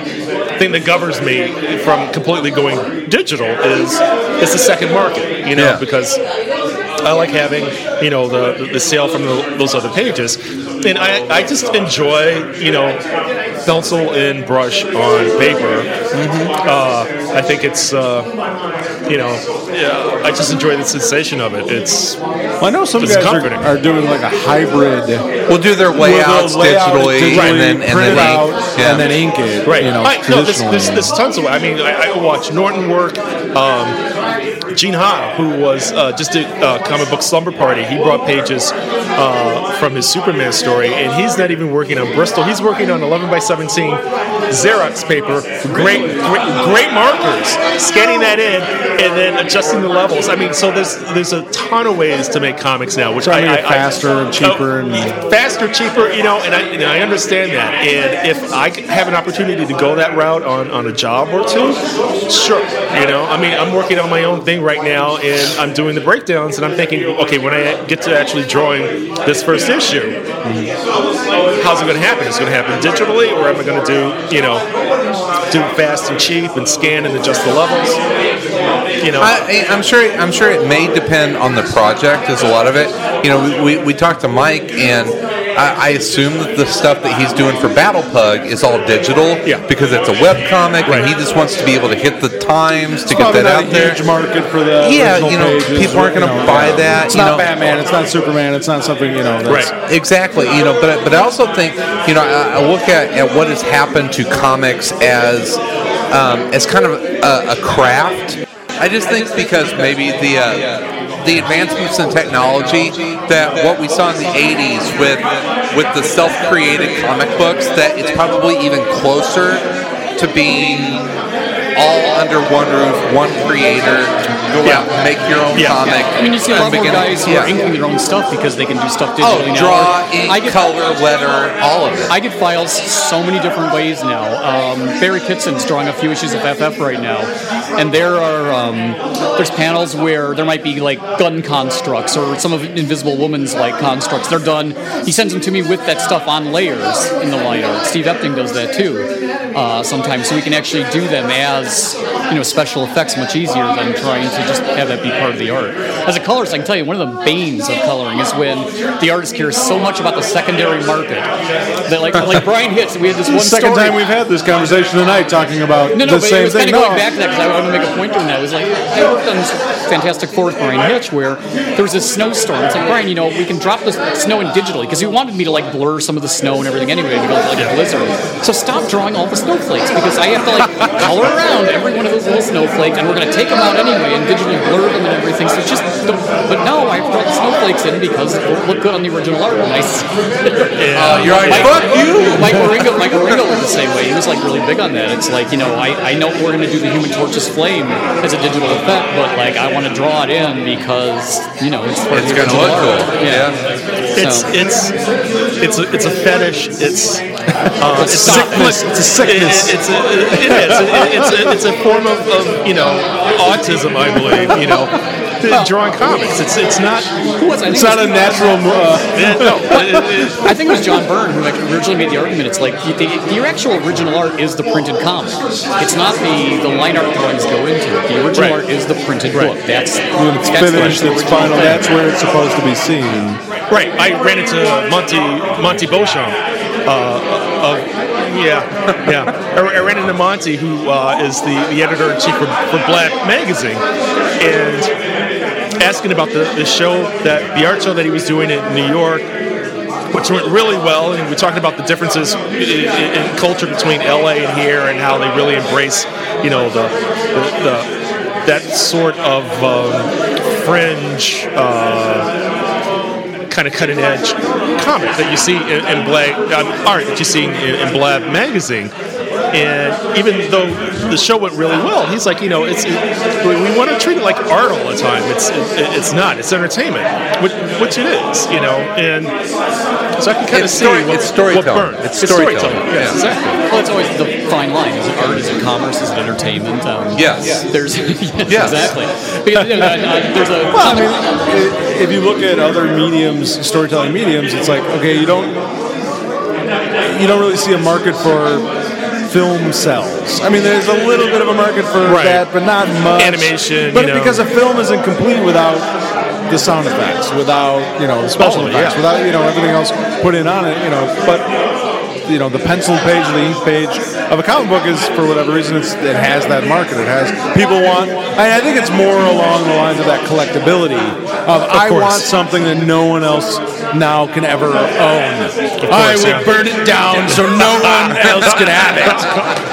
S12: thing that governs me from completely going digital is it's the second market, you know,
S2: Yeah.
S12: because I like having you know the the sale from the, those other pages, and I I just enjoy you know pencil and brush on paper.
S3: Mm-hmm.
S12: Uh, I think it's. Uh, you know, yeah, I just enjoy the sensation of it. It's
S3: I know some
S12: it's
S3: guys are,
S12: comforting.
S3: are doing like a hybrid.
S2: We'll do their
S3: where they'll
S2: layouts
S3: lay out
S2: digitally, and then and
S3: print
S2: then
S3: it out,
S2: ink. Yeah.
S3: and then ink it.
S12: Right.
S3: You know,
S12: I, no, there's,
S3: traditionally.
S12: there's, there's tons of. I mean, I, I watch Norton work. Um, Gene Ha, who was uh, just at uh, comic book slumber party, he brought pages uh, from his Superman story, and he's not even working on Bristol. He's working on 11 by 17 Xerox paper, great, great, great markers, scanning that in, and then adjusting the levels. I mean, so there's there's a ton of ways to make comics now, which
S3: Trying to
S12: I,
S3: make it
S12: I- I-
S3: faster and cheaper and
S12: faster, cheaper, you know, and I, and I understand that. And if I could have an opportunity to go that route on, on a job or two, sure, you know. I mean, I'm working on my own thing right now, and I'm doing the breakdowns, and I'm thinking, okay, when I get to actually drawing this first issue, Oh, how's it going to happen? Is it going to happen digitally, or am I going to do, you know, do it fast and cheap and scan and adjust the levels? You know,
S2: I, I'm sure. I'm sure it may depend on the project. Is a lot of it. You know, we, we, we talked to Mike, and I, I assume that the stuff that he's doing for Battle Pug is all digital. Yeah. Because it's a web comic, and he just wants to be able to hit the times to get
S3: Probably
S2: that
S3: not
S2: out
S3: a
S2: there.
S3: Huge market for the
S2: Yeah,
S3: original
S2: you know,
S3: pages,
S2: people aren't
S3: you
S2: gonna
S3: know,
S2: buy
S3: yeah.
S2: that,
S3: It's
S2: you
S3: not
S2: know.
S3: Batman. It's not Superman. It's not something you know. That's,
S2: Right. Exactly. You know, but but I also think you know I, I look at, at what has happened to comics as um, as kind of a, a craft. I just think because maybe the uh, the advancements in technology that what we saw in the '80s with with the self-created comic books that it's probably even closer to being all under one roof, one creator. Go out, and make your own comic.
S13: I mean, you see a
S2: from
S13: lot more
S2: beginning-
S13: guys who
S2: yeah.
S13: are inking their own stuff because they can do stuff
S2: Oh,
S13: digitally now.
S2: draw,
S13: Or-
S2: ink, color, letter, all of it.
S13: I get files so many different ways now. Um, Barry Kitson's drawing a few issues of FF right now, and there are um, there's panels where there might be like gun constructs or some of Invisible Woman's like constructs. They're done. He sends them to me with that stuff on layers in the line art. Steve Epting does that too uh, sometimes, so we can actually do them as you know special effects much easier than trying to just have that be part of the art. As a colorist, I can tell you one of the banes of coloring is when the artist cares so much about the secondary market that like like Brian hits. We had this one
S3: second
S13: story.
S3: time we've had this conversation tonight talking about
S13: no, no,
S3: the
S13: but
S3: same
S13: it was
S3: thing.
S13: kind of
S3: No.
S13: going back to that because I wanted to make a point during that. It was like I worked on this Fantastic Four with Brian Hitch where there was this snowstorm. It's like Brian, you know, we can drop the snow in digitally because he wanted me to like blur some of the snow and everything anyway because like a blizzard. So stop drawing all the snowflakes because I have to like color around every one of those little snowflakes and we're gonna take them out anyway and digitally blur them and everything. So it's just, the, but no, I have to put the snowflakes in because it won't look good on the original art. Nice.
S2: Uh, you're like, "Fuck you!"
S13: Mike Maringo, Mike Maringo was the same way. He was like really big on that. It's like you know, I, I know we're going to do the Human Torch's flame as a digital effect, but like I want to draw it in because you know it's part of
S2: It's
S13: the
S2: gonna look
S13: original art.
S2: cool.
S12: It's
S13: So-
S12: it's it's a, it's a fetish. It's uh,
S13: It's a sickness.
S12: It's a sickness. it's a, it is. It- it's, a, it's a form of, of you know autism, I believe. You know, The drawing comics. It's it's not.
S13: was- I think It's it was- not a natural, uh,
S12: Yeah, no, it- it-
S13: I think it was John Byrne who actually originally made the argument. It's like you- the, your actual original art is the printed comic. It's not the, the line art drawings go into it. The original art is the printed book. That's
S3: When it's
S13: that's the
S3: finished,
S13: original
S3: it's final.
S13: thing.
S3: That's where it's supposed to be seen.
S12: Right. I ran into Monty Monty Beauchamp. Uh, of, yeah, [laughs] yeah. I, I ran into Monty, who uh, is the, the editor in chief for, for Black Magazine, and asking about the, the show that the art show that he was doing in New York, which went really well. And we talked about the differences in, in, in culture between LA and here, and how they really embrace, you know, the the, the that sort of um, fringe. Uh, kind of cutting edge comic that you see in, in Blab um, art that you see in, in Blab magazine. And even though the show went really well, he's like, you know, it's it, we, we want to treat it like art all the time. It's it, it's not. It's entertainment, which, which it is, you know. And so I can kind of
S2: It's
S12: see
S2: story-
S12: what,
S2: it's storytelling.
S12: What burned.
S2: It's storytelling,
S12: Yes,
S2: yeah.
S12: exactly.
S13: Well, it's always the fine line. Is it art? Is it commerce? Is it entertainment? Um,
S2: Yes.
S13: There's [laughs] yes, exactly. Because, you know, uh, there's a
S3: Well, I mean, i- if you look at other mediums, storytelling mediums, it's like okay, you don't you don't really see a market for film cells. I mean, there's a little bit of a market for
S12: Right.
S3: that, but not much.
S12: Animation,
S3: but
S12: you know.
S3: because a film isn't complete without the sound effects, without you know the special
S12: Oh,
S3: effects,
S12: yeah.
S3: without you know everything else put in on it, you know, but. you know the pencil page or the ink page of a comic book is for whatever reason it's, it has that market. It has people want. I, I think it's more along the lines of that collectability of, I
S6: course.
S3: want something that no one else now can ever own.
S6: course,
S3: I will
S6: yeah.
S3: burn it down so
S12: [laughs]
S3: no one else can have it.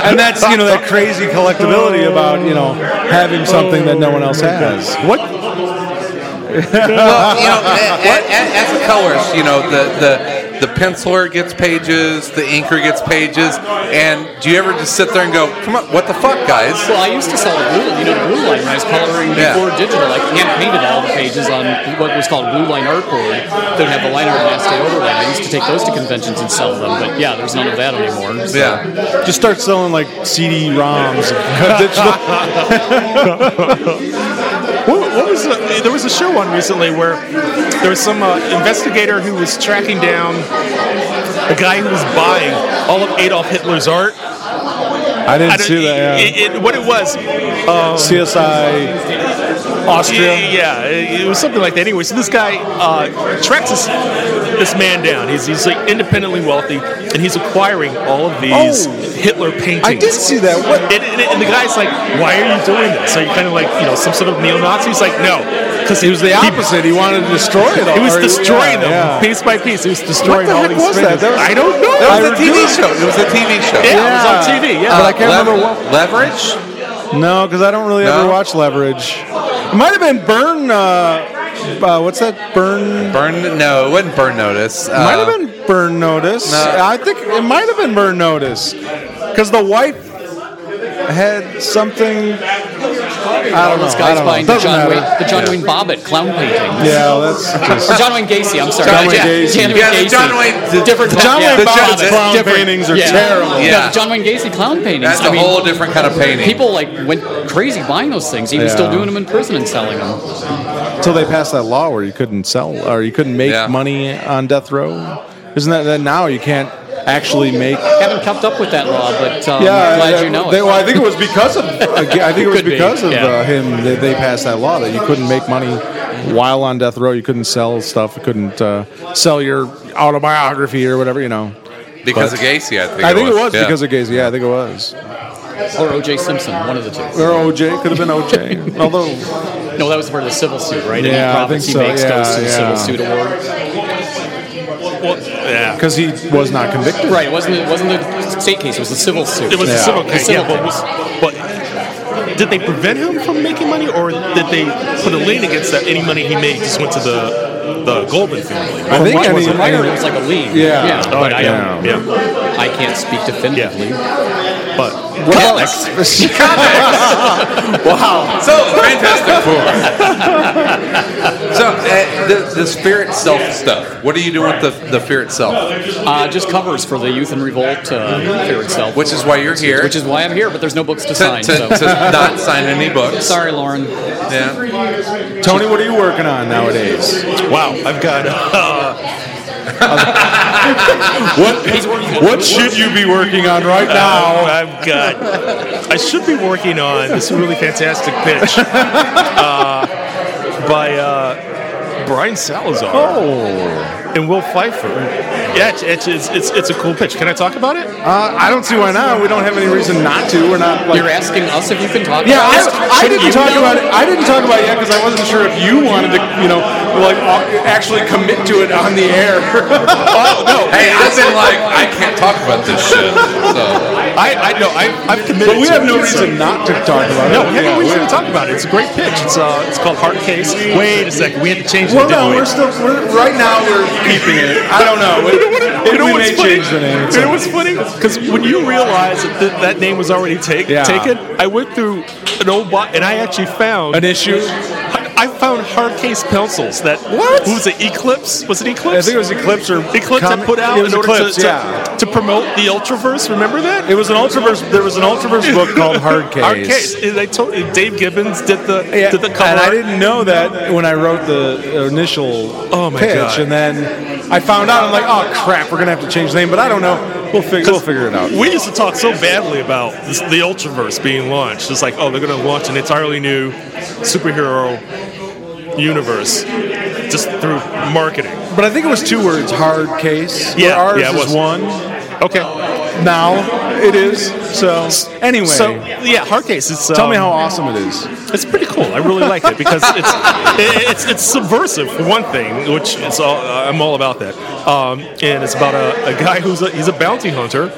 S3: And that's you know that crazy collectability about you know having something that no one else has. What?
S2: well, you [laughs] know, eh, a- a- a- as a colorist, you know the the the penciler gets pages, the inker gets pages, and do you ever just sit there and go, "Come on, what the fuck, guys?"
S13: Well, I used to sell the blue, you know, the blue line when I was coloring
S2: Yeah.
S13: before digital. I hand painted all the pages on what was called blue line art board. They'd have the line art masking overlay. I used to take those to conventions and sell them, but yeah, there's none of that anymore. So.
S3: Yeah. Just start selling like CD ROMs. [laughs]
S12: [laughs] what, what was the, there was a show on recently where there was some uh, investigator who was tracking down the guy who was buying all of Adolf Hitler's art.
S3: I didn't
S12: don't-
S3: see that, yeah.
S12: It, it, what it was? Um,
S3: CSI Austria.
S12: Y- Yeah, it it was something like that. Anyway, so this guy uh, tracks this, this man down. He's, he's like independently wealthy, and he's acquiring all of these
S3: Oh.
S12: Hitler paintings.
S3: I did see that. What?
S12: And, and, and the guy's like, "Why are you doing this? Are you kind of like you know some sort of neo-Nazi?" He's like, "No." Because
S3: he was the opposite. He wanted to destroy it all.
S12: He was
S3: Or-
S12: destroying
S3: yeah,
S12: them
S3: yeah.
S12: piece by piece. He was destroying
S3: the
S12: all
S3: heck
S12: these
S3: was that?
S12: paintings.
S3: That was-
S12: I don't know.
S3: That was a TV
S2: show. It was a TV show.
S12: Yeah, it was on TV. Yeah,
S3: But I can't remember
S2: Lever-
S3: what-
S2: Uh, Leverage.
S3: No, because I don't really ever watch Leverage. It might have been Burn. Uh, uh, what's that? Burn.
S2: Burn. No, it wasn't Burn Notice.
S3: It might
S2: Uh,
S3: have been Burn Notice.
S2: No.
S3: I think it might have been Burn Notice because the wife had something. I don't know.
S13: This guy's
S3: I don't know.
S13: buying the
S3: Doesn't
S13: John,
S3: matter.
S13: Wayne, the John Wayne Bobbitt clown painting.
S3: Yeah, well, that's just-
S13: Or John Wayne Gacy, I'm sorry.
S3: John Wayne
S13: yeah,
S3: Gacy.
S13: John Wayne
S3: Yeah, the
S13: Gacy.
S3: John Wayne-
S13: different
S3: the John Wayne
S13: yeah,
S3: Bobbitt
S13: Bobbitt.
S3: clown
S13: Different-
S3: paintings are
S13: yeah.
S3: terrible.
S13: Yeah.
S3: Yeah.
S13: the John Wayne Gacy clown paintings.
S2: That's a whole different kind of painting.
S13: People like went crazy buying those things, even
S3: Yeah.
S13: still doing them in prison and selling them.
S3: Until they passed that law where you couldn't sell or you couldn't make money on death row. Isn't that, that now you can't actually make?
S13: Haven't kept up with that law, but um,
S3: yeah,
S13: I'm glad
S3: yeah,
S13: you know
S3: they-
S13: it.
S3: well, I think it was because
S13: [laughs]
S3: of. I think it was
S13: Could be,
S3: because of
S13: yeah.
S3: uh, him that they passed that law that you couldn't make money while on death row. You couldn't sell stuff. You couldn't uh, sell your autobiography or whatever. You know.
S2: because
S3: But-
S2: of Gacy, I think.
S3: I think it was
S2: Yeah.
S3: because of Gacy. Yeah, I think it was.
S13: Or O.J. Simpson, one of the two.
S3: Or OJ could have been
S13: [laughs]
S3: OJ. Although,
S13: No, that was part of the civil suit, right? Any
S3: Yeah, I
S13: profits
S3: think so,
S13: he makes goes to the
S3: yeah, yeah.
S13: civil suit award.
S12: Yeah.
S3: because he was not convicted.
S13: Right, it wasn't it wasn't the state case, it was the civil suit.
S12: It was a
S13: The
S12: civil case.
S13: civil
S12: Yeah, but, was, but did they prevent him from making money, or did they put a lien against that any money he made just went to the the Goldman family?
S13: I think any- any- It was like a lien. Yeah. Yeah,
S12: Oh,
S13: but I
S12: yeah.
S13: don't- I can't speak definitively.
S12: But
S13: What
S12: Comics.
S2: [laughs]
S13: wow.
S2: So Fantastic Four. [laughs] so uh, the, the Fear itself stuff. What are you doing with the the Fear itself?
S13: Uh, just covers for the Youth and Revolt uh, here itself.
S2: Which is why you're here.
S13: Which is why I'm here, but there's no books to,
S2: To-
S13: sign.
S2: to-
S13: so.
S2: to
S13: [laughs]
S2: not sign any books.
S13: Sorry, Lauren.
S2: Yeah.
S3: Tony, what are you working on nowadays?
S12: Wow, I've got.
S3: what what should you be working on right now?
S12: I've got. Oh, I should be working on this really fantastic
S3: [laughs]
S12: pitch uh, by uh, Brian Salazar.
S3: Oh.
S12: And Will Pfeiffer. Yeah, it's, it's, it's, it's, it's a cool pitch. Can I talk about it?
S3: Uh, I don't see why not. We don't have any reason not to. We're not. Like,
S13: You're asking us if you can talk
S3: Yeah,
S13: about
S3: I,
S13: this?
S3: I
S13: Should
S3: didn't
S13: you
S3: talk
S13: know?
S3: about it. I didn't talk about it yet because I wasn't sure if you wanted to, you know, like au- actually commit to it on the air. [laughs]
S2: oh no! Hey, I've been like, I can't talk about this shit. So
S12: I, I know I, I've committed.
S3: But we
S12: to
S3: have
S12: it, so-
S3: no reason not to talk about
S12: No,
S3: it.
S12: we have
S3: Yeah,
S12: no reason
S3: we-
S12: to talk about it. It's a great pitch. It's uh, it's called Hard Case. Wait a second, we had to change it.
S3: Well,
S12: didn't
S3: no,
S12: we?
S3: we're still we're, right now. We're keeping it. I don't know. [laughs] It,
S12: You know
S3: we
S12: what's
S3: may
S12: funny?
S3: change the name. at
S12: You
S3: some
S12: know what's funny? Because when you realize that th- that name was already take,
S3: Yeah.
S12: taken, I went through an old box and I actually found
S3: An issue?
S12: I, I found hard case pencils that what was it? Eclipse was it Eclipse?
S3: I think it was Eclipse or
S12: Eclipse
S3: Comet-
S12: I put out
S3: it was
S12: in order
S3: Eclipse,
S12: to, to,
S3: yeah.
S12: to promote the Ultraverse. Remember that?
S3: It was an Ultraverse. There was an Ultraverse book called Hard Case.
S12: Hard Case. And They told Dave Gibbons did the did the cover.
S3: And I didn't know that when I wrote the initial
S12: Oh, my
S3: pitch,
S12: God.
S3: and then I found out. I'm like, oh crap, we're gonna have to change the name, but I don't know. We'll figure. We'll figure it out.
S12: We used to talk so badly about this, the Ultraverse being launched. It's like, oh, they're going to launch an entirely new superhero universe just through marketing.
S3: But I think it was two words: hard case.
S12: Yeah,
S3: Where ours
S12: yeah, it
S3: is
S12: was.
S3: one.
S12: Okay.
S3: Now it is. So anyway,
S12: So yeah, hard case. It's,
S3: tell me
S12: um,
S3: how awesome it is.
S12: It's pretty cool. I really like it because it's it-
S3: [laughs]
S12: it's, it's subversive for one thing, which it's all I'm all about that. Um, and it's about a, a guy who's a, he's a bounty hunter,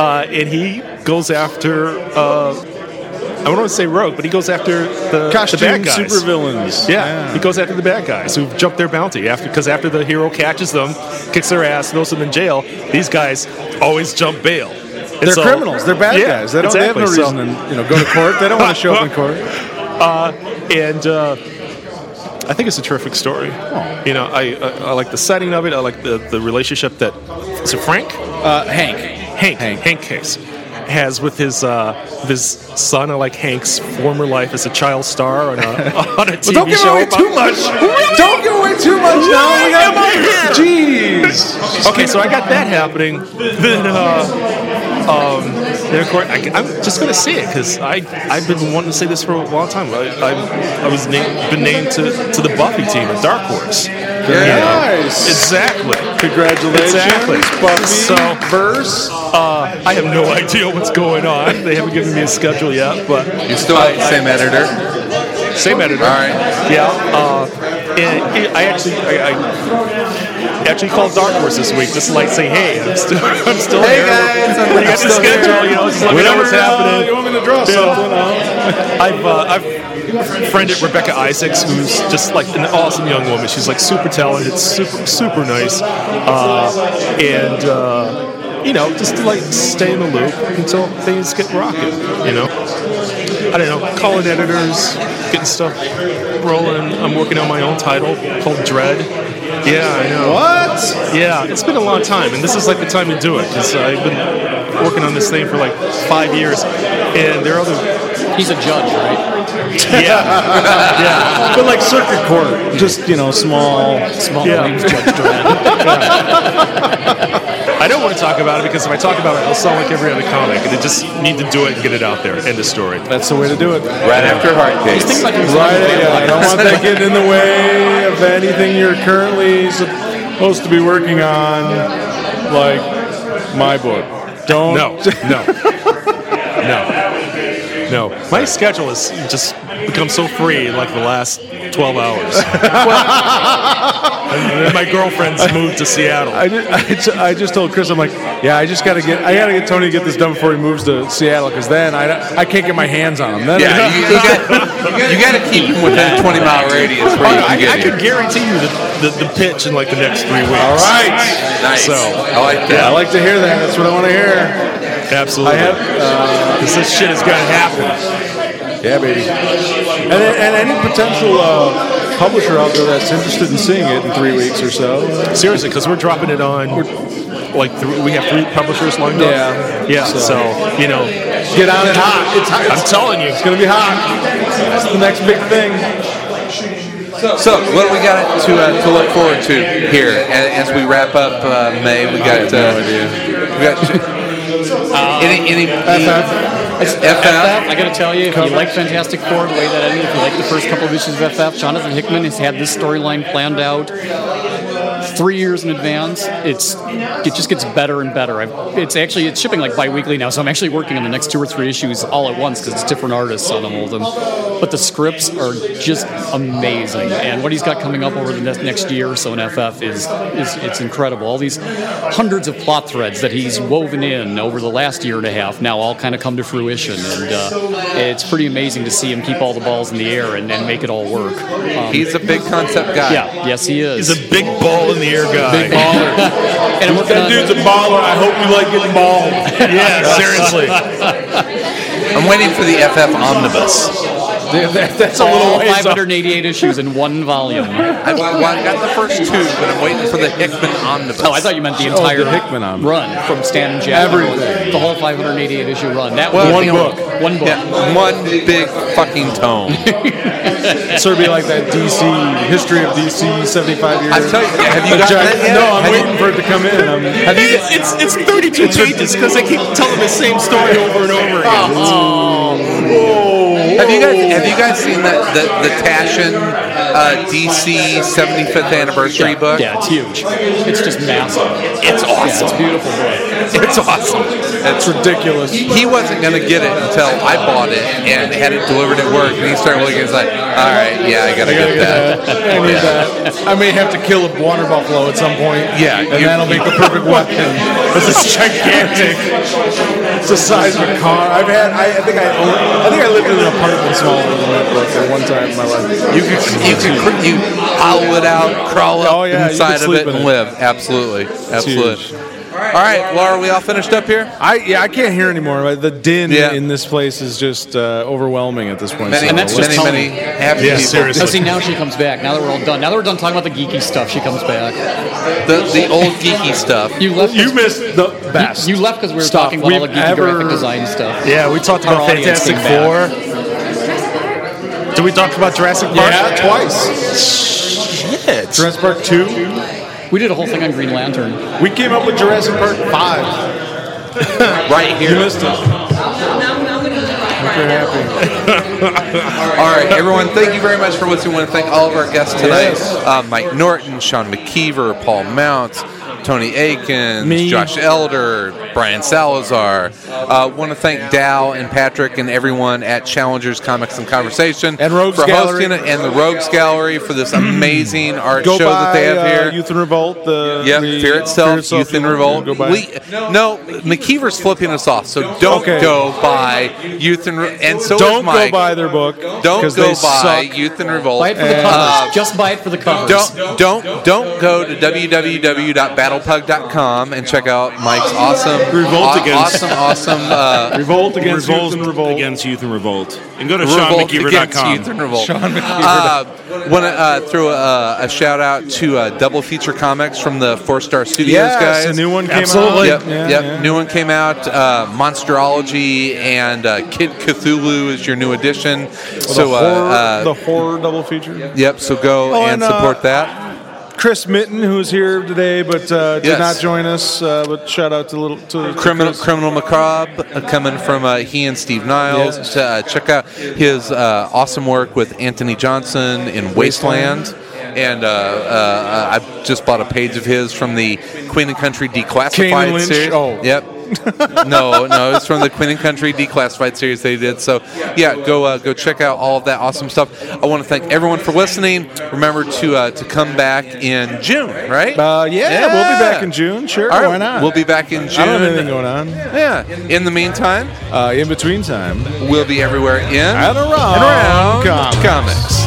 S12: uh, and he goes after. Uh, I don't want to say rogue, but he goes after the, the
S3: Costume
S12: bad guys.
S3: supervillains.
S12: Yeah,
S3: Yeah.
S12: he goes after the bad guys who've jumped their bounty. After because after the hero catches them, kicks their ass, throws them in jail, these guys always jump bail. And
S3: They're
S12: so-
S3: criminals. They're bad
S12: Yeah,
S3: guys. They don't. They have no
S12: exactly. So-
S3: reason to you know go to court. They don't want to show up in
S12: [laughs]
S3: court.
S12: uh, and uh, I think it's a terrific story. You know, I, I I like the setting of it. I like the, the relationship that is it Frank, uh, Hank, Hank, Hank, Case has with his uh, with his son. I like Hank's former life as a child star on a [laughs] on a TV
S14: don't give
S12: show.
S14: away
S12: about-
S14: too
S12: [laughs]
S14: much.
S3: Don't give away too much
S14: now. We got
S12: Jeez. Okay, so I got that happening. Then, uh, um, then of course, I, am just gonna see it because I I've been wanting to say this for a long time. I I, I was named, been named to, to the Buffy team at Dark Horse.
S3: Very
S12: You know?
S3: nice.
S12: Exactly.
S3: Congratulations,
S12: Exactly.
S3: Buffy
S12: So verse. Uh, I have no idea what's going on. They haven't given me a schedule yet, but
S2: You still have the same editor?
S12: same editor. All right. Yeah. Uh, and it- I actually, I, I actually called Dark Horse this week just to like say, hey, I'm still, [laughs] I'm still
S14: Hey,
S12: here.
S14: guys, I'm-
S12: When you
S14: I'm
S12: got the
S14: still here.
S12: schedule, you know, just let me know
S14: Whatever,
S12: what's
S14: uh,
S12: happening.
S14: you want me to draw
S12: Yeah.
S14: something,
S12: I've, uh, [laughs] I've friended Rebecca Isaacs, who's just like an awesome young woman. She's like super talented, super, super nice, uh, and. Uh, you know, just to like stay in the loop until things get rocking. You know, I don't know, calling editors, getting stuff rolling. I'm working on my own title called Dread. Yeah, I know.
S3: What?
S12: Yeah, it's been a long time, and this is like the time to do it because I've been working on this thing for like five years, and there are other.
S13: He's a judge, right?
S12: [laughs] yeah, yeah, but like circuit
S3: court, just you know, small,
S13: small.
S12: Yeah. [laughs]
S14: Yeah.
S12: I don't want to talk about it because if I talk about it, it'll sound like every other comic, and I just need to do it and get it out there. End of story.
S3: That's the way to do it.
S2: Right after Hardcase.
S3: Right. Yeah, I don't want that getting in the way of anything you're currently supposed to be working on, like my book. Don't.
S12: No,
S3: [laughs]
S12: no, [laughs] no, no. My schedule has just become so free in like the last 12 hours. [laughs] And my girlfriend's moved to Seattle.
S3: I just, I, ju- I just told Chris, I'm like, yeah, I just gotta get, I gotta get Tony to get this done before he moves to Seattle, because then I, don't- I can't get my hands on him. Then [laughs]
S2: Yeah,
S12: [laughs]
S2: you, you got, you got to keep them within a 20 mile radius where you
S12: Oh, I,
S2: can get
S12: I
S2: here.
S12: could guarantee you the, the, the pitch in like the next three weeks. All
S3: right.
S2: Nice.
S12: So
S2: I like
S3: I like to hear that. That's what I want to hear.
S12: Absolutely.
S3: I have, uh,
S12: Because this shit is going to happen.
S3: Yeah, baby. And, and any potential uh, publisher out there that's interested in seeing it in three weeks or so.
S12: Seriously, because we're dropping it on. like th- we have three publishers lined up.
S3: Yeah.
S12: yeah.
S3: So-
S12: So, you know,
S3: Get on it hot. It's hot.
S12: I'm telling you, it's
S3: gonna be hot. That's the next big thing.
S2: So, what do we got to uh, to look forward to here A- as we wrap up uh, May? We got uh, we got any any
S13: uh, It's FF. I gotta tell you, if you like Fantastic Four, the way that ended, if you like the first couple of issues of FF, Jonathan Hickman has had this storyline planned out three years in advance. It's it just gets better and better. I've, it's actually it's shipping like bi-weekly now, so I'm actually working on the next two or three issues all at once because it's different artists on all of them. But the scripts are just amazing, and what he's got coming up over the ne- next year or so in FF is is it's incredible. All these hundreds of plot threads that he's woven in over the last year and a half now all kind of come to fruition, and uh, it's pretty amazing to see him keep all the balls in the air and, and make it all work. Um,
S2: He's a big concept guy.
S13: Yeah, yes he is.
S12: [laughs] He's a big ball in the air guy.
S13: Big baller.
S12: [laughs]
S13: and I'm working
S3: That
S13: on-
S3: dude's a baller. I hope you like getting balled.
S12: Yeah, seriously.
S2: I'm waiting for the FF omnibus.
S13: that's a little 588 issues in one volume.
S2: I, well, I got the first two, but I'm waiting for the Hickman omnibus.
S13: Oh, I thought you meant the entire run from Stan and Jack.
S2: Everything.
S13: The whole 588 issue run. That
S2: Well,
S13: was
S2: One
S13: the only- One book.
S2: Yeah, one big fucking
S12: [laughs]
S2: tome.
S3: So it'd be like that DC history of DC, 75 years.
S2: I tell you, have you
S3: A
S2: got
S3: giant-
S2: that yet?
S3: No, I'm
S2: Have you-
S3: waiting for it to come in. Um, I'm,
S2: Have you-
S12: It's, it's 32
S3: [laughs]
S12: Um, pages because they keep telling the same story over and over again.
S3: Oh,
S2: Have you guys have you guys seen that the, the Tashin uh, DC 75th anniversary book?
S13: Yeah, it's huge. It's just massive.
S2: It's awesome.
S13: it's beautiful.
S2: It's awesome. It's
S3: ridiculous.
S2: He wasn't gonna get it until I bought it and had it delivered at work, and he started looking. He's like, "All right, yeah, I gotta, get, that.
S15: I need
S2: Yeah.
S15: that. I may have to kill a water buffalo at some point.
S2: Yeah,
S15: and
S2: you-
S15: that'll make the perfect weapon.
S2: [laughs]
S15: This is gigantic. It's the size of a car. I've had. I, I think I. own- I think I lived in an apartment smaller than that but at one time in my life.
S2: You could you could cr- you hollow it out, crawl
S3: Oh,
S2: up
S15: yeah, you
S2: inside
S15: could
S2: of
S15: sleep
S2: it
S15: in
S2: and
S15: it.
S2: live. Absolutely, absolutely. All right, Laura, are we all finished up here?
S3: I yeah, I can't hear anymore. Like, The din
S2: Yeah.
S3: in this place is just uh, overwhelming at this point.
S2: Many- And that's just many, Tony. many happy Yeah, people. seriously.
S13: No, see, now she comes back. Now that we're all done. Now that we're done talking about the geeky stuff, she comes back.
S2: The, the old geeky stuff.
S13: You left.
S15: You missed the best.
S13: You, left because we were
S15: stuff
S13: talking about all the
S15: we've
S13: geeky graphic design stuff.
S15: Yeah, we talked
S13: Our
S15: about
S13: audience
S15: Fantastic
S13: came back.
S15: Four. Did we talk about Jurassic Park?
S13: Yeah,
S15: twice. Shit. Jurassic Park Two.
S13: We did a whole thing on Green Lantern.
S3: We came up with Jurassic Park
S15: [laughs]
S3: Five.
S2: right here.
S3: You missed it.
S2: all right, everyone, thank you very much for listening. We want to thank all of our guests tonight uh, Mike Norton, Sean McKeever, Paul Mounts, Tony Akins, Josh Elder, Brian Salazar. Uh, want to thank Dow and Patrick and everyone at Challengers Comics and Conversation and
S3: Rogues
S2: for
S3: Gallery.
S2: hosting it and the Rogues Gallery for
S3: [clears throat]
S2: this amazing art
S3: Go
S2: show
S3: by
S2: that they have
S3: uh,
S2: here.
S3: Youth and Revolt. The
S2: Yep,
S3: the
S2: Fear Itself,
S3: Itself,
S2: Youth in
S3: Youth in
S2: Revolt.
S3: Revolt, go buy
S2: We- no, McKeever's flipping us off, so don't
S3: Okay.
S2: go buy Youth and Revolt. And so
S3: Don't
S2: is
S3: go
S2: Mike.
S3: buy their book.
S2: Don't
S3: 'cause
S2: go
S3: they
S2: buy
S3: suck.
S2: Youth and Revolt.
S13: Buy it for the covers.
S2: Uh,
S13: Just buy it for the covers.
S2: don't don't don't go to www.battlepug.com and check out Mike's awesome
S4: Revolt
S2: aw-
S4: against
S2: awesome awesome uh,
S4: revolt
S2: against
S4: revolt
S2: Youth and
S4: revolt against youth and revolt, and go to
S2: Revolt against
S4: SeanMcKeever.com.
S2: Youth and Revolt. Uh, want to uh, throw a, a shout out to uh, Double Feature Comics from the Four Star Studios
S3: Yes,
S2: guys.
S3: a new one came out.
S2: Absolutely.
S3: Absolutely.
S2: Yep,
S3: Yeah,
S2: yep.
S3: yeah.
S2: New one came out. Uh, Monsterology and uh, Kid Cthulhu is your new edition. so
S3: the,
S2: uh,
S3: horror,
S2: uh,
S3: the horror double feature.
S2: yep. So go
S3: Oh,
S2: and
S3: and, uh,
S2: support that.
S3: Chris Mitten, who's here today but uh, did
S2: Yes.
S3: not join us, uh, but shout out to little to
S2: Criminal, Criminal Macabre uh, coming from uh, he and Steve Niles. To, uh, check out his uh, awesome work with Anthony Johnson in Wasteland. And uh, uh, I just bought a page of his from the Queen and Country
S3: Kane and
S2: Declassified
S3: Lynch?
S2: series.
S3: Oh.
S2: Yep. no, no, it's from the Queen and Country Declassified series they did. So, yeah, go uh, go check out all of that awesome stuff. I want to thank everyone for listening. Remember to uh, to come back in June, right?
S3: Uh, yeah, we'll be back in June. Sure,
S2: All right,
S3: why not?
S2: We'll be back in June.
S3: I don't have anything going on.
S2: Yeah. In the meantime,
S3: uh, in between time,
S2: we'll be everywhere in
S3: and around,
S2: and around
S3: comics.
S2: comics.